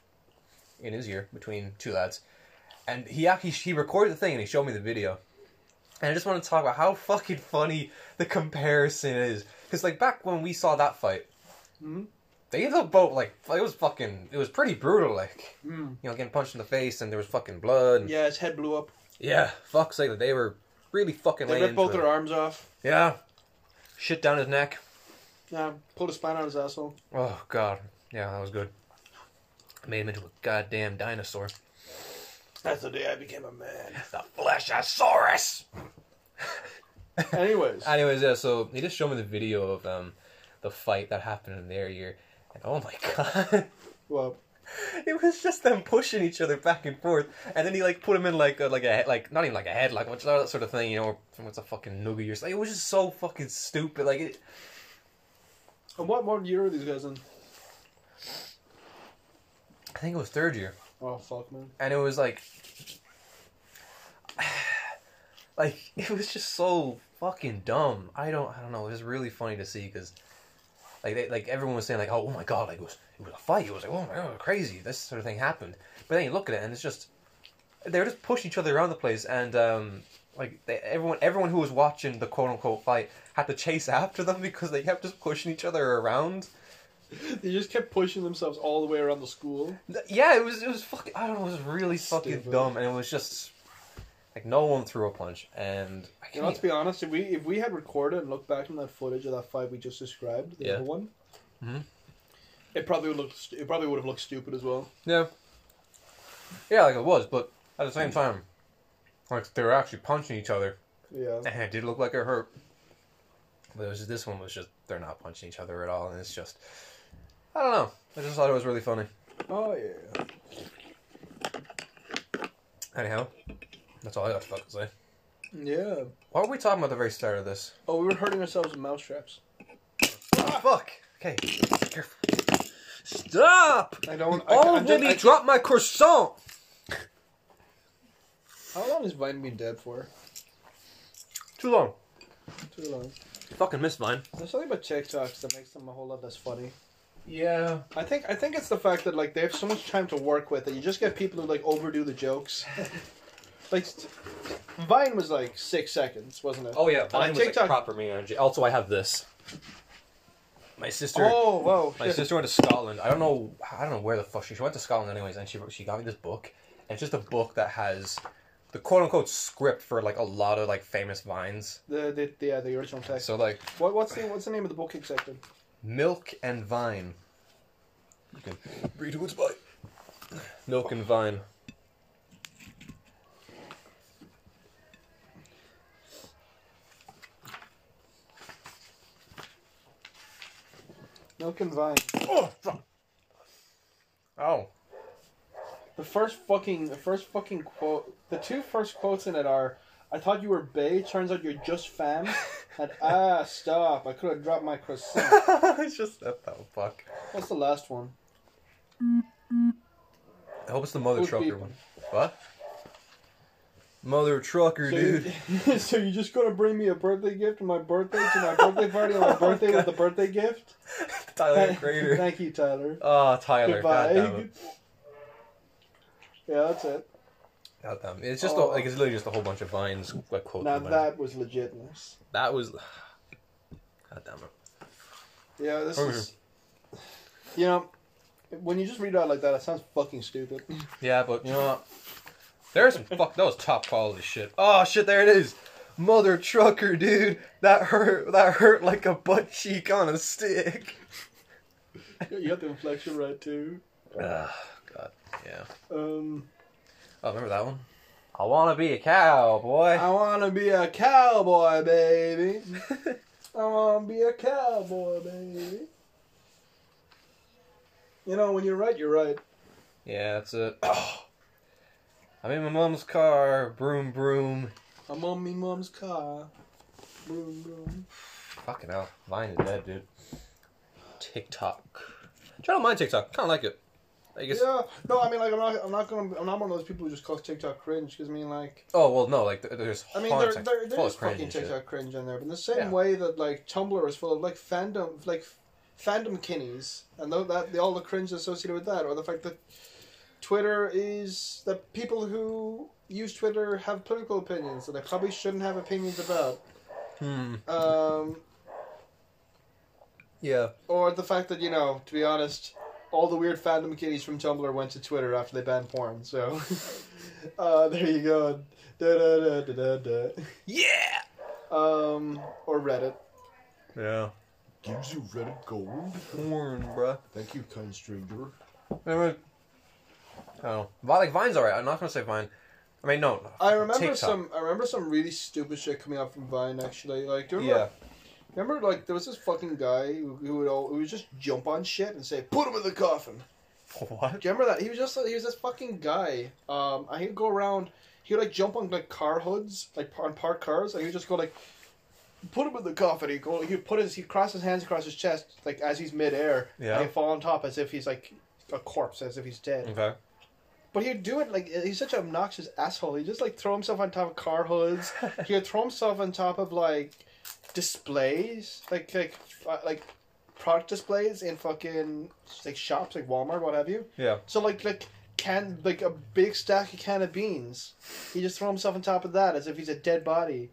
Speaker 2: in his year between two lads, and he actually he recorded the thing and he showed me the video, and I just want to talk about how fucking funny the comparison is because like back when we saw that fight,
Speaker 1: Hmm?
Speaker 2: they ended up both like it was fucking it was pretty brutal like you know getting punched in the face and there was fucking blood and, yeah.
Speaker 1: Hmm. Yeah, his head blew up.
Speaker 2: fuck's sake they were really fucking
Speaker 1: They
Speaker 2: laying
Speaker 1: ripped both
Speaker 2: into
Speaker 1: their
Speaker 2: it.
Speaker 1: arms off.
Speaker 2: yeah shit down his neck
Speaker 1: Yeah, pulled a spine out of his asshole.
Speaker 2: oh god yeah that was good made him into a goddamn dinosaur.
Speaker 1: That's the day I became a man.
Speaker 2: The Fleshosaurus.
Speaker 1: Anyways,
Speaker 2: Anyways, yeah. So he just showed me the video of um the fight that happened in their year, and oh my god,
Speaker 1: well,
Speaker 2: it was just them pushing each other back and forth, and then he like put him in like a, like a he- like not even like a headlock, which is that sort of thing, you know, or what's a fucking noogie or something. It was just so fucking stupid. Like it,
Speaker 1: and what what year are these guys in?
Speaker 2: I think it was third year.
Speaker 1: Oh fuck, man.
Speaker 2: and it was like like it was just so fucking dumb i don't i don't know it was really funny to see because like they, like everyone was saying like oh, oh my god like it was it was a fight it was like oh my god crazy this sort of thing happened but then you look at it and it's just they were just pushing each other around the place and um like they, everyone everyone who was watching the quote unquote fight had to chase after them because they kept just pushing each other around
Speaker 1: They just kept pushing themselves all the way around the school.
Speaker 2: Th- Yeah, it was it was fucking I don't know, it was really fucking
Speaker 1: Stupid.
Speaker 2: dumb and it was just like no one threw a punch and I
Speaker 1: You know, let's
Speaker 2: can't
Speaker 1: be honest. If we if we had recorded and looked back on that footage of that fight we just described, the
Speaker 2: Yeah. Mm-hmm.
Speaker 1: other one, it probably would look. st- It probably would have looked stupid as well.
Speaker 2: Yeah. Yeah, like it was, but at the same time like they were actually punching each other
Speaker 1: Yeah.
Speaker 2: and it did look like it hurt. But it was just, this one was just they're not punching each other at all and it's just I don't know. I just thought it was really funny.
Speaker 1: Oh yeah.
Speaker 2: Anyhow, that's all I got to fucking say.
Speaker 1: Yeah.
Speaker 2: Why were we talking about the very start of this?
Speaker 1: Oh, we were hurting ourselves with mousetraps.
Speaker 2: Fuck. Okay. Careful. Stop!
Speaker 1: I don't. I,
Speaker 2: Oh,
Speaker 1: I,
Speaker 2: let
Speaker 1: did,
Speaker 2: me
Speaker 1: I,
Speaker 2: drop my croissant.
Speaker 1: How long has Vine been dead for?
Speaker 2: Too long.
Speaker 1: Too long.
Speaker 2: Fucking miss Vine.
Speaker 1: There's something about TikToks that makes them a whole lot less funny.
Speaker 2: Yeah.
Speaker 1: I think I think it's the fact that like they have so much time to work with that you just get people who like overdo the jokes. like st- Vine was like six seconds, wasn't it?
Speaker 2: Oh yeah. Vine was like
Speaker 1: TikTok-
Speaker 2: proper me energy. Also, I have this. My sister.
Speaker 1: Oh wow!
Speaker 2: My sister went to Scotland. I don't know. I don't know where the fuck she. She went to Scotland anyways, and she she got me this book. And it's just a book that has the quote unquote script for like a lot of like famous vines.
Speaker 1: The, the, the yeah the original text.
Speaker 2: So like
Speaker 1: what, what's the what's the name of the book exactly?
Speaker 2: Milk and Vine. You can read who it's by. Milk and Vine.
Speaker 1: Milk and Vine.
Speaker 2: Oh. fuck. Oh.
Speaker 1: The first fucking the first fucking quote. The two first quotes in it are. I thought you were bae. Turns out you're just fam. And ah, stop! I could have dropped my croissant.
Speaker 2: it's just that oh, fuck.
Speaker 1: What's the last one?
Speaker 2: I hope it's the mother
Speaker 1: Who's
Speaker 2: trucker
Speaker 1: beeping?
Speaker 2: one. What? Mother trucker,
Speaker 1: So
Speaker 2: dude.
Speaker 1: You, so you're just gonna bring me a birthday gift on my birthday to my birthday party
Speaker 2: Oh
Speaker 1: on my birthday with a birthday gift?
Speaker 2: Tyler Crater.
Speaker 1: Thank you, Tyler.
Speaker 2: Oh, Tyler. God damn
Speaker 1: Goodbye.
Speaker 2: it.
Speaker 1: Yeah, that's it.
Speaker 2: God damn. It's just a,
Speaker 1: Oh.
Speaker 2: like it's literally just a whole bunch of vines like quoting
Speaker 1: Now
Speaker 2: them.
Speaker 1: that was legitness.
Speaker 2: that was God damn it.
Speaker 1: Yeah, this
Speaker 2: Okay.
Speaker 1: is. You know, when you just read it out like that, it sounds fucking stupid.
Speaker 2: Yeah, but you know what? There's some fuck. That was top quality shit. Oh shit, there it is. Mother trucker, dude. That hurt. That hurt like a butt cheek on a stick.
Speaker 1: you got the inflection right too.
Speaker 2: Ah, God. Yeah.
Speaker 1: Um,
Speaker 2: Oh, remember that one? I wanna be a cow, boy.
Speaker 1: I wanna be a cowboy, baby. I wanna be a cowboy, baby. You know, when you're right, you're right.
Speaker 2: Yeah, that's it. I'm in my mom's car. Broom, broom.
Speaker 1: I'm on me mom's car. Vroom, vroom.
Speaker 2: Fucking hell. Vine is dead, dude. TikTok. I don't mind TikTok. Kind of like it. I guess.
Speaker 1: Yeah, no, I mean, like, I'm not, I'm not gonna, I'm not one of those people who just calls TikTok cringe. Because I mean, like,
Speaker 2: Oh well, no. Like th- there's.
Speaker 1: I mean,
Speaker 2: tons,
Speaker 1: there,
Speaker 2: like,
Speaker 1: there,
Speaker 2: full
Speaker 1: there
Speaker 2: of
Speaker 1: is fucking
Speaker 2: cringe and shit.
Speaker 1: TikTok cringe in there, but in the same
Speaker 2: Yeah.
Speaker 1: way that like Tumblr is full of like fandom, like fandom kinnies, and tho- that the, all the cringe associated with that, or the fact that Twitter is that people who use Twitter have political opinions that they probably shouldn't have opinions about,
Speaker 2: Hmm.
Speaker 1: um,
Speaker 2: Yeah.
Speaker 1: or the fact that you know, to be honest, all the weird fandom kinnies from Tumblr went to Twitter after they banned porn. So uh, there you go. Da da da da da da.
Speaker 2: Yeah.
Speaker 1: Um, or Reddit.
Speaker 2: Yeah.
Speaker 1: Gives you Reddit gold?
Speaker 2: Porn, bruh.
Speaker 1: Thank you, kind stranger.
Speaker 2: Remember? Oh, Vi- like Vine's alright. I'm not gonna say Vine. I mean, no.
Speaker 1: I remember
Speaker 2: TikTok.
Speaker 1: some. I remember some really stupid shit coming out from Vine. Actually, like, do you remember?
Speaker 2: Yeah.
Speaker 1: Remember, like, there was this fucking guy who, who would all, who would just jump on shit and say, "Put him in the coffin."
Speaker 2: What?
Speaker 1: Do you remember that? He was just he was this fucking guy. Um, and he'd go around. He would like jump on like car hoods, like par- on parked cars, and he would just go like, "Put him in the coffin." He'd go. He'd put his he'd cross his hands across his chest, like as he's midair.
Speaker 2: Yeah.
Speaker 1: And he'd fall on top as if he's like a corpse, as if he's dead.
Speaker 2: Okay.
Speaker 1: But he'd do it like he's such an obnoxious asshole. He'd just like throw himself on top of car hoods. he'd throw himself on top of like displays, like like uh, like product displays in fucking like shops, like Walmart, what have you.
Speaker 2: Yeah.
Speaker 1: So like like can like a big stack of can of beans. He just throw himself on top of that as if he's a dead body,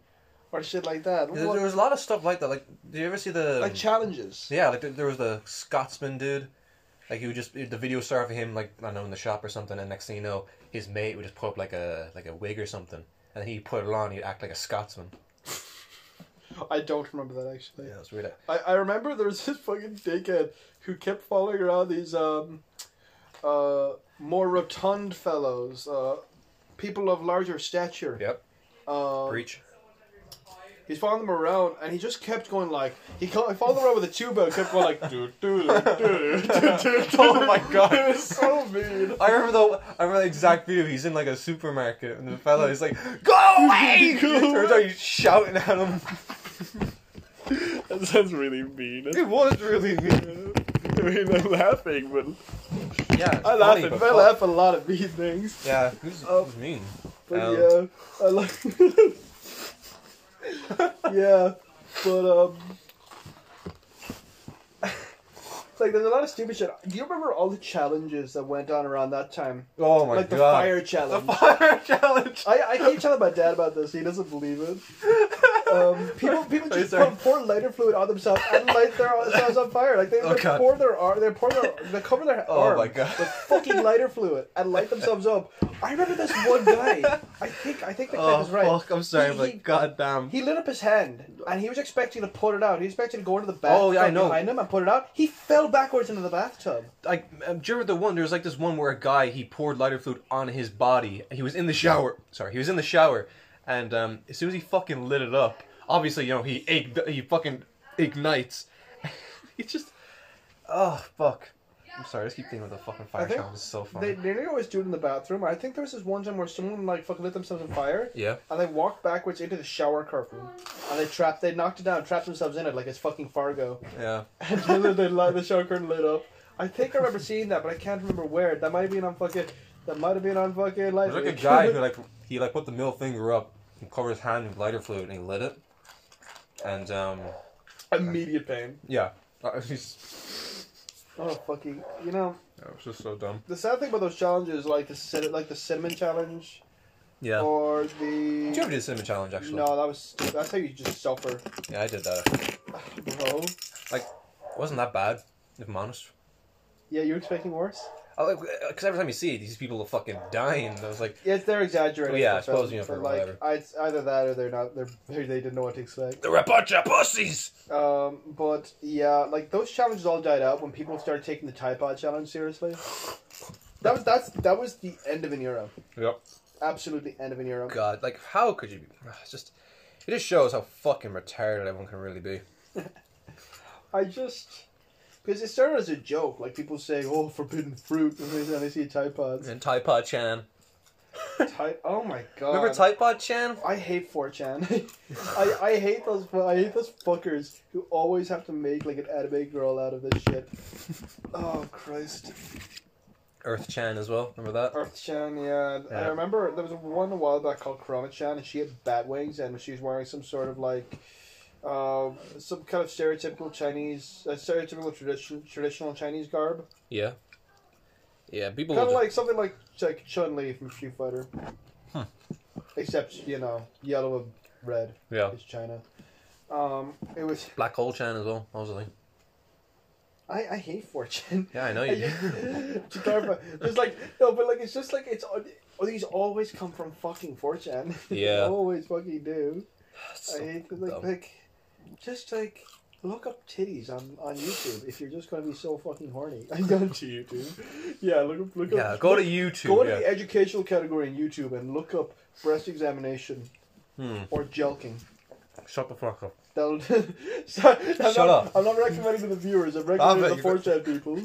Speaker 1: or shit like that.
Speaker 2: There,
Speaker 1: What-
Speaker 2: there was a lot of stuff like that. Like, did you ever see the?
Speaker 1: like challenges.
Speaker 2: yeah, like there, there was the Scotsman dude. Like he would just the video star of him, like I don't know, in the shop or something. And next thing you know, his mate would just put up like a like a wig or something, and then he'd put it on. He'd act like a Scotsman.
Speaker 1: I don't remember that actually.
Speaker 2: Yeah, it's weird.
Speaker 1: I, I remember there was this fucking dickhead who kept following around these um, uh, more rotund fellows, uh, people of larger stature.
Speaker 2: Yep.
Speaker 1: Um,
Speaker 2: Breach.
Speaker 1: he's following them around, and he just kept going like he, co- he followed them around with a tuba, and kept going like do do do do do do.
Speaker 2: Oh my God.
Speaker 1: it was so mean.
Speaker 2: I remember the I remember the exact video. He's in like a supermarket, and the fella is like, "Go away!"
Speaker 1: Go
Speaker 2: Turns out he's shouting at him.
Speaker 1: That sounds really mean.
Speaker 2: It was really mean.
Speaker 1: I mean, I'm laughing, but
Speaker 2: Yeah,
Speaker 1: I laugh. at- I laugh at a lot of mean things.
Speaker 2: Yeah, who's,
Speaker 1: Oh.
Speaker 2: who's mean?
Speaker 1: But
Speaker 2: Um,
Speaker 1: yeah, I like. yeah, but um, it's like there's a lot of stupid shit. Do you remember all the challenges that went on around that time?
Speaker 2: Oh my
Speaker 1: like the
Speaker 2: god!
Speaker 1: fire challenge.
Speaker 2: fire challenge.
Speaker 1: I, I keep telling my dad about this. He doesn't believe it. Um, people people
Speaker 2: Sorry,
Speaker 1: just
Speaker 2: sorry.
Speaker 1: pour, pour lighter fluid on themselves and light their themselves on fire. Like they,
Speaker 2: Oh,
Speaker 1: they
Speaker 2: God.
Speaker 1: pour their arm, they pour their they cover their
Speaker 2: Oh,
Speaker 1: arm
Speaker 2: my God.
Speaker 1: with fucking lighter fluid and light themselves up. I remember this one guy. I think I think the clip
Speaker 2: Oh
Speaker 1: is right.
Speaker 2: fuck! I'm sorry,
Speaker 1: He-
Speaker 2: but
Speaker 1: he-
Speaker 2: goddamn.
Speaker 1: He lit up his hand and he was expecting to put it out. He was expecting to go into the bathtub
Speaker 2: Oh, yeah, I know.
Speaker 1: behind him and put it out. He fell backwards into the bathtub.
Speaker 2: Like um, do you remember the one? There was like this one where a guy he poured lighter fluid on his body. He was in the shower. Sorry, he was in the shower, and um, as soon as he fucking lit it up, obviously you know he ig- he fucking ignites. It's just, oh fuck! I'm sorry. I just keep thinking of the fucking
Speaker 1: I
Speaker 2: fire
Speaker 1: think
Speaker 2: challenge. It's so fun.
Speaker 1: They, they nearly always do it in the bathroom. I think there was this one time where someone like fucking lit themselves on fire.
Speaker 2: Yeah.
Speaker 1: and they walked backwards into the shower curtain, and they trapped, they knocked it down, trapped themselves in it like it's fucking Fargo,
Speaker 2: Yeah.
Speaker 1: and then they light, the shower curtain lit up. I think I remember seeing that, but I can't remember where. That might have been on fucking, that might have been on fucking like.
Speaker 2: There's like a guy who like he like put the middle finger up and covered his hand in lighter fluid and he lit it. And um
Speaker 1: immediate pain.
Speaker 2: yeah. Uh, he's-
Speaker 1: Oh fucking, you know
Speaker 2: That was just so dumb.
Speaker 1: the sad thing about those challenges, like the cin- like the cinnamon challenge,
Speaker 2: Yeah.
Speaker 1: or
Speaker 2: Did you
Speaker 1: the.
Speaker 2: ever do the cinema challenge? Actually,
Speaker 1: Oh. No, that was stupid. That's how you just suffer,
Speaker 2: Yeah, I did that.
Speaker 1: bro.
Speaker 2: It wasn't that bad, if I'm honest.
Speaker 1: Yeah, you're expecting worse.
Speaker 2: Oh, because every time you see it, these people are fucking dying. I was like,
Speaker 1: Yeah, they're exaggerating.
Speaker 2: Well, Oh, yeah, I
Speaker 1: for film,
Speaker 2: suppose, you know,
Speaker 1: but
Speaker 2: for
Speaker 1: like,
Speaker 2: whatever.
Speaker 1: I- it's either that or they're not. They're they didn't know what to expect.
Speaker 2: they're a bunch of pussies.
Speaker 1: Um, but yeah, like those challenges all died out when people started taking the tripod challenge seriously. That was that's that was the end of an era.
Speaker 2: Yep.
Speaker 1: Absolutely end of an era.
Speaker 2: God, like how could you be? Ah, It's just, it just shows how fucking retarded everyone can really be.
Speaker 1: I just because it started as a joke. Like people say, "Oh, forbidden fruit," and they, and they see Tide Pods.
Speaker 2: And Tide Pod Chan.
Speaker 1: Tide, oh my god!
Speaker 2: Remember Tide Pod Chan?
Speaker 1: I hate 4chan. I, I hate those fu- I hate those fuckers who always have to make like an anime girl out of this shit. Oh Christ.
Speaker 2: Earth Chan as well. Remember that?
Speaker 1: Earth-chan, yeah. I
Speaker 2: Yeah.
Speaker 1: remember there was one a while back called Chroma-chan and she had bat wings and she was wearing some sort of like uh, some kind of stereotypical Chinese, uh, stereotypical tradition, traditional Chinese garb,
Speaker 2: Yeah. Yeah, people.
Speaker 1: kind
Speaker 2: Will
Speaker 1: of
Speaker 2: just,
Speaker 1: like something like like Chun Li from Street Fighter, except you know yellow and red
Speaker 2: yeah.
Speaker 1: is China. Um, it was
Speaker 2: Black Hole Chan as well. Obviously.
Speaker 1: I, I hate fortune.
Speaker 2: Oh, Yeah, I know
Speaker 1: I
Speaker 2: you.
Speaker 1: just- to clarify, there's like no, but like it's just like it's all all these always come from fucking fortune.
Speaker 2: Yeah.
Speaker 1: always fucking do. I
Speaker 2: So
Speaker 1: hate like
Speaker 2: dumb.
Speaker 1: like just like look up titties on on YouTube if you're just gonna be so fucking horny. I gone to YouTube. Yeah, look up look
Speaker 2: yeah,
Speaker 1: up.
Speaker 2: go to
Speaker 1: look-
Speaker 2: YouTube.
Speaker 1: Go to
Speaker 2: yeah.
Speaker 1: the educational category in YouTube and look up breast examination
Speaker 2: Hmm.
Speaker 1: or jelking.
Speaker 2: Shut the fuck up.
Speaker 1: That'll Sorry, I'm
Speaker 2: Shut
Speaker 1: not,
Speaker 2: up.
Speaker 1: I'm not recommending to the viewers. I'm
Speaker 2: I'll
Speaker 1: recommending
Speaker 2: bet
Speaker 1: to the
Speaker 2: you-
Speaker 1: 4chan people.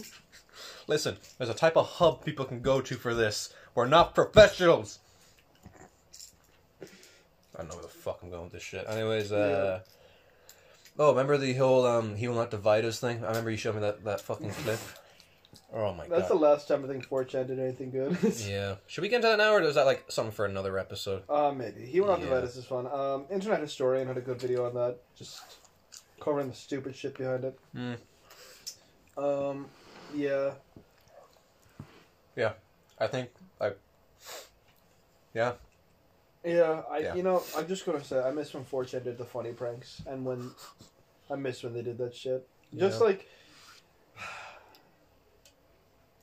Speaker 2: Listen, there's a type of hub people can go to for this. We're not professionals. I don't know where the fuck I'm going with this shit. Anyways, uh. Oh, remember the whole um, he will not divide us thing? I remember you showed me that, that fucking clip. Oh my
Speaker 1: That's the
Speaker 2: god.
Speaker 1: last time I think 4chan did anything good.
Speaker 2: yeah. Should we get into that now, or is that like something for another episode?
Speaker 1: uh, maybe. He went off
Speaker 2: Yeah.
Speaker 1: the lettuce is fun. Um, Internet Historian had a good video on that. Just covering the stupid shit behind it.
Speaker 2: Mm.
Speaker 1: Um, yeah.
Speaker 2: I think I. Yeah.
Speaker 1: Yeah, I,
Speaker 2: Yeah.
Speaker 1: you know, I'm just gonna say I miss when 4chan did the funny pranks and when I miss when they did that shit. Just
Speaker 2: Yeah.
Speaker 1: like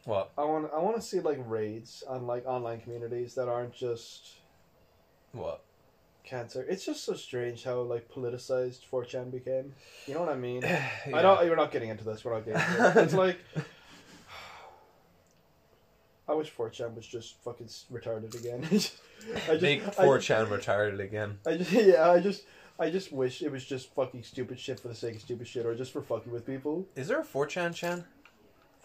Speaker 2: What?
Speaker 1: I want, I want to see like raids on like online communities that aren't just
Speaker 2: What?
Speaker 1: cancer. It's just so strange how like politicized 4chan became. You know what I mean?
Speaker 2: Yeah.
Speaker 1: I know you're not getting into this. We're not getting into it. It's like. I wish 4chan was just fucking s- retarded again. I just, I
Speaker 2: Make
Speaker 1: just, I,
Speaker 2: 4chan retarded again.
Speaker 1: I just, yeah, I just, I just wish it was just fucking stupid shit for the sake of stupid shit, or just for fucking with people.
Speaker 2: Is there a 4chan chan?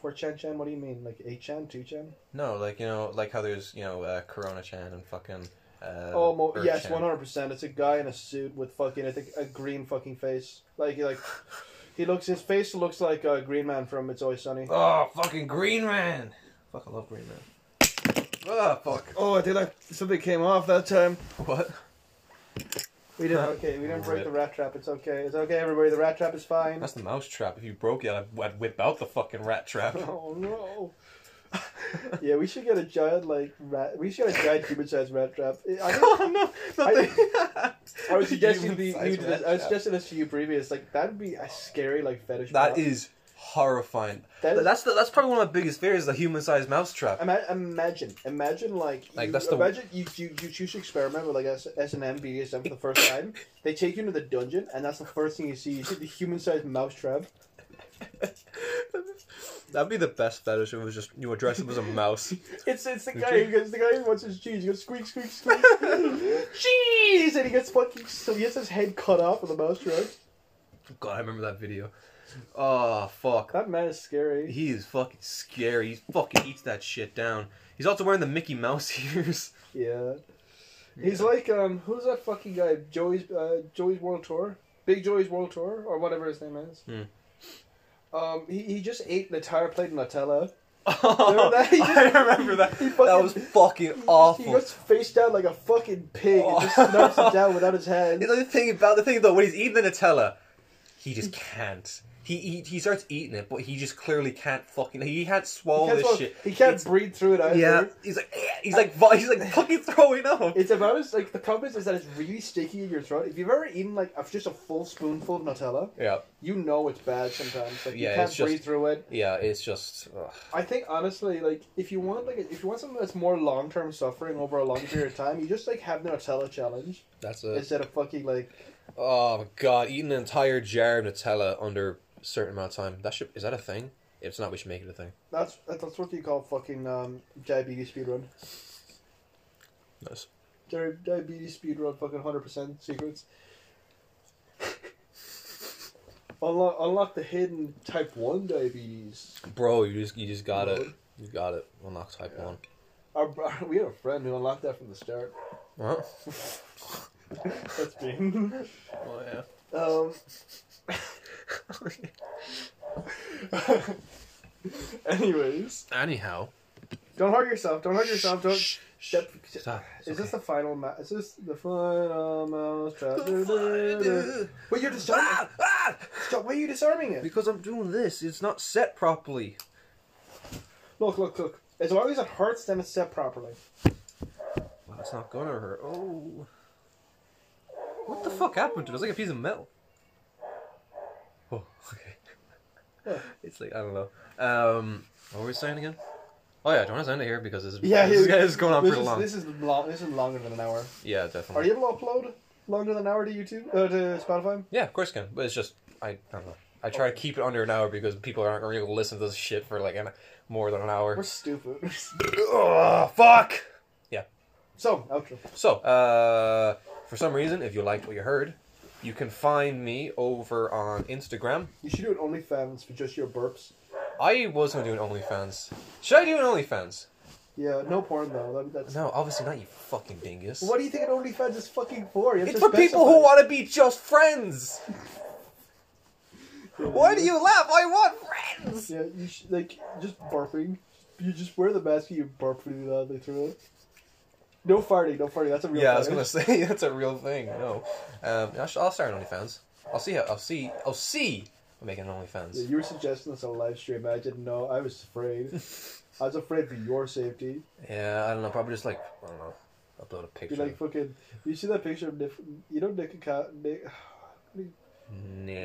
Speaker 1: 4chan chan, what do you mean? Like 8chan, 2chan?
Speaker 2: No, like you know, like how there's you know uh, Corona Chan and fucking. Uh,
Speaker 1: oh, mo-
Speaker 2: Bird
Speaker 1: yes,
Speaker 2: Chan.
Speaker 1: one hundred percent. It's a guy in a suit with fucking, I think, a green fucking face. Like, he like, he looks, his face looks like a uh, Green Man from It's Always Sunny.
Speaker 2: Oh, fucking Green Man! Fuck, I love Green Man. Oh, fuck.
Speaker 1: Oh, I think that something came off that time.
Speaker 2: What?
Speaker 1: We didn't. Okay, we didn't break the rat trap. It's okay. It's okay, everybody. The rat trap is fine.
Speaker 2: That's the mouse trap. If you broke it, I'd, I'd whip out the fucking rat trap.
Speaker 1: Oh no. yeah, we should get a giant like rat. We should get a giant human-sized rat trap. I- I, think-
Speaker 2: no! I,
Speaker 1: I was suggesting the, you this, I was suggesting this to you previous. Like that would be a scary like fetish.
Speaker 2: That
Speaker 1: prop.
Speaker 2: is horrifying.
Speaker 1: That is-
Speaker 2: that's the, that's probably one of my biggest fears: the human-sized mouse trap.
Speaker 1: Ima- imagine, imagine like,
Speaker 2: Like,
Speaker 1: you,
Speaker 2: that's the-
Speaker 1: imagine you, you you choose to experiment with like S and M BDSM for the first time. They take you into the dungeon, and that's the first thing you see. You see the human-sized mouse trap.
Speaker 2: That'd be the best fetish if it was just you were dressed up as a mouse.
Speaker 1: It's it's the guy who gets the guy who wants his cheese. He goes squeak squeak squeak cheese, and he gets fucking so he gets his head cut off with a mouse trap.
Speaker 2: God, I remember that video. Oh fuck.
Speaker 1: That man is scary.
Speaker 2: He is fucking scary. He fucking eats that shit down. He's also wearing the Mickey Mouse ears.
Speaker 1: Yeah, he's like um who's that fucking guy? Joey's uh, Joey's World Tour, Big Joey's World Tour, or whatever his name is.
Speaker 2: Hmm.
Speaker 1: Um, he, he just ate an entire plate of Nutella.
Speaker 2: Oh,
Speaker 1: that? He just-
Speaker 2: I remember that.
Speaker 1: he
Speaker 2: that
Speaker 1: fucking-
Speaker 2: was fucking
Speaker 1: He
Speaker 2: awful.
Speaker 1: goes face down like a fucking pig and just snarks it down without his hand.
Speaker 2: You know, the thing about the thing though, when he's eating the Nutella, he just can't. He, he he starts eating it, but he just clearly can't fucking. He can't swallow
Speaker 1: He can't,
Speaker 2: this
Speaker 1: swallow-
Speaker 2: shit.
Speaker 1: he can't
Speaker 2: It's-
Speaker 1: breathe through it either.
Speaker 2: Yeah, he's like he's like vo- he's like fucking throwing up.
Speaker 1: It's about as like the problem is, is that it's really sticky in your throat. If you've ever eaten like a- just a full spoonful of Nutella,
Speaker 2: Yeah,
Speaker 1: you know it's bad sometimes. Like you
Speaker 2: Yeah,
Speaker 1: can't
Speaker 2: it's just-
Speaker 1: breathe through it.
Speaker 2: yeah, it's just ugh.
Speaker 1: I think honestly, like if you want like if you want something that's more long term suffering over a long period of time, you just like have the Nutella challenge
Speaker 2: that's it.
Speaker 1: instead of fucking like
Speaker 2: Oh my god, eating an entire jar of Nutella under a certain amount of time. That should is that a thing? If it's not, we should make it a thing.
Speaker 1: that's that's what you call fucking um, diabetes speedrun.
Speaker 2: Nice.
Speaker 1: Di- Diabetes speedrun fucking hundred percent secrets. unlock unlock the hidden type one diabetes.
Speaker 2: Bro, you just you just got it.
Speaker 1: Bro.
Speaker 2: You got it. Unlock type one.
Speaker 1: Our, our, we had a friend who unlocked that from the start.
Speaker 2: Huh?
Speaker 1: That's been.
Speaker 2: Oh yeah.
Speaker 1: Um, anyways,
Speaker 2: Anyhow,
Speaker 1: don't hurt yourself. Don't hurt yourself. Don't.
Speaker 2: Shh, shh,
Speaker 1: Yep.
Speaker 2: stop. It's
Speaker 1: Is this
Speaker 2: okay.
Speaker 1: the final ma- Is this the final mouse trap? Wait, you're disarming.
Speaker 2: Ah, ah!
Speaker 1: Stop! Why are you disarming it?
Speaker 2: Because I'm doing this, it's not set properly.
Speaker 1: Look! Look! Look! As long as it hurts, then it's set properly.
Speaker 2: Well, it's not gonna hurt. Oh. What the fuck happened to it? It's like a piece of metal. Oh, okay. it's like, I don't know. Um, what were we saying again? Oh yeah, do you want to end it here? Because this is,
Speaker 1: Yeah,
Speaker 2: this,
Speaker 1: yeah.
Speaker 2: is going on
Speaker 1: this
Speaker 2: pretty
Speaker 1: is,
Speaker 2: long.
Speaker 1: This is long. This is longer than an hour.
Speaker 2: Yeah,
Speaker 1: Are
Speaker 2: definitely.
Speaker 1: you able to upload longer than an hour to YouTube? Uh, to Spotify?
Speaker 2: Yeah, of course you can. But it's just, I, I don't know. I try to keep it under an hour because people aren't going to listen to this shit for like an, more than an
Speaker 1: We're
Speaker 2: hour.
Speaker 1: stupid.
Speaker 2: Ugh, fuck!
Speaker 1: so outro.
Speaker 2: So, uh, for some reason, if you liked what you heard, you can find me over on Instagram.
Speaker 1: You should do an OnlyFans for just your burps.
Speaker 2: I was gonna do an OnlyFans. Should I do an OnlyFans?
Speaker 1: Yeah, no porn though. That, that's
Speaker 2: No, obviously not. You fucking dingus.
Speaker 1: What do you think an OnlyFans is fucking for? You have
Speaker 2: It's
Speaker 1: to
Speaker 2: for people who
Speaker 1: specify.
Speaker 2: want to be just friends. Why do you laugh? I want friends.
Speaker 1: Yeah, you should, like just burping. You just wear the mask and you burp really loudly through it. No farting, no farting. That's a real.
Speaker 2: Yeah, I was
Speaker 1: fetish.
Speaker 2: gonna say that's a real thing. No, um, I should- I'll start an OnlyFans. I'll see. How, I'll see. I'll see. I'm making an
Speaker 1: Yeah,
Speaker 2: OnlyFans.
Speaker 1: you were suggesting this on live stream. I didn't know. I was afraid. I was afraid for your safety.
Speaker 2: Yeah, I don't know. Probably just like I don't know. Upload a
Speaker 1: You
Speaker 2: picture.
Speaker 1: like fucking. You see that picture of Nick? You know Nick Aca- Nick, Nick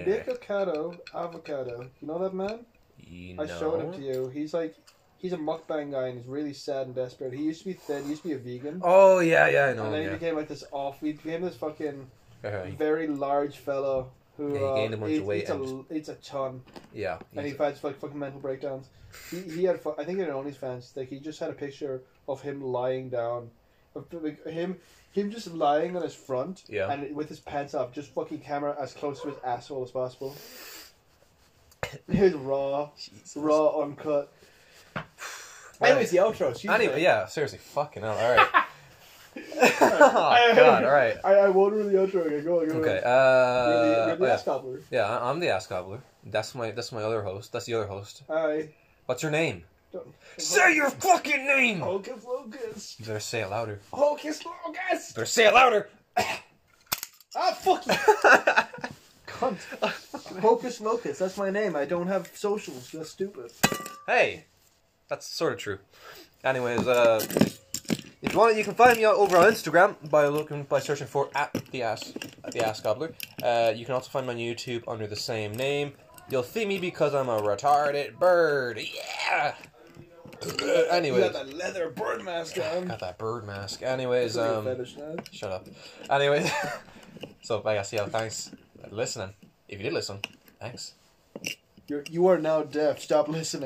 Speaker 2: Nick.
Speaker 1: Ocado Avocado. You know that man?
Speaker 2: You
Speaker 1: I showed him
Speaker 2: know?
Speaker 1: to you. He's like, he's a mukbang guy and he's really sad and desperate. He used to be thin. He used to be a vegan.
Speaker 2: Oh yeah, yeah, I know.
Speaker 1: and then he
Speaker 2: Yeah.
Speaker 1: became like this off. He became this fucking
Speaker 2: Uh,
Speaker 1: very large fellow who
Speaker 2: Yeah, he
Speaker 1: uh,
Speaker 2: gained a bunch of
Speaker 1: eats-
Speaker 2: weight
Speaker 1: eats, a,
Speaker 2: and
Speaker 1: l- eats a ton,
Speaker 2: yeah.
Speaker 1: and he
Speaker 2: he's-
Speaker 1: fights like fucking mental breakdowns. He, he had, fu- I think, in OnlyFans, like he just had a picture of him lying down, of like, him, him just lying on his front,
Speaker 2: Yeah.
Speaker 1: and with his pants off, just fucking camera as close to his asshole as possible. His raw,
Speaker 2: Jesus.
Speaker 1: raw uncut. Anyways, the outro. excuse
Speaker 2: Anyway,
Speaker 1: me.
Speaker 2: yeah, seriously, fucking hell. All right. oh, God, all right.
Speaker 1: I, I won't really outro again. Go on, go on. You're
Speaker 2: Okay.
Speaker 1: the, you're
Speaker 2: Uh,
Speaker 1: the
Speaker 2: oh, yeah.
Speaker 1: ass cobbler.
Speaker 2: yeah, I- I'm the ass gobbler. That's my that's my other host. That's the other host.
Speaker 1: Hi.
Speaker 2: What's your name?
Speaker 1: Don't-
Speaker 2: Say your fucking name. You
Speaker 1: Hocus Locus.
Speaker 2: better say it louder. You
Speaker 1: Hocus Locus.
Speaker 2: better say it louder.
Speaker 1: Ah, fuck you. Cunt. Hocus Locus. That's my name. I don't have socials. That's stupid.
Speaker 2: Hey, that's sort of true. Anyways, uh, if you want, it, you can find me out over on Instagram by looking by searching for at the ass at the ass gobbler. Uh, you can also find me on YouTube under the same name. You'll see me because I'm a retarded bird. Yeah.
Speaker 1: You got
Speaker 2: Anyways,
Speaker 1: that leather bird mask on.
Speaker 2: got that bird mask. Anyways,
Speaker 1: Real
Speaker 2: um.
Speaker 1: fetish now.
Speaker 2: Shut up. Anyways, so I guess yeah, thanks for listening. If you did listen, thanks.
Speaker 1: You're, you are now deaf. Stop listening.